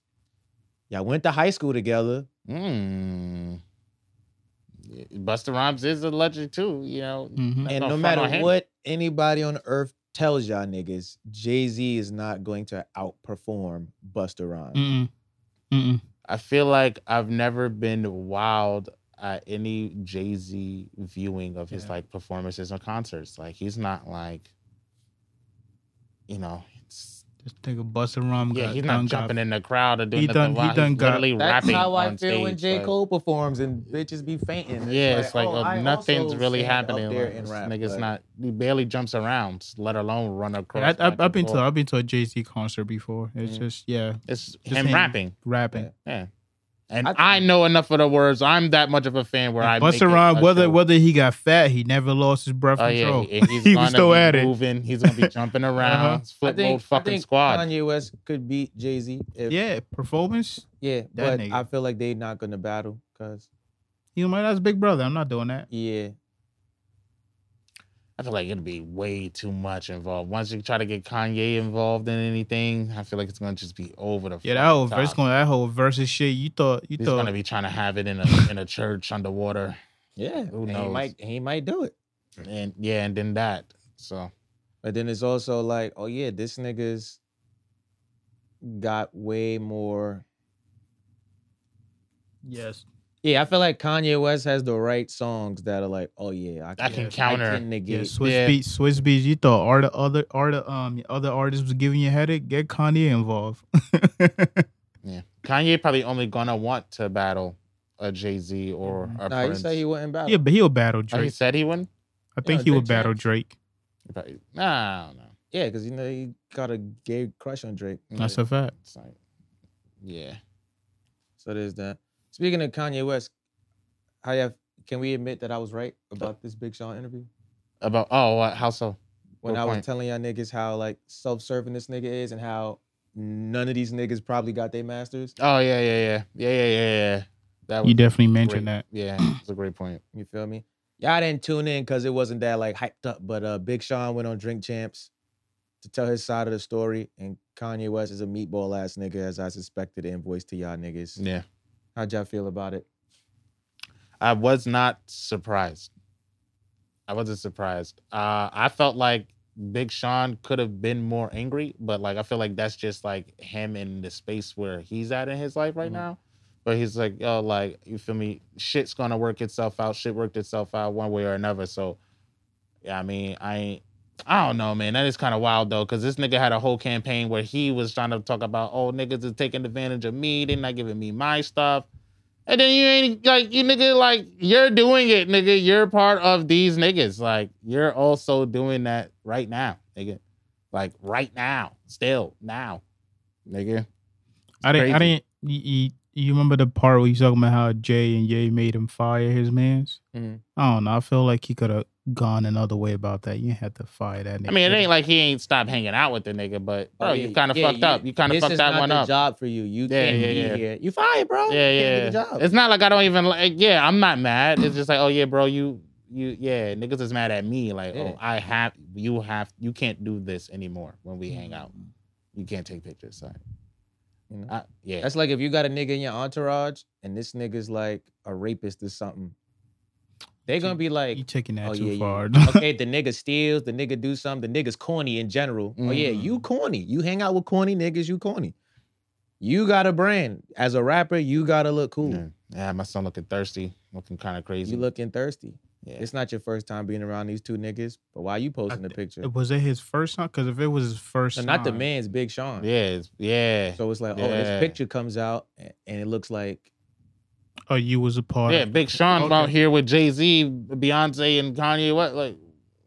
Speaker 4: y'all went to high school together
Speaker 2: Mm. Buster Rhymes is a legend too, you know.
Speaker 1: hmm
Speaker 2: That's
Speaker 4: and
Speaker 2: not
Speaker 4: no
Speaker 2: front on
Speaker 4: matter
Speaker 2: him.
Speaker 4: what anybody on earth tells y'all niggas jay-z is not going to outperform buster rhymes
Speaker 1: Mm-mm. Mm-mm.
Speaker 2: I feel like I've never been wild at any Jay Z viewing of his
Speaker 1: Yeah.
Speaker 2: like performances or concerts. Like he's not like, you know, it's,
Speaker 1: This nigga Busta Rhymes
Speaker 2: yeah,
Speaker 1: got
Speaker 2: he's
Speaker 1: done
Speaker 2: not
Speaker 1: got
Speaker 2: jumping in the crowd or doing
Speaker 1: He
Speaker 2: nothing
Speaker 1: done- he
Speaker 2: wild. He's
Speaker 1: done got-
Speaker 2: literally
Speaker 4: That's
Speaker 2: rapping
Speaker 4: how I
Speaker 2: on
Speaker 4: feel when
Speaker 2: stage,
Speaker 4: J.
Speaker 2: like-
Speaker 4: Cole performs and bitches be fainting.
Speaker 2: Yeah, it's like,
Speaker 4: oh,
Speaker 2: oh,
Speaker 4: I
Speaker 2: nothing's
Speaker 4: also
Speaker 2: really
Speaker 4: sing up
Speaker 2: happening.
Speaker 4: there
Speaker 2: Like,
Speaker 4: and
Speaker 2: this
Speaker 4: rap,
Speaker 2: nigga's
Speaker 4: but-
Speaker 2: not. He barely jumps around, let alone run
Speaker 1: I,
Speaker 2: across.
Speaker 1: I,
Speaker 2: back
Speaker 1: I've
Speaker 2: and
Speaker 1: been to
Speaker 2: forth.
Speaker 1: I've been to a Jay Z concert before. It's
Speaker 4: Mhm.
Speaker 1: just yeah,
Speaker 2: It's
Speaker 1: just
Speaker 2: him
Speaker 1: him.
Speaker 2: rapping.
Speaker 1: rapping.
Speaker 4: Yeah.
Speaker 2: Yeah. And
Speaker 4: I
Speaker 2: I,
Speaker 4: think-
Speaker 2: know enough of the words. I'm that much of a fan where I.
Speaker 1: Busta Buster
Speaker 2: make it
Speaker 1: Rhymes,
Speaker 2: a
Speaker 1: whether
Speaker 2: show.
Speaker 1: whether he got fat, he never lost his breath
Speaker 2: Oh yeah,
Speaker 1: control.
Speaker 2: he, he's
Speaker 1: He was
Speaker 2: gonna
Speaker 1: still
Speaker 2: be
Speaker 1: at it.
Speaker 2: moving. He's gonna be jumping around.
Speaker 1: Uh-huh.
Speaker 2: It's Flip mode fucking squad.
Speaker 4: Kanye West could beat Jay Z. Yeah,
Speaker 1: yeah, performance.
Speaker 4: yeah,
Speaker 1: that
Speaker 4: but
Speaker 1: nigga.
Speaker 4: I feel like they not gonna battle because
Speaker 1: You know, my that's Big Brother. I'm not doing that.
Speaker 4: yeah,
Speaker 2: I feel like it'll be way too much involved. Once you try to get Kanye involved in anything, I feel like it's gonna just be over the.
Speaker 1: Yeah, that whole
Speaker 2: fucking
Speaker 1: verse
Speaker 2: top.
Speaker 1: going that whole versus shit. You thought you
Speaker 2: He's
Speaker 1: thought
Speaker 2: gonna be trying to have it in a in a church underwater.
Speaker 4: yeah.
Speaker 2: Who
Speaker 4: and He
Speaker 2: knows?
Speaker 4: might he might do it.
Speaker 2: and yeah, and then that. So
Speaker 4: But then it's also like, oh yeah, this nigga's got way more.
Speaker 1: Yes.
Speaker 4: Yeah, I feel like Kanye West has the right songs that are like, oh yeah, I can,
Speaker 2: can
Speaker 4: I
Speaker 2: counter.
Speaker 4: can negate.
Speaker 1: Yeah, Swiss
Speaker 2: yeah.
Speaker 1: Beats. Swiss Beats. You thought art other art um other artists was giving you a headache? Get Kanye involved.
Speaker 2: yeah, Kanye probably only gonna want to battle a Jay Z or
Speaker 1: Mm-hmm.
Speaker 2: a
Speaker 4: Nah, he
Speaker 2: Prince.
Speaker 4: said he wouldn't battle.
Speaker 1: yeah, but he'll battle
Speaker 2: Oh, he
Speaker 1: Drake.
Speaker 2: said he wouldn't.
Speaker 1: I think
Speaker 4: Yeah,
Speaker 1: he would
Speaker 4: Drake
Speaker 1: battle Drake.
Speaker 2: He probably- Nah, I don't know.
Speaker 4: Yeah, because you know he got a gay crush on Drake.
Speaker 1: That's a fact.
Speaker 2: It's like, yeah.
Speaker 4: So there's that. Speaking of Kanye West, how you can we admit that I was right about this Big Sean interview?
Speaker 2: About oh, what, how so?
Speaker 4: When
Speaker 2: Good
Speaker 4: I was
Speaker 2: point.
Speaker 4: telling y'all niggas how like self-serving this nigga is and how none of these niggas probably got their masters.
Speaker 2: Oh yeah, yeah, yeah, yeah, yeah, yeah. yeah. That
Speaker 1: You definitely
Speaker 2: great.
Speaker 1: mentioned that.
Speaker 2: Yeah, it's a great point.
Speaker 4: You feel me? Y'all didn't tune in because it wasn't that like hyped up, but uh Big Sean went on Drink Champs to tell his side of the story, and Kanye West is a meatball ass nigga, as I suspected, and voice to y'all niggas.
Speaker 2: Yeah,
Speaker 4: How'd y'all feel about it?
Speaker 2: I was not surprised. I wasn't surprised. Uh, I felt like Big Sean could have been more angry, but like I feel like that's just like him in the space where he's at in his life right
Speaker 4: Mhm.
Speaker 2: now. But he's like, yo, like you feel me? Shit's gonna work itself out. Shit worked itself out one way or another. So, yeah, I mean, I ain't. I don't know, man. That is kind of wild though, because this nigga had a whole campaign where he was trying to talk about, oh, niggas is taking advantage of me. They're not giving me my stuff. And then you ain't like you nigga like you're doing it, nigga. You're part of these niggas. Like you're also doing that right now, nigga. Like right now, still now, nigga.
Speaker 1: I didn't. I
Speaker 2: crazy.
Speaker 1: didn't. You, you, you remember the part where you talking about how Jay and Ye made him fire his man's?
Speaker 2: Mm-hmm.
Speaker 4: Mhm.
Speaker 1: I don't know. I feel like he could have gone another way about that. You had to fire that nigga.
Speaker 2: I mean, it ain't like he ain't stopped hanging out with the nigga, but bro,
Speaker 4: Oh,
Speaker 2: you
Speaker 4: yeah,
Speaker 2: kind of
Speaker 4: yeah,
Speaker 2: fucked up. You kind of
Speaker 4: this
Speaker 2: fucked
Speaker 4: is
Speaker 2: that
Speaker 4: not
Speaker 2: one
Speaker 4: the
Speaker 2: up.
Speaker 4: Job for you. You
Speaker 2: Yeah,
Speaker 4: can't
Speaker 2: yeah,
Speaker 4: be
Speaker 2: yeah.
Speaker 4: here. You fired, bro.
Speaker 2: Yeah,
Speaker 4: You
Speaker 2: yeah.
Speaker 4: can't do the job.
Speaker 2: It's not like I don't even like. Yeah, I'm not mad. It's just like, oh yeah, bro, you, you, yeah, niggas is mad at me. Like,
Speaker 4: Yeah.
Speaker 2: oh, I have, you have, you can't do this anymore when we hang out. You can't take pictures. Sorry.
Speaker 4: You know?
Speaker 2: I- yeah.
Speaker 4: That's like if you got a nigga in your entourage and this nigga's like a rapist or something. They're gonna be like,
Speaker 1: you taking that
Speaker 4: oh,
Speaker 1: too
Speaker 4: yeah, yeah.
Speaker 1: far.
Speaker 4: okay, the nigga steals, the nigga do something, the nigga's corny in general. Oh yeah,
Speaker 2: Mhm.
Speaker 4: you corny. You hang out with corny niggas, you corny. You got a brand. As a rapper, you gotta look cool.
Speaker 2: Yeah. Yeah, my son looking thirsty, looking kind of crazy.
Speaker 4: You looking thirsty.
Speaker 2: yeah.
Speaker 4: It's not your first time being around these two niggas, but why you posting the picture?
Speaker 1: was it his first time? Because if it was his first,
Speaker 4: No, not the
Speaker 1: time-
Speaker 4: man's Big Sean.
Speaker 2: yeah, it's- yeah,
Speaker 4: So it's like, oh,
Speaker 2: Yeah.
Speaker 4: this picture comes out a- and it looks like
Speaker 1: Oh, you was a part.
Speaker 2: yeah.
Speaker 1: of
Speaker 2: Big Sean
Speaker 4: Okay.
Speaker 2: out here with Jay Z, Beyonce, and Kanye. What like,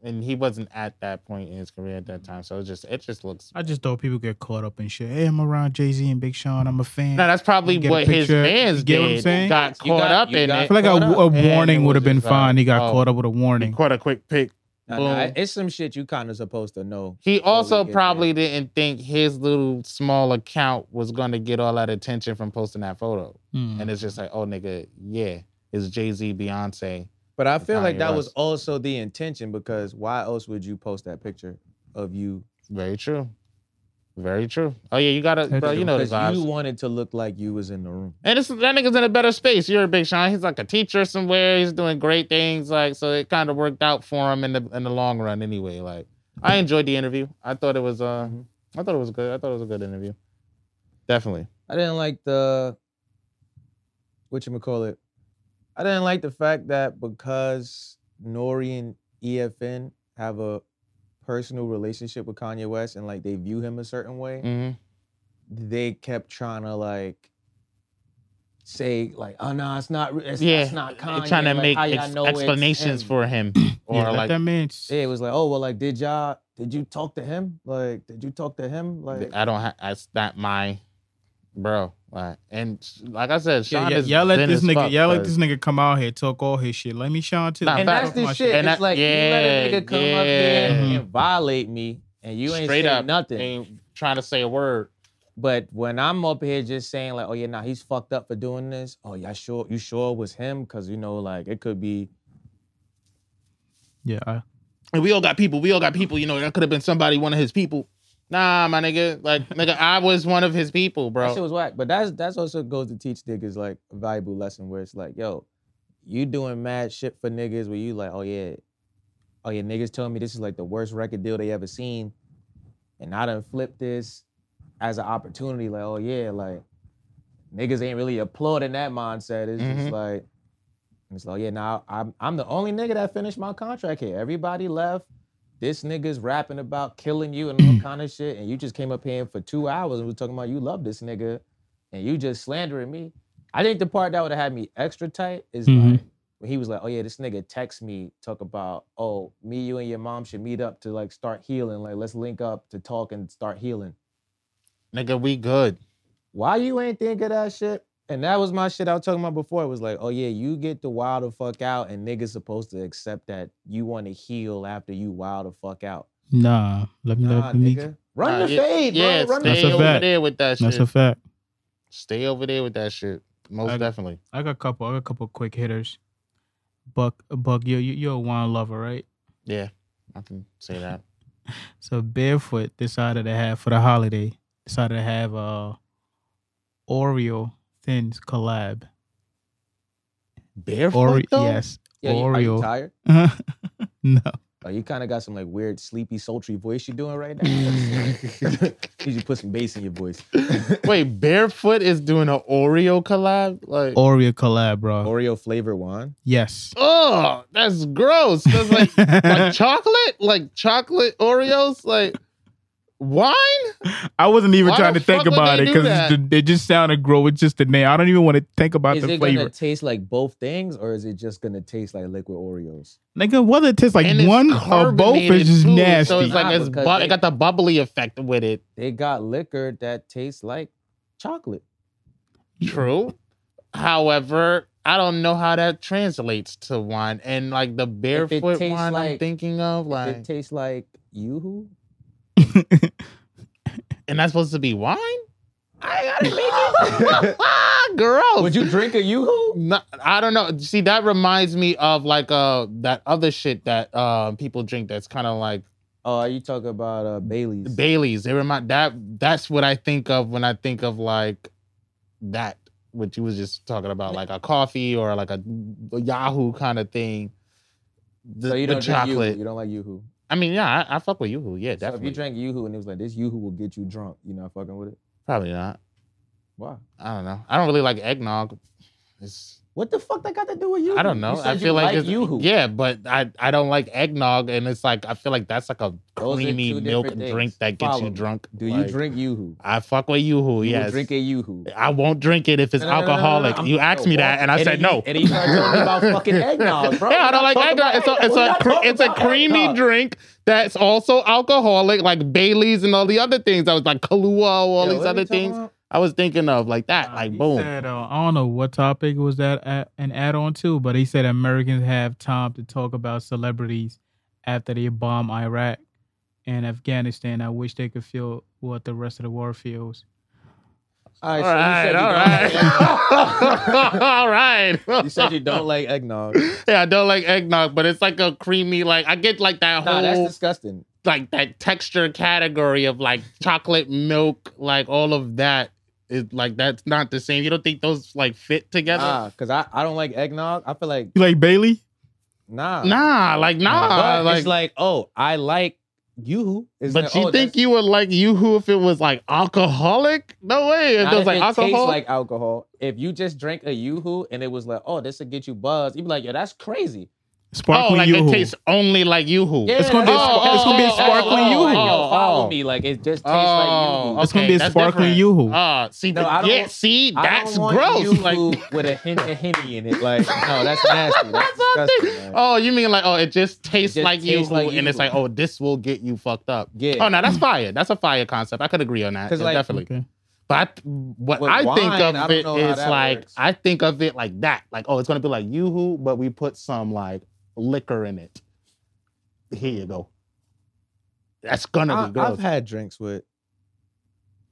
Speaker 2: and he wasn't at that point in his career at that time. So it just, it just looks.
Speaker 1: I just thought people get caught up in shit. Hey, I'm around Jay Z and Big Sean. I'm a fan.
Speaker 2: No, that's probably
Speaker 1: You get a
Speaker 2: what his
Speaker 1: picture,
Speaker 2: fans
Speaker 1: you get what I'm
Speaker 2: did.
Speaker 1: saying?
Speaker 2: Got caught
Speaker 4: You got-
Speaker 2: up
Speaker 4: you
Speaker 2: in
Speaker 4: got
Speaker 1: I
Speaker 2: it.
Speaker 1: feel like a,
Speaker 4: caught
Speaker 1: a
Speaker 4: up.
Speaker 2: And
Speaker 1: warning
Speaker 2: it
Speaker 1: would have
Speaker 2: was
Speaker 1: been
Speaker 2: just like,
Speaker 1: fine. He got
Speaker 2: oh.
Speaker 1: caught up with a warning.
Speaker 2: He caught a quick pick.
Speaker 4: Nah, nah,
Speaker 2: Boom.
Speaker 4: it's some shit you kind of supposed to know.
Speaker 2: He
Speaker 4: Before we
Speaker 2: also
Speaker 4: get there.
Speaker 2: probably didn't think his little small account was going to get all that attention from posting that photo.
Speaker 1: Hmm.
Speaker 2: And it's just like, oh, nigga, yeah, it's Jay Z, Beyonce.
Speaker 4: But I
Speaker 2: It's
Speaker 4: feel like
Speaker 2: Kanye
Speaker 4: that was
Speaker 2: West.
Speaker 4: also the intention because why else would you post that picture of you?
Speaker 2: Very true. Very true. Oh yeah, you gotta,
Speaker 1: That's
Speaker 2: bro. You
Speaker 1: true.
Speaker 2: know the
Speaker 4: Because
Speaker 2: vibes.
Speaker 4: you wanted to look like you was in the room.
Speaker 2: and it's, that nigga's in a better space. You're a big Sean. He's like a teacher somewhere. He's doing great things. Like so, it kind of worked out for him in the in the long run. Anyway, like I
Speaker 1: Mm-hmm.
Speaker 2: enjoyed the interview. I thought it was uh, I thought it was good. I thought it was a good interview. Definitely.
Speaker 4: I didn't like the what you call it. I didn't like the fact that because Nori and EFN have a personal relationship with Kanye West and like they view him a certain way,
Speaker 1: Mm-hmm.
Speaker 2: hmm
Speaker 4: they kept trying to like say like, oh no, it's not, re- it's,
Speaker 2: Yeah,
Speaker 4: it's not Kanye.
Speaker 2: trying to
Speaker 4: Uh, like,
Speaker 2: make
Speaker 4: how y'all
Speaker 2: ex-
Speaker 4: know it's
Speaker 2: explanations
Speaker 4: him?
Speaker 2: for him, or
Speaker 1: Yeah, let
Speaker 2: like
Speaker 1: that man.
Speaker 4: Yeah, it was like, oh well, like did y'all did you talk to him? Like did you talk to him? Like
Speaker 2: I don't. Ha- that's not my bro. Like and like I said,
Speaker 1: Yeah,
Speaker 2: Sean
Speaker 1: yeah,
Speaker 2: is
Speaker 1: y'all let
Speaker 2: thin
Speaker 1: this
Speaker 2: as
Speaker 1: nigga,
Speaker 2: fuck,
Speaker 1: y'all let
Speaker 2: but-
Speaker 1: this nigga come out here talk all his shit. Let me shine too.
Speaker 2: Nah,
Speaker 4: and
Speaker 2: fact-
Speaker 4: that's the
Speaker 1: my
Speaker 4: shit.
Speaker 2: And
Speaker 4: it's
Speaker 2: I-
Speaker 4: like you let a
Speaker 2: yeah,
Speaker 4: nigga come up here
Speaker 1: yeah.
Speaker 4: and violate me, and you ain't
Speaker 2: straight
Speaker 4: say
Speaker 2: up
Speaker 4: nothing.
Speaker 2: ain't trying to say a word.
Speaker 4: But when I'm up here just saying like, oh yeah, nah, he's fucked up for doing this. Oh yeah, sure, you sure it was him? Cause you know like it could be.
Speaker 1: Yeah, I,
Speaker 2: And we all got people. We all got people. You know, that could have been somebody, one of his people. Nah, my nigga. Like, nigga, I was one of his people,
Speaker 4: That shit
Speaker 2: bro.
Speaker 4: was whack. But that's that's also goes to teach niggas like a valuable lesson where it's like, yo, you doing mad shit for niggas where you like, oh yeah, oh yeah, niggas telling me this is like the worst record deal they ever seen, and I done flipped this as an opportunity. Like, oh yeah, like niggas ain't really applauding that mindset. It's just like, it's like, yeah, now I'm I'm the only nigga that finished my contract here. Everybody left. This nigga's rapping about killing you and all kind of shit, and you just came up here for two hours and was talking about you love this nigga, and you just slandering me. I think the part that would have had me extra tight is
Speaker 1: Mhm.
Speaker 4: like when he was like, "Oh yeah, this nigga text me talk about, oh me, you and your mom should meet up to like start healing. Like let's link up to talk and start healing."
Speaker 2: Nigga, we good.
Speaker 4: Why you ain't think of that shit? And that was my shit I was talking about before. It was like, oh yeah, you get the wild the fuck out, and niggas supposed to accept that you want to heal after you wild the fuck out.
Speaker 1: Nah, let me
Speaker 4: Nah,
Speaker 1: let me.
Speaker 4: nigga, run
Speaker 2: Nah,
Speaker 4: the
Speaker 2: yeah-
Speaker 4: fade, bro.
Speaker 2: yeah,
Speaker 4: run the
Speaker 1: That's
Speaker 2: stay
Speaker 1: a
Speaker 2: over
Speaker 1: fact.
Speaker 2: there with that
Speaker 1: That's
Speaker 2: shit.
Speaker 1: a fact.
Speaker 2: stay over there with that shit. Most
Speaker 1: I-
Speaker 2: definitely.
Speaker 1: I got a couple. I got a couple quick hitters. Buck, Buck, you you you're a wine lover, right?
Speaker 2: Yeah, I can say that.
Speaker 1: So Barefoot decided to have for the holiday decided to have a Oreo thins collab.
Speaker 4: barefoot.
Speaker 1: Oreo,
Speaker 4: though?
Speaker 1: yes,
Speaker 4: Yo, you- Are you
Speaker 1: Oreo.
Speaker 4: tired?
Speaker 1: no,
Speaker 4: Oh, you kind of got some like weird, sleepy, sultry voice you doing right now. you should put some bass in your voice.
Speaker 2: Wait, Barefoot is doing an Oreo collab? Like,
Speaker 1: Oreo collab, bro.
Speaker 4: Oreo flavored wine.
Speaker 1: yes.
Speaker 2: oh, that's gross. That's like, like chocolate? Like chocolate Oreos? Like wine?
Speaker 1: I wasn't even
Speaker 2: Why
Speaker 1: trying
Speaker 2: the
Speaker 1: to think
Speaker 2: fuck would
Speaker 1: about
Speaker 2: they
Speaker 1: it
Speaker 2: do
Speaker 1: because
Speaker 2: that?
Speaker 1: it just sounded gross. It's just the name. I don't even want to think about
Speaker 4: is
Speaker 1: the
Speaker 4: it
Speaker 1: flavor.
Speaker 4: gonna taste like both things, or is it just gonna taste like liquid Oreos?
Speaker 1: Nigga, whether it tastes
Speaker 2: And
Speaker 1: like
Speaker 2: it's
Speaker 1: one or both
Speaker 2: carbonated
Speaker 1: is just
Speaker 2: too,
Speaker 1: nasty.
Speaker 2: So it's
Speaker 4: Nah,
Speaker 2: like it's
Speaker 4: because
Speaker 2: bu-
Speaker 4: they-
Speaker 2: it got the bubbly effect with it.
Speaker 4: They got liquor that tastes like chocolate.
Speaker 2: True. However, I don't know how that translates to wine. And like the barefoot
Speaker 4: tastes
Speaker 2: wine I'm
Speaker 4: like-
Speaker 2: thinking of, like
Speaker 4: It tastes like yoo-hoo.
Speaker 2: and that's supposed to be wine? I gotta make it. Ah, Gross.
Speaker 4: Would you drink a yoo-hoo?
Speaker 2: No, I don't know. See, that reminds me of like uh that other shit that um people drink that's kind of like
Speaker 4: Oh, you talk about uh, Bailey's.
Speaker 2: Bailey's. They remind that that's what I think of when I think of like that what you was just talking about, like a coffee or like a, Yahoo kind of thing. The,
Speaker 4: so you
Speaker 2: the
Speaker 4: don't drink
Speaker 2: chocolate.
Speaker 4: yoo-hoo. You don't like yoo-hoo.
Speaker 2: I mean, yeah, I, I fuck with Yahoo. Yeah,
Speaker 4: So if
Speaker 2: definitely.
Speaker 4: you drank yoo-hoo and it was like this yoo-hoo will get you drunk, you not fucking with it.
Speaker 2: Probably not.
Speaker 4: Why?
Speaker 2: I don't know. I don't really like eggnog. It's
Speaker 4: What the fuck that got to do with yoo-hoo?
Speaker 2: I don't know.
Speaker 4: You said
Speaker 2: I
Speaker 4: you
Speaker 2: feel like, it's,
Speaker 4: yoo-hoo.
Speaker 2: yeah, but I I don't like eggnog, and it's like I feel like that's like a
Speaker 4: Those are
Speaker 2: creamy
Speaker 4: two
Speaker 2: milk
Speaker 4: different
Speaker 2: drink
Speaker 4: things.
Speaker 2: that gets
Speaker 4: Follow
Speaker 2: you
Speaker 4: me.
Speaker 2: drunk.
Speaker 4: Do
Speaker 2: Like,
Speaker 4: you drink yoo-hoo?
Speaker 2: I fuck with yoo-hoo.
Speaker 4: You will
Speaker 2: Yes,
Speaker 4: drink a yoo-hoo.
Speaker 2: I won't drink it if it's
Speaker 4: No, no, no, no, no, no,
Speaker 2: alcoholic.
Speaker 4: I'm-
Speaker 2: You asked me that, and I said
Speaker 4: he-
Speaker 2: no.
Speaker 4: And he started telling me about fucking eggnog, bro.
Speaker 2: Yeah, I
Speaker 4: We're
Speaker 2: don't
Speaker 4: not
Speaker 2: like
Speaker 4: talking
Speaker 2: eggnog. It's
Speaker 4: about
Speaker 2: a it's
Speaker 4: We're
Speaker 2: a
Speaker 4: not
Speaker 2: cre-
Speaker 4: talking
Speaker 2: it's a
Speaker 4: about
Speaker 2: creamy
Speaker 4: eggnog.
Speaker 2: drink that's also alcoholic, like Bailey's and all the other things. I was like Kahlua, all
Speaker 4: Yo,
Speaker 2: these
Speaker 4: what are we
Speaker 2: other
Speaker 4: talking
Speaker 2: things.
Speaker 4: about?
Speaker 2: I was thinking of like that,
Speaker 1: Uh,
Speaker 2: like
Speaker 1: he
Speaker 2: boom.
Speaker 1: said, uh, I don't know what topic was that a an add on to, but he said Americans have time to talk about celebrities after they bomb Iraq and Afghanistan. I wish they could feel what the rest of the world feels.
Speaker 4: All
Speaker 2: all
Speaker 4: right, so
Speaker 2: right, all
Speaker 4: right.
Speaker 2: right, all right.
Speaker 4: You said you don't like eggnog.
Speaker 2: Yeah, I don't like eggnog, but it's like a creamy, like I get like that
Speaker 4: Nah, that's
Speaker 2: whole
Speaker 4: disgusting.
Speaker 2: like that texture category of like chocolate milk, like all of that is like that's not the same. You don't think those like fit together?
Speaker 4: Nah, because I, I don't like eggnog. I feel like,
Speaker 1: You like Bailey?
Speaker 4: nah.
Speaker 2: nah, like nah,
Speaker 4: But
Speaker 2: like,
Speaker 4: it's like, oh, I like yoo-hoo. It's
Speaker 2: But
Speaker 4: like,
Speaker 2: you
Speaker 4: oh,
Speaker 2: think
Speaker 4: that's-
Speaker 2: you would like yoo-hoo if it was like alcoholic? No way. If
Speaker 4: not
Speaker 2: it was
Speaker 4: if
Speaker 2: like
Speaker 4: it
Speaker 2: alcohol,
Speaker 4: tastes like alcohol. If you just drank a yoo-hoo and it was like, oh, this will get you buzzed, you'd be like, yo, that's crazy.
Speaker 1: Sparkling
Speaker 2: oh, like
Speaker 1: Yoo-hoo.
Speaker 2: it tastes only like yoo-hoo.
Speaker 4: Yeah,
Speaker 1: It's gonna be a
Speaker 4: that's-
Speaker 1: spark-
Speaker 4: that's-
Speaker 1: it's gonna be a
Speaker 4: that's-
Speaker 1: sparkling
Speaker 4: that's- like,
Speaker 1: yoo-hoo.
Speaker 4: yo,
Speaker 2: Oh.
Speaker 4: Follow me, like it just tastes like yoo-hoo.
Speaker 1: It's gonna be a
Speaker 2: that's
Speaker 1: sparkling
Speaker 2: different.
Speaker 1: yoo-hoo.
Speaker 2: Ah, see,
Speaker 4: No,
Speaker 2: the-
Speaker 4: I don't
Speaker 2: yeah,
Speaker 4: want-
Speaker 2: see,
Speaker 4: I don't
Speaker 2: that's
Speaker 4: want
Speaker 2: gross.
Speaker 4: you
Speaker 2: Like,
Speaker 4: with a hint of henny in it. Like, no, that's nasty. That's disgusting. Like,
Speaker 2: oh, you mean like, oh, it just tastes
Speaker 4: It just
Speaker 2: like you,
Speaker 4: tastes like
Speaker 2: and it's
Speaker 4: Yoo-hoo.
Speaker 2: like, oh, this will get you fucked up.
Speaker 4: Yeah.
Speaker 2: Oh, no, that's fire. That's a fire concept. I could agree on that.
Speaker 4: 'Cause,
Speaker 2: Yeah,
Speaker 4: like,
Speaker 2: definitely.
Speaker 1: Okay.
Speaker 2: But I, what
Speaker 4: With
Speaker 2: I think
Speaker 4: wine, I
Speaker 2: of
Speaker 4: don't
Speaker 2: it
Speaker 4: know how
Speaker 2: is
Speaker 4: that
Speaker 2: like,
Speaker 4: works.
Speaker 2: I think of it like that. Like, oh, it's gonna be like yoo-hoo, but we put some like liquor in it. Here you go. That's gonna be
Speaker 4: I,
Speaker 2: gross.
Speaker 4: have had drinks with,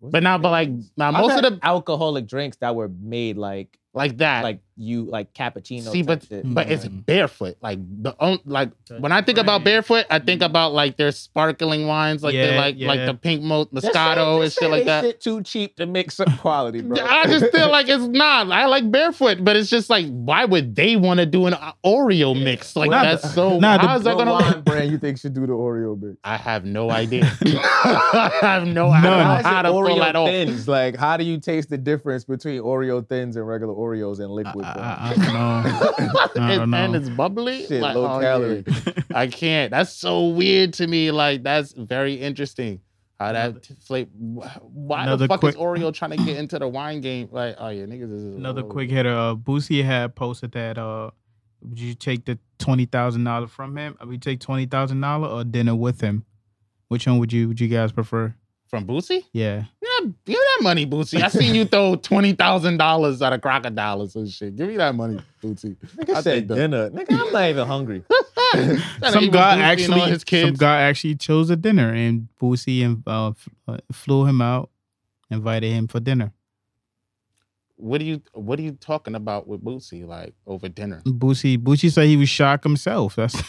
Speaker 2: but now, but like now,
Speaker 4: I've
Speaker 2: most of
Speaker 4: had
Speaker 2: the
Speaker 4: alcoholic drinks that were made like
Speaker 2: like that.
Speaker 6: like you like cappuccino.
Speaker 2: See,
Speaker 6: type
Speaker 2: but
Speaker 6: shit.
Speaker 2: but it's
Speaker 1: Mm-hmm.
Speaker 2: barefoot. Like the on, like when I think about
Speaker 1: brand.
Speaker 2: barefoot, I think about like their sparkling wines, like the
Speaker 1: Mm-hmm. Yeah,
Speaker 2: like like
Speaker 1: yeah.
Speaker 2: the pink mo-
Speaker 6: Just say-
Speaker 2: Moscato and
Speaker 6: just
Speaker 2: shit
Speaker 6: say
Speaker 2: like
Speaker 6: they
Speaker 2: that.
Speaker 6: Shit too cheap to mix up quality, bro.
Speaker 2: I just feel like it's not. I like barefoot, but it's just like, why would they want to do an uh, Oreo mix? Like
Speaker 1: Nah,
Speaker 2: that's so.
Speaker 1: nah, the-
Speaker 2: how is that
Speaker 5: What
Speaker 2: gonna?
Speaker 5: wine brand you think should do the Oreo bit?
Speaker 2: I have no idea. I have no. I don't
Speaker 1: None.
Speaker 2: know how to pull
Speaker 4: Oreo
Speaker 2: that off.
Speaker 4: thins.
Speaker 5: Like, how do you taste the difference between Oreo thins and regular Oreos
Speaker 2: Uh,
Speaker 5: and liquid?
Speaker 1: I,
Speaker 5: bro?
Speaker 1: I, I don't know. I
Speaker 2: It's-
Speaker 1: don't know.
Speaker 2: and it's bubbly.
Speaker 5: Shit,
Speaker 2: Like,
Speaker 5: low
Speaker 2: oh,
Speaker 5: calorie.
Speaker 2: yeah. I can't. That's so weird to me. Like that's very interesting. How that flavor. Why the
Speaker 1: Another
Speaker 2: fuck
Speaker 1: quick-
Speaker 2: is Oreo trying to get into the wine game? Like, oh yeah, niggas is
Speaker 1: Another quick hitter. Uh, Boosie had posted that. Uh, would you take the twenty thousand dollar from him? Would you take twenty thousand dollar or dinner with him? Which one would you would you guys prefer?
Speaker 2: from Boosie.
Speaker 1: Yeah,
Speaker 2: Yeah, give me that money, Bootsy. I seen you throw twenty thousand dollars at a crocodile or some shit. Give me that money, Bootsy.
Speaker 4: I said dinner. Nigga, I'm not even hungry.
Speaker 1: some guy
Speaker 2: Bootsy and all
Speaker 1: actually
Speaker 2: his kids.
Speaker 1: some guy actually chose a dinner and Boosie and uh, f- uh, flew him out, invited him for dinner.
Speaker 2: What are you What are you talking about with Bootsy? Like over dinner?
Speaker 1: Boosie Boosie said he was shocked himself. That's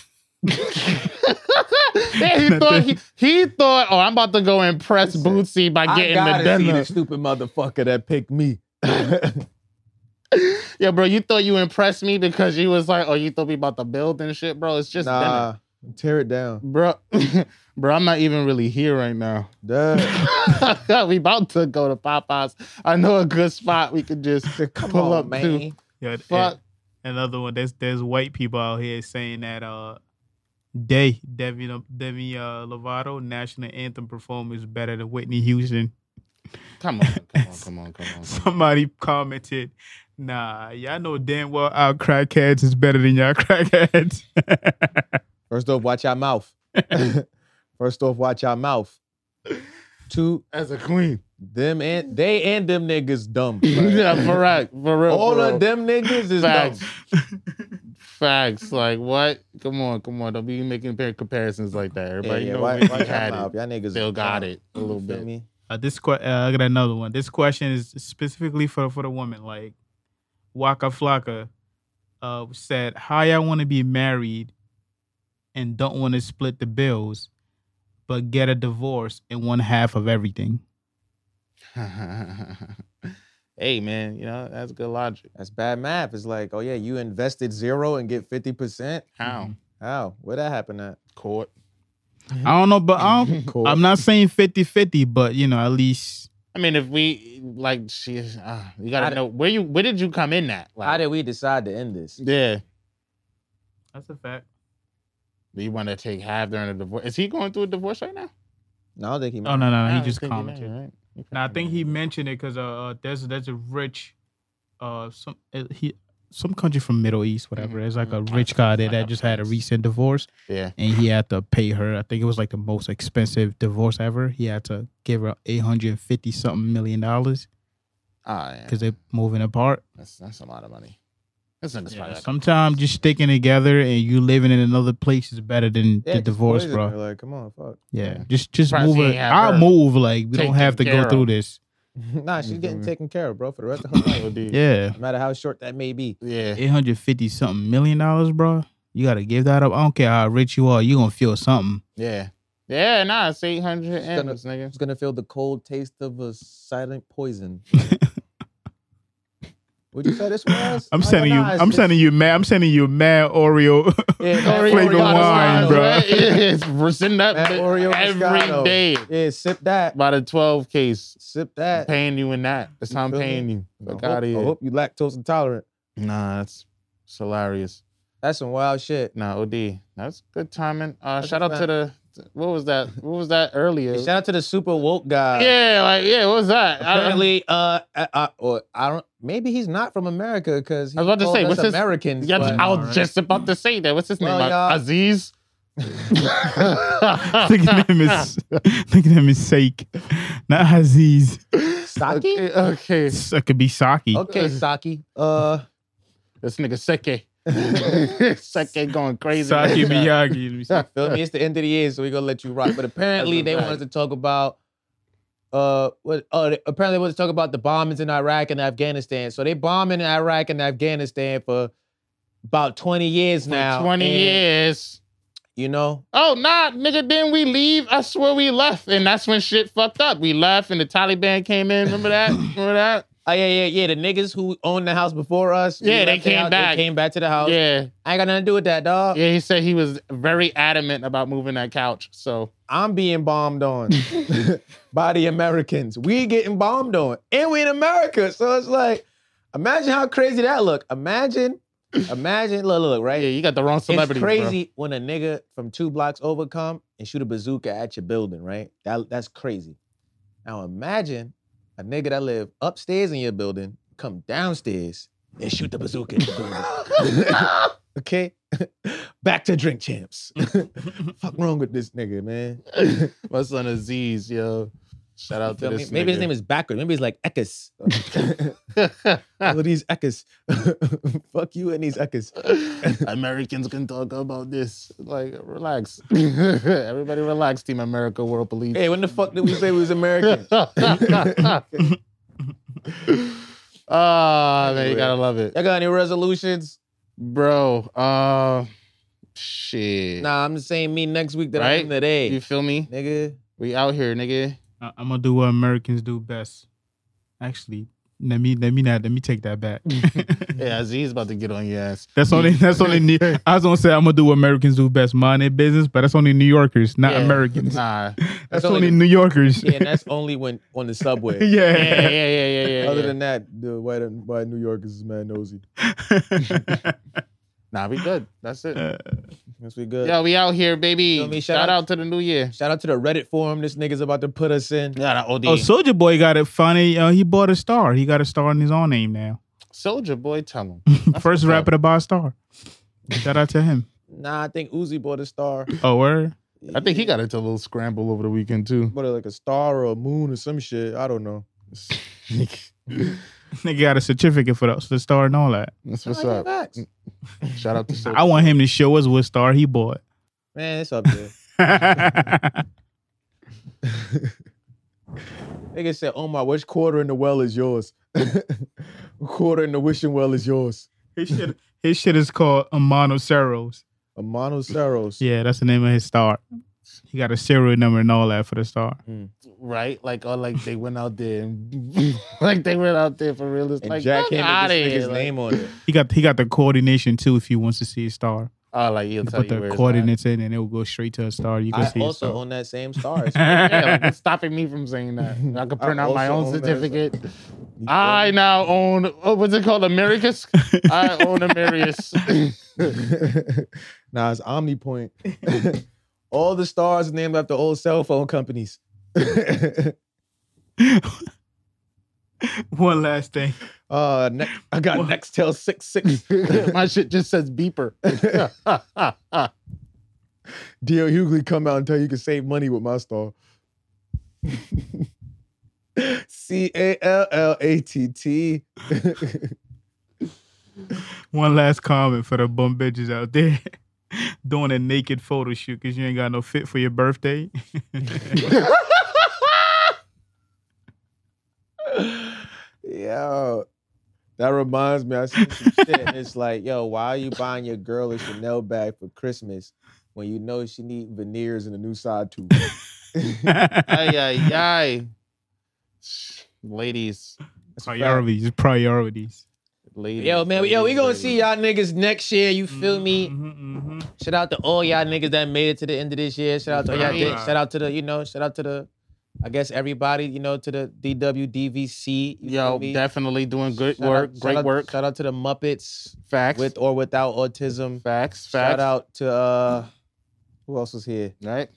Speaker 2: yeah, he thought he, he thought. Oh, I'm about to go impress Bootsy by
Speaker 4: I
Speaker 2: getting the
Speaker 4: gotta see
Speaker 2: dinner.
Speaker 4: the stupid motherfucker that picked me.
Speaker 2: Yeah, bro, you thought you impressed me because you was like, oh, you thought we about to build and shit, bro. It's just
Speaker 5: nah, tear it down.
Speaker 2: dinner. Bro, bro, I'm not even really here right now.
Speaker 5: Duh.
Speaker 2: we about to go to Popeyes. I know a good spot we could just pull up to.
Speaker 1: yeah,
Speaker 2: Fuck.
Speaker 1: another one. There's there's white people out here saying that uh Day Demi Demi uh, Lovato national anthem performer is better than Whitney Houston.
Speaker 2: Come on, come on, come on, come on.
Speaker 1: Somebody commented, "Nah, y'all know damn well our crackheads is better than y'all crackheads."
Speaker 4: First off, watch your mouth. First off, watch your mouth. Two,
Speaker 2: As a queen.
Speaker 4: them and they and them niggas dumb.
Speaker 2: yeah, for right, for real.
Speaker 4: All
Speaker 2: for real.
Speaker 4: of them niggas is
Speaker 2: Facts.
Speaker 4: dumb.
Speaker 2: Facts. Like what? Come on, come on. Don't be making par- comparisons like that.
Speaker 4: Yeah,
Speaker 2: Everybody
Speaker 4: yeah,
Speaker 2: know
Speaker 4: watch,
Speaker 2: Whitney
Speaker 4: watch your
Speaker 2: had it.
Speaker 4: mouth. Y'all niggas
Speaker 2: Still
Speaker 4: is
Speaker 2: got
Speaker 4: dumb.
Speaker 2: it a little
Speaker 4: You feel
Speaker 2: bit.
Speaker 4: me?
Speaker 1: Uh, this que- uh, I got another one. This question is specifically for for the woman. Like Waka Flocka uh, said, "How y'all want to be married and don't want to split the bills, but get a divorce and one half of everything?"
Speaker 2: hey man, you know that's good logic.
Speaker 4: That's bad math. It's like, oh yeah, you invested zero and get fifty percent.
Speaker 1: Mm-hmm.
Speaker 2: How?
Speaker 4: How? Where that happen at?
Speaker 2: Court.
Speaker 1: I don't know, but I don't, I'm not saying 50-50, but you know, at least
Speaker 2: I mean, if we like, she, uh, you
Speaker 4: How
Speaker 2: gotta
Speaker 4: did-
Speaker 2: know where you where did you come in at? Like,
Speaker 4: How did we decide to end this?
Speaker 2: yeah.
Speaker 1: that's a fact.
Speaker 2: Do you want to take half during a divorce? Is he going through a divorce right now?
Speaker 4: No, I don't think he.
Speaker 1: Oh no, no, no!
Speaker 2: I
Speaker 1: He
Speaker 2: don't
Speaker 1: just
Speaker 2: think is,
Speaker 1: commented.
Speaker 2: right? Okay.
Speaker 1: Now I think he mentioned it because uh, uh, there's there's a rich, uh, some uh, he some country from Middle East, whatever. There's like a
Speaker 2: Mhm.
Speaker 1: rich guy there
Speaker 2: Like a
Speaker 1: that just had a
Speaker 2: prince.
Speaker 1: recent divorce,
Speaker 2: Yeah.
Speaker 1: and he had to pay her. I think it was like the most expensive divorce ever. He had to give her eight hundred and fifty something million dollars
Speaker 2: Ah, yeah.
Speaker 1: because they're moving apart.
Speaker 2: That's that's a lot of money. That's not
Speaker 1: Yeah,
Speaker 2: yeah,
Speaker 1: Sometimes just sticking together and you living in another place is better than the
Speaker 4: Yeah, just
Speaker 1: divorce,
Speaker 4: poison
Speaker 1: bro.
Speaker 4: her, Like, come on, fuck.
Speaker 1: Yeah, just just
Speaker 2: Probably
Speaker 1: move
Speaker 2: she
Speaker 1: it.
Speaker 2: ain't have
Speaker 1: I'll
Speaker 2: her
Speaker 1: move. Like we
Speaker 2: taken
Speaker 1: don't have to
Speaker 2: care
Speaker 1: go
Speaker 2: of.
Speaker 1: through this.
Speaker 4: nah, she's getting
Speaker 5: Mhm.
Speaker 4: taken care of, bro, for the rest of her life.
Speaker 1: Yeah.
Speaker 4: No matter how short that may be.
Speaker 2: yeah.
Speaker 1: eight hundred fifty something million dollars, bro. You gotta give that up. I don't care how rich you are, you gonna feel something.
Speaker 2: Yeah. Yeah, nah, it's 800
Speaker 4: gonna-
Speaker 2: M's, nigga.
Speaker 4: She's gonna feel the cold taste of a silent poison. Would you say this was?
Speaker 1: I'm
Speaker 4: Oh, yeah,
Speaker 1: sending you.
Speaker 4: nah, it's-
Speaker 1: I'm sending you mad. I'm sending you mad Oreo.
Speaker 4: Yeah,
Speaker 1: Oreo
Speaker 4: that
Speaker 1: flavored
Speaker 4: Moscato,
Speaker 1: wine, bro.
Speaker 2: Yeah, it's we're sending that
Speaker 4: That
Speaker 2: bit
Speaker 4: Oreo Moscato.
Speaker 2: every day.
Speaker 4: Yeah, sip that.
Speaker 2: By the 12 case.
Speaker 4: Sip
Speaker 2: I'm
Speaker 4: that.
Speaker 2: paying you in that. That's how I'm
Speaker 4: feel me?
Speaker 2: paying you.
Speaker 4: I
Speaker 2: Fuck
Speaker 4: hope,
Speaker 2: out
Speaker 4: I
Speaker 2: of here.
Speaker 4: hope you lactose intolerant.
Speaker 2: Nah, that's it's hilarious.
Speaker 4: That's some wild shit.
Speaker 2: Nah, OD. That's good timing. Uh,
Speaker 4: That's
Speaker 2: shout
Speaker 4: a
Speaker 2: out to the what was that? What was that earlier?
Speaker 4: Shout out to the super woke guy.
Speaker 2: yeah, like yeah, what was that? I-
Speaker 4: Apparently, uh, I, I, or I don't. Maybe he's not from America because
Speaker 2: I was about to say, what's his-
Speaker 4: American.
Speaker 2: Yeah,
Speaker 1: But-
Speaker 2: I was
Speaker 1: Alright.
Speaker 2: just about to say that. What's his
Speaker 4: Well,
Speaker 2: name?
Speaker 4: y'all-
Speaker 2: Aziz.
Speaker 1: I think his name is. I think his name is Sake, not Aziz.
Speaker 4: Saki?
Speaker 2: Okay, okay.
Speaker 1: It could be Saki.
Speaker 4: Okay, Saki. Uh,
Speaker 2: This nigga Seke. Seke going crazy.
Speaker 1: Saki Miyagi. Let me see.
Speaker 4: feel me? It's the end of the year, so we gonna let you rock. But apparently,
Speaker 2: That's a
Speaker 4: they
Speaker 2: fact.
Speaker 4: wanted to talk about uh, what, oh, they- apparently they was talking about the bombings in Iraq and Afghanistan. So they bombing in Iraq and Afghanistan for about twenty years now.
Speaker 2: Twenty
Speaker 4: and,
Speaker 2: years.
Speaker 4: you know.
Speaker 2: Oh nah, nigga. Then we leave. I swear we left, and that's when shit fucked up. We left, and the Taliban came in. Remember that? Remember that?
Speaker 4: Oh yeah, yeah, yeah. The niggas who owned the house before us, we
Speaker 2: Yeah, they
Speaker 4: left the
Speaker 2: came
Speaker 4: house-
Speaker 2: back.
Speaker 4: They came back to the house.
Speaker 2: Yeah,
Speaker 4: I ain't got nothing to do with that, dog.
Speaker 2: yeah. He said he was very adamant about moving that couch. So
Speaker 4: I'm being bombed on by the Americans. We getting bombed on, and we in America. So it's like, imagine how crazy that look. Imagine, imagine, look, look, look, right?
Speaker 2: yeah, you got the wrong celebrity.
Speaker 4: it's crazy when a nigga from two blocks over come and shoot a bazooka at your building, right? That that's crazy. Now imagine a nigga that live upstairs in your building come downstairs and shoot the bazooka at your building. okay, back to drink champs. Fuck wrong with this nigga, man.
Speaker 2: My son Aziz, yo. Shout out to
Speaker 4: Feel me?
Speaker 2: this.
Speaker 4: Maybe his name is backward. Maybe he's like Ekus. All of these Ekus. Fuck you and these Ekus.
Speaker 2: Americans can talk about this. Like, relax. Everybody relax, Team America, World Police.
Speaker 4: Hey, when the fuck did we say we was American?
Speaker 2: Ah, man, you gotta love it.
Speaker 4: Y'all got any resolutions?
Speaker 2: Bro, uh shit.
Speaker 4: Nah, I'm just saying me next week that I am
Speaker 2: Right?
Speaker 4: today.
Speaker 2: You feel me?
Speaker 4: nigga.
Speaker 2: We out here, nigga.
Speaker 1: I, I'm gonna do what Americans do best. Actually, let me let me not let me take that back.
Speaker 2: Yeah, Aziz about to get on your ass.
Speaker 1: that's only that's only. New, I was gonna say I'm gonna do what Americans do best, mind their business, but that's only New Yorkers, not
Speaker 4: Yeah.
Speaker 1: Americans.
Speaker 2: Nah.
Speaker 1: That's,
Speaker 4: That's
Speaker 1: only,
Speaker 4: only-
Speaker 1: New Yorkers.
Speaker 4: Yeah, and that's only when on the subway.
Speaker 2: Yeah, yeah,
Speaker 1: Yeah.
Speaker 2: yeah, yeah, yeah.
Speaker 5: Other
Speaker 2: yeah.
Speaker 5: than that, the white white New Yorkers is mad nosy.
Speaker 2: Nah, we good. That's it.
Speaker 1: Oh,
Speaker 4: That's we good.
Speaker 2: Yo, we out here, baby.
Speaker 4: Feel me?
Speaker 2: Shout,
Speaker 4: Shout
Speaker 2: out.
Speaker 4: out-
Speaker 2: to the new year.
Speaker 4: Shout out to the Reddit forum this nigga's about to put us in.
Speaker 2: Yeah, OD.
Speaker 1: oh, Soldier Boy got it funny. Uh, he bought a star. He got a star in his own name now.
Speaker 2: Soldier boy, tell him.
Speaker 1: First First rapper to buy a star. Shout out to him.
Speaker 4: Nah, I think Uzi bought a star.
Speaker 1: Oh, word.
Speaker 2: I think he got into a little scramble over the weekend too.
Speaker 5: But like a star or a moon or some shit. I don't know.
Speaker 1: Nigga got a certificate for the, the star and all that.
Speaker 2: That's
Speaker 4: I
Speaker 2: what's
Speaker 4: like
Speaker 2: up. Mm.
Speaker 4: the Oh, facts.
Speaker 2: Shout out to Soldier.
Speaker 1: I want him to show us what star he bought.
Speaker 4: Man, it's up there.
Speaker 1: That's
Speaker 4: Nigga said, oh my,
Speaker 5: Which quarter in the well is yours? quarter in the wishing well is yours.
Speaker 1: His shit, his shit is called Amano Ceros.
Speaker 5: A monoceros.
Speaker 1: Yeah, that's the name of his star. He got a serial number and all that for the star.
Speaker 2: right? Like, oh, like they went out there, and like they went out there for real. It's
Speaker 4: and
Speaker 2: like,
Speaker 4: Jack
Speaker 2: fuck
Speaker 4: handed
Speaker 2: outta
Speaker 4: this
Speaker 2: here,
Speaker 4: nigga's
Speaker 2: like-
Speaker 4: name on it.
Speaker 1: He got he got the coordination too if he wants to see his star.
Speaker 2: Oh, like he'll
Speaker 1: You
Speaker 2: tell
Speaker 1: put
Speaker 2: you where
Speaker 1: the
Speaker 2: it's
Speaker 1: coordinates in and it will go straight to a star. You can
Speaker 4: I
Speaker 1: see his
Speaker 4: also
Speaker 1: star.
Speaker 4: own that same star. It's
Speaker 2: at. Yeah, like, what's stopping me from saying that? I could print
Speaker 5: I
Speaker 2: out my
Speaker 5: also
Speaker 2: own
Speaker 5: own that.
Speaker 2: certificate. I now own. Oh, what's it called? Americus. I own Americus.
Speaker 4: nah, it's OmniPoint. All the stars are named after old cell phone companies.
Speaker 1: One last thing.
Speaker 4: Uh, ne- I got Nextel 66.
Speaker 2: my shit just says beeper.
Speaker 5: D.L. Hughley come out and tell you you can save money with my star.
Speaker 4: C A L L A T T.
Speaker 1: One last comment for the bum bitches out there doing a naked photo shoot because you ain't got no fit for your birthday.
Speaker 4: Yo, that reminds me. I seen some shit, and it's like, yo, why are you buying your girl a Chanel bag for Christmas when you know she need veneers and a new side tooth?
Speaker 2: ay ay ay. Ladies,
Speaker 1: priorities, priorities.
Speaker 2: ladies.
Speaker 4: Yo, man, yo, we
Speaker 2: ladies,
Speaker 4: gonna
Speaker 2: ladies.
Speaker 4: see y'all niggas next year. You feel
Speaker 2: Mm-hmm.
Speaker 4: me?
Speaker 1: Mhm, mhm.
Speaker 4: Shout out to all y'all niggas that made it to the end of this year. Shout out to all y'all.
Speaker 2: Right.
Speaker 4: niggas. Shout out to the, you know, shout out to the, I guess everybody, you know, to the DWDVC. You
Speaker 2: Yo,
Speaker 4: feel me?
Speaker 2: definitely doing good
Speaker 4: Shout out-
Speaker 2: work.
Speaker 4: shout
Speaker 2: Great
Speaker 4: out-
Speaker 2: work.
Speaker 4: Shout out to the Muppets
Speaker 2: Facts.
Speaker 4: with or without autism.
Speaker 2: facts. Facts.
Speaker 4: Shout out to uh, who else was here?
Speaker 2: Right.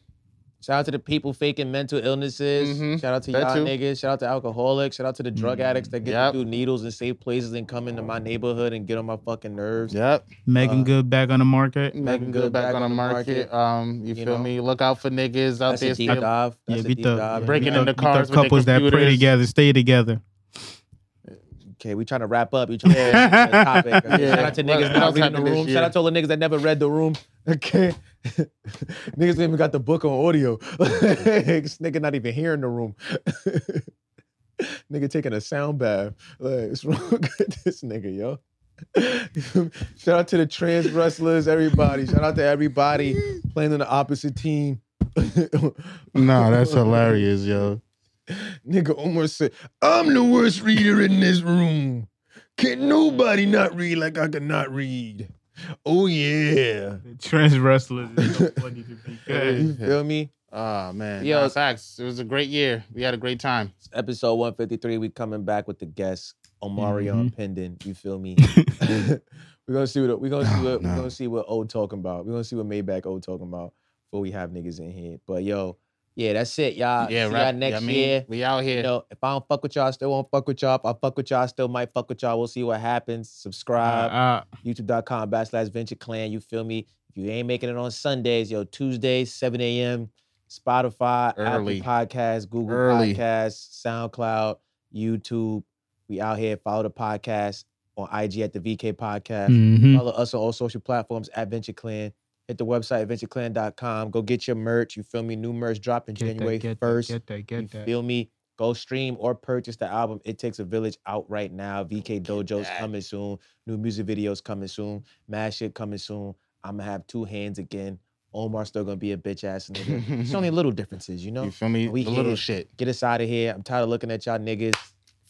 Speaker 4: Shout out to the people faking mental illnesses.
Speaker 2: Mhm.
Speaker 4: Shout out to
Speaker 2: That
Speaker 4: y'all
Speaker 2: too. Mm-hmm.
Speaker 4: niggas. Shout out to alcoholics. Shout out to the drug addicts that get
Speaker 2: Yep.
Speaker 4: to do needles in safe places and come into my neighborhood and get on my fucking nerves.
Speaker 2: Yep.
Speaker 1: Megan
Speaker 4: Uh,
Speaker 1: Good back on the market.
Speaker 2: Making good back, on the market. Um, you,
Speaker 4: you know?
Speaker 2: feel me? Look out for niggas out
Speaker 4: That's
Speaker 2: there
Speaker 4: a deep
Speaker 2: still.
Speaker 4: dive. That's
Speaker 1: yeah,
Speaker 4: a
Speaker 1: beat
Speaker 4: deep
Speaker 1: the
Speaker 4: dive.
Speaker 2: Breaking
Speaker 1: beat the-
Speaker 2: into
Speaker 1: beat the
Speaker 2: cars with their
Speaker 1: couples that pray
Speaker 2: computers.
Speaker 1: together, stay together.
Speaker 4: Okay, we trying to wrap up. You trying to
Speaker 1: Yeah.
Speaker 4: topic. Okay,
Speaker 2: Yeah.
Speaker 4: Shout out to
Speaker 2: What-
Speaker 4: niggas not reading
Speaker 2: what else
Speaker 4: the
Speaker 2: happened this
Speaker 4: room.
Speaker 2: year?
Speaker 4: Shout out to all the niggas that never read the room.
Speaker 5: Okay. Niggas even got the book on audio. This nigga not even here in the room. nigga taking a sound bath. Like, what's wrong with this nigga, yo? Shout out to the trans wrestlers, everybody. Shout out to everybody playing on the opposite team.
Speaker 2: No, that's hilarious, yo.
Speaker 5: Nigga almost said, I'm the worst reader in this room. Can nobody not read like I could not read? Oh yeah.
Speaker 1: Trans wrestlers is so funny to me.
Speaker 4: You feel me?
Speaker 2: Oh man,
Speaker 4: Yo.
Speaker 2: yo, facts. It was a great year. We had a great time.
Speaker 4: It's episode 153. We coming back with the guest,
Speaker 5: Mm-hmm.
Speaker 4: Omarion Pendon. You feel me?
Speaker 5: we're gonna see what we're gonna see what we're
Speaker 2: no.
Speaker 5: gonna see what old talking about. We're gonna see what Maybach old talking about before we have niggas in here. But yo,
Speaker 4: Yeah, that's it, y'all.
Speaker 2: yeah,
Speaker 4: Uh, See
Speaker 2: right.
Speaker 4: y'all next
Speaker 2: I mean,
Speaker 4: year.
Speaker 2: we out here.
Speaker 4: You know, if I don't fuck with y'all, I still won't fuck with y'all. If I fuck with y'all, I still might fuck with y'all. We'll see what happens. Subscribe,
Speaker 1: Uh,
Speaker 4: youtube.com backslash venture clan. You feel me? If you ain't making it on Sundays, yo, Tuesdays, 7 a.m., Spotify,
Speaker 2: Early.
Speaker 4: Apple Podcasts, Google
Speaker 2: Early.
Speaker 4: Podcasts, SoundCloud, YouTube. We out here. Follow the podcast on IG at the VK Podcast.
Speaker 1: mm-hmm.
Speaker 4: Follow us on all social platforms at Venture Clan. Hit the website adventureclan.com. Go get your merch. You feel me? New merch dropping January
Speaker 1: get
Speaker 4: 1st.
Speaker 1: That, get that,
Speaker 4: you
Speaker 1: get that.
Speaker 4: feel me? Go stream or purchase the album. It takes a village out right now. VK Dojo's
Speaker 2: that.
Speaker 4: coming soon. New music videos coming soon. Mad shit coming soon. I'm gonna have two hands again. Omar's still gonna be a bitch ass nigga. it's only little differences, you know.
Speaker 2: you feel me?
Speaker 4: we
Speaker 2: the little
Speaker 4: here.
Speaker 2: shit.
Speaker 4: Get us out of here. I'm tired of looking at y'all niggas.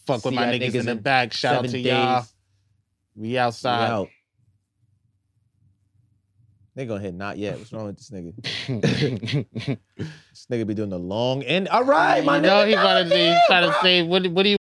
Speaker 2: Fuck with
Speaker 4: See
Speaker 2: my
Speaker 4: y'all
Speaker 2: niggas, in the back. Shout out to
Speaker 4: seven
Speaker 2: y'all.
Speaker 4: days.
Speaker 2: We
Speaker 4: We
Speaker 2: outside.
Speaker 4: out. They gonna hit not yet. What's wrong with this nigga? This nigga be doing the long end. All right, my
Speaker 2: you know
Speaker 4: nigga.
Speaker 2: he
Speaker 4: got
Speaker 2: gonna
Speaker 4: it
Speaker 2: be
Speaker 4: in,
Speaker 2: trying
Speaker 4: bro.
Speaker 2: to say what? What do you?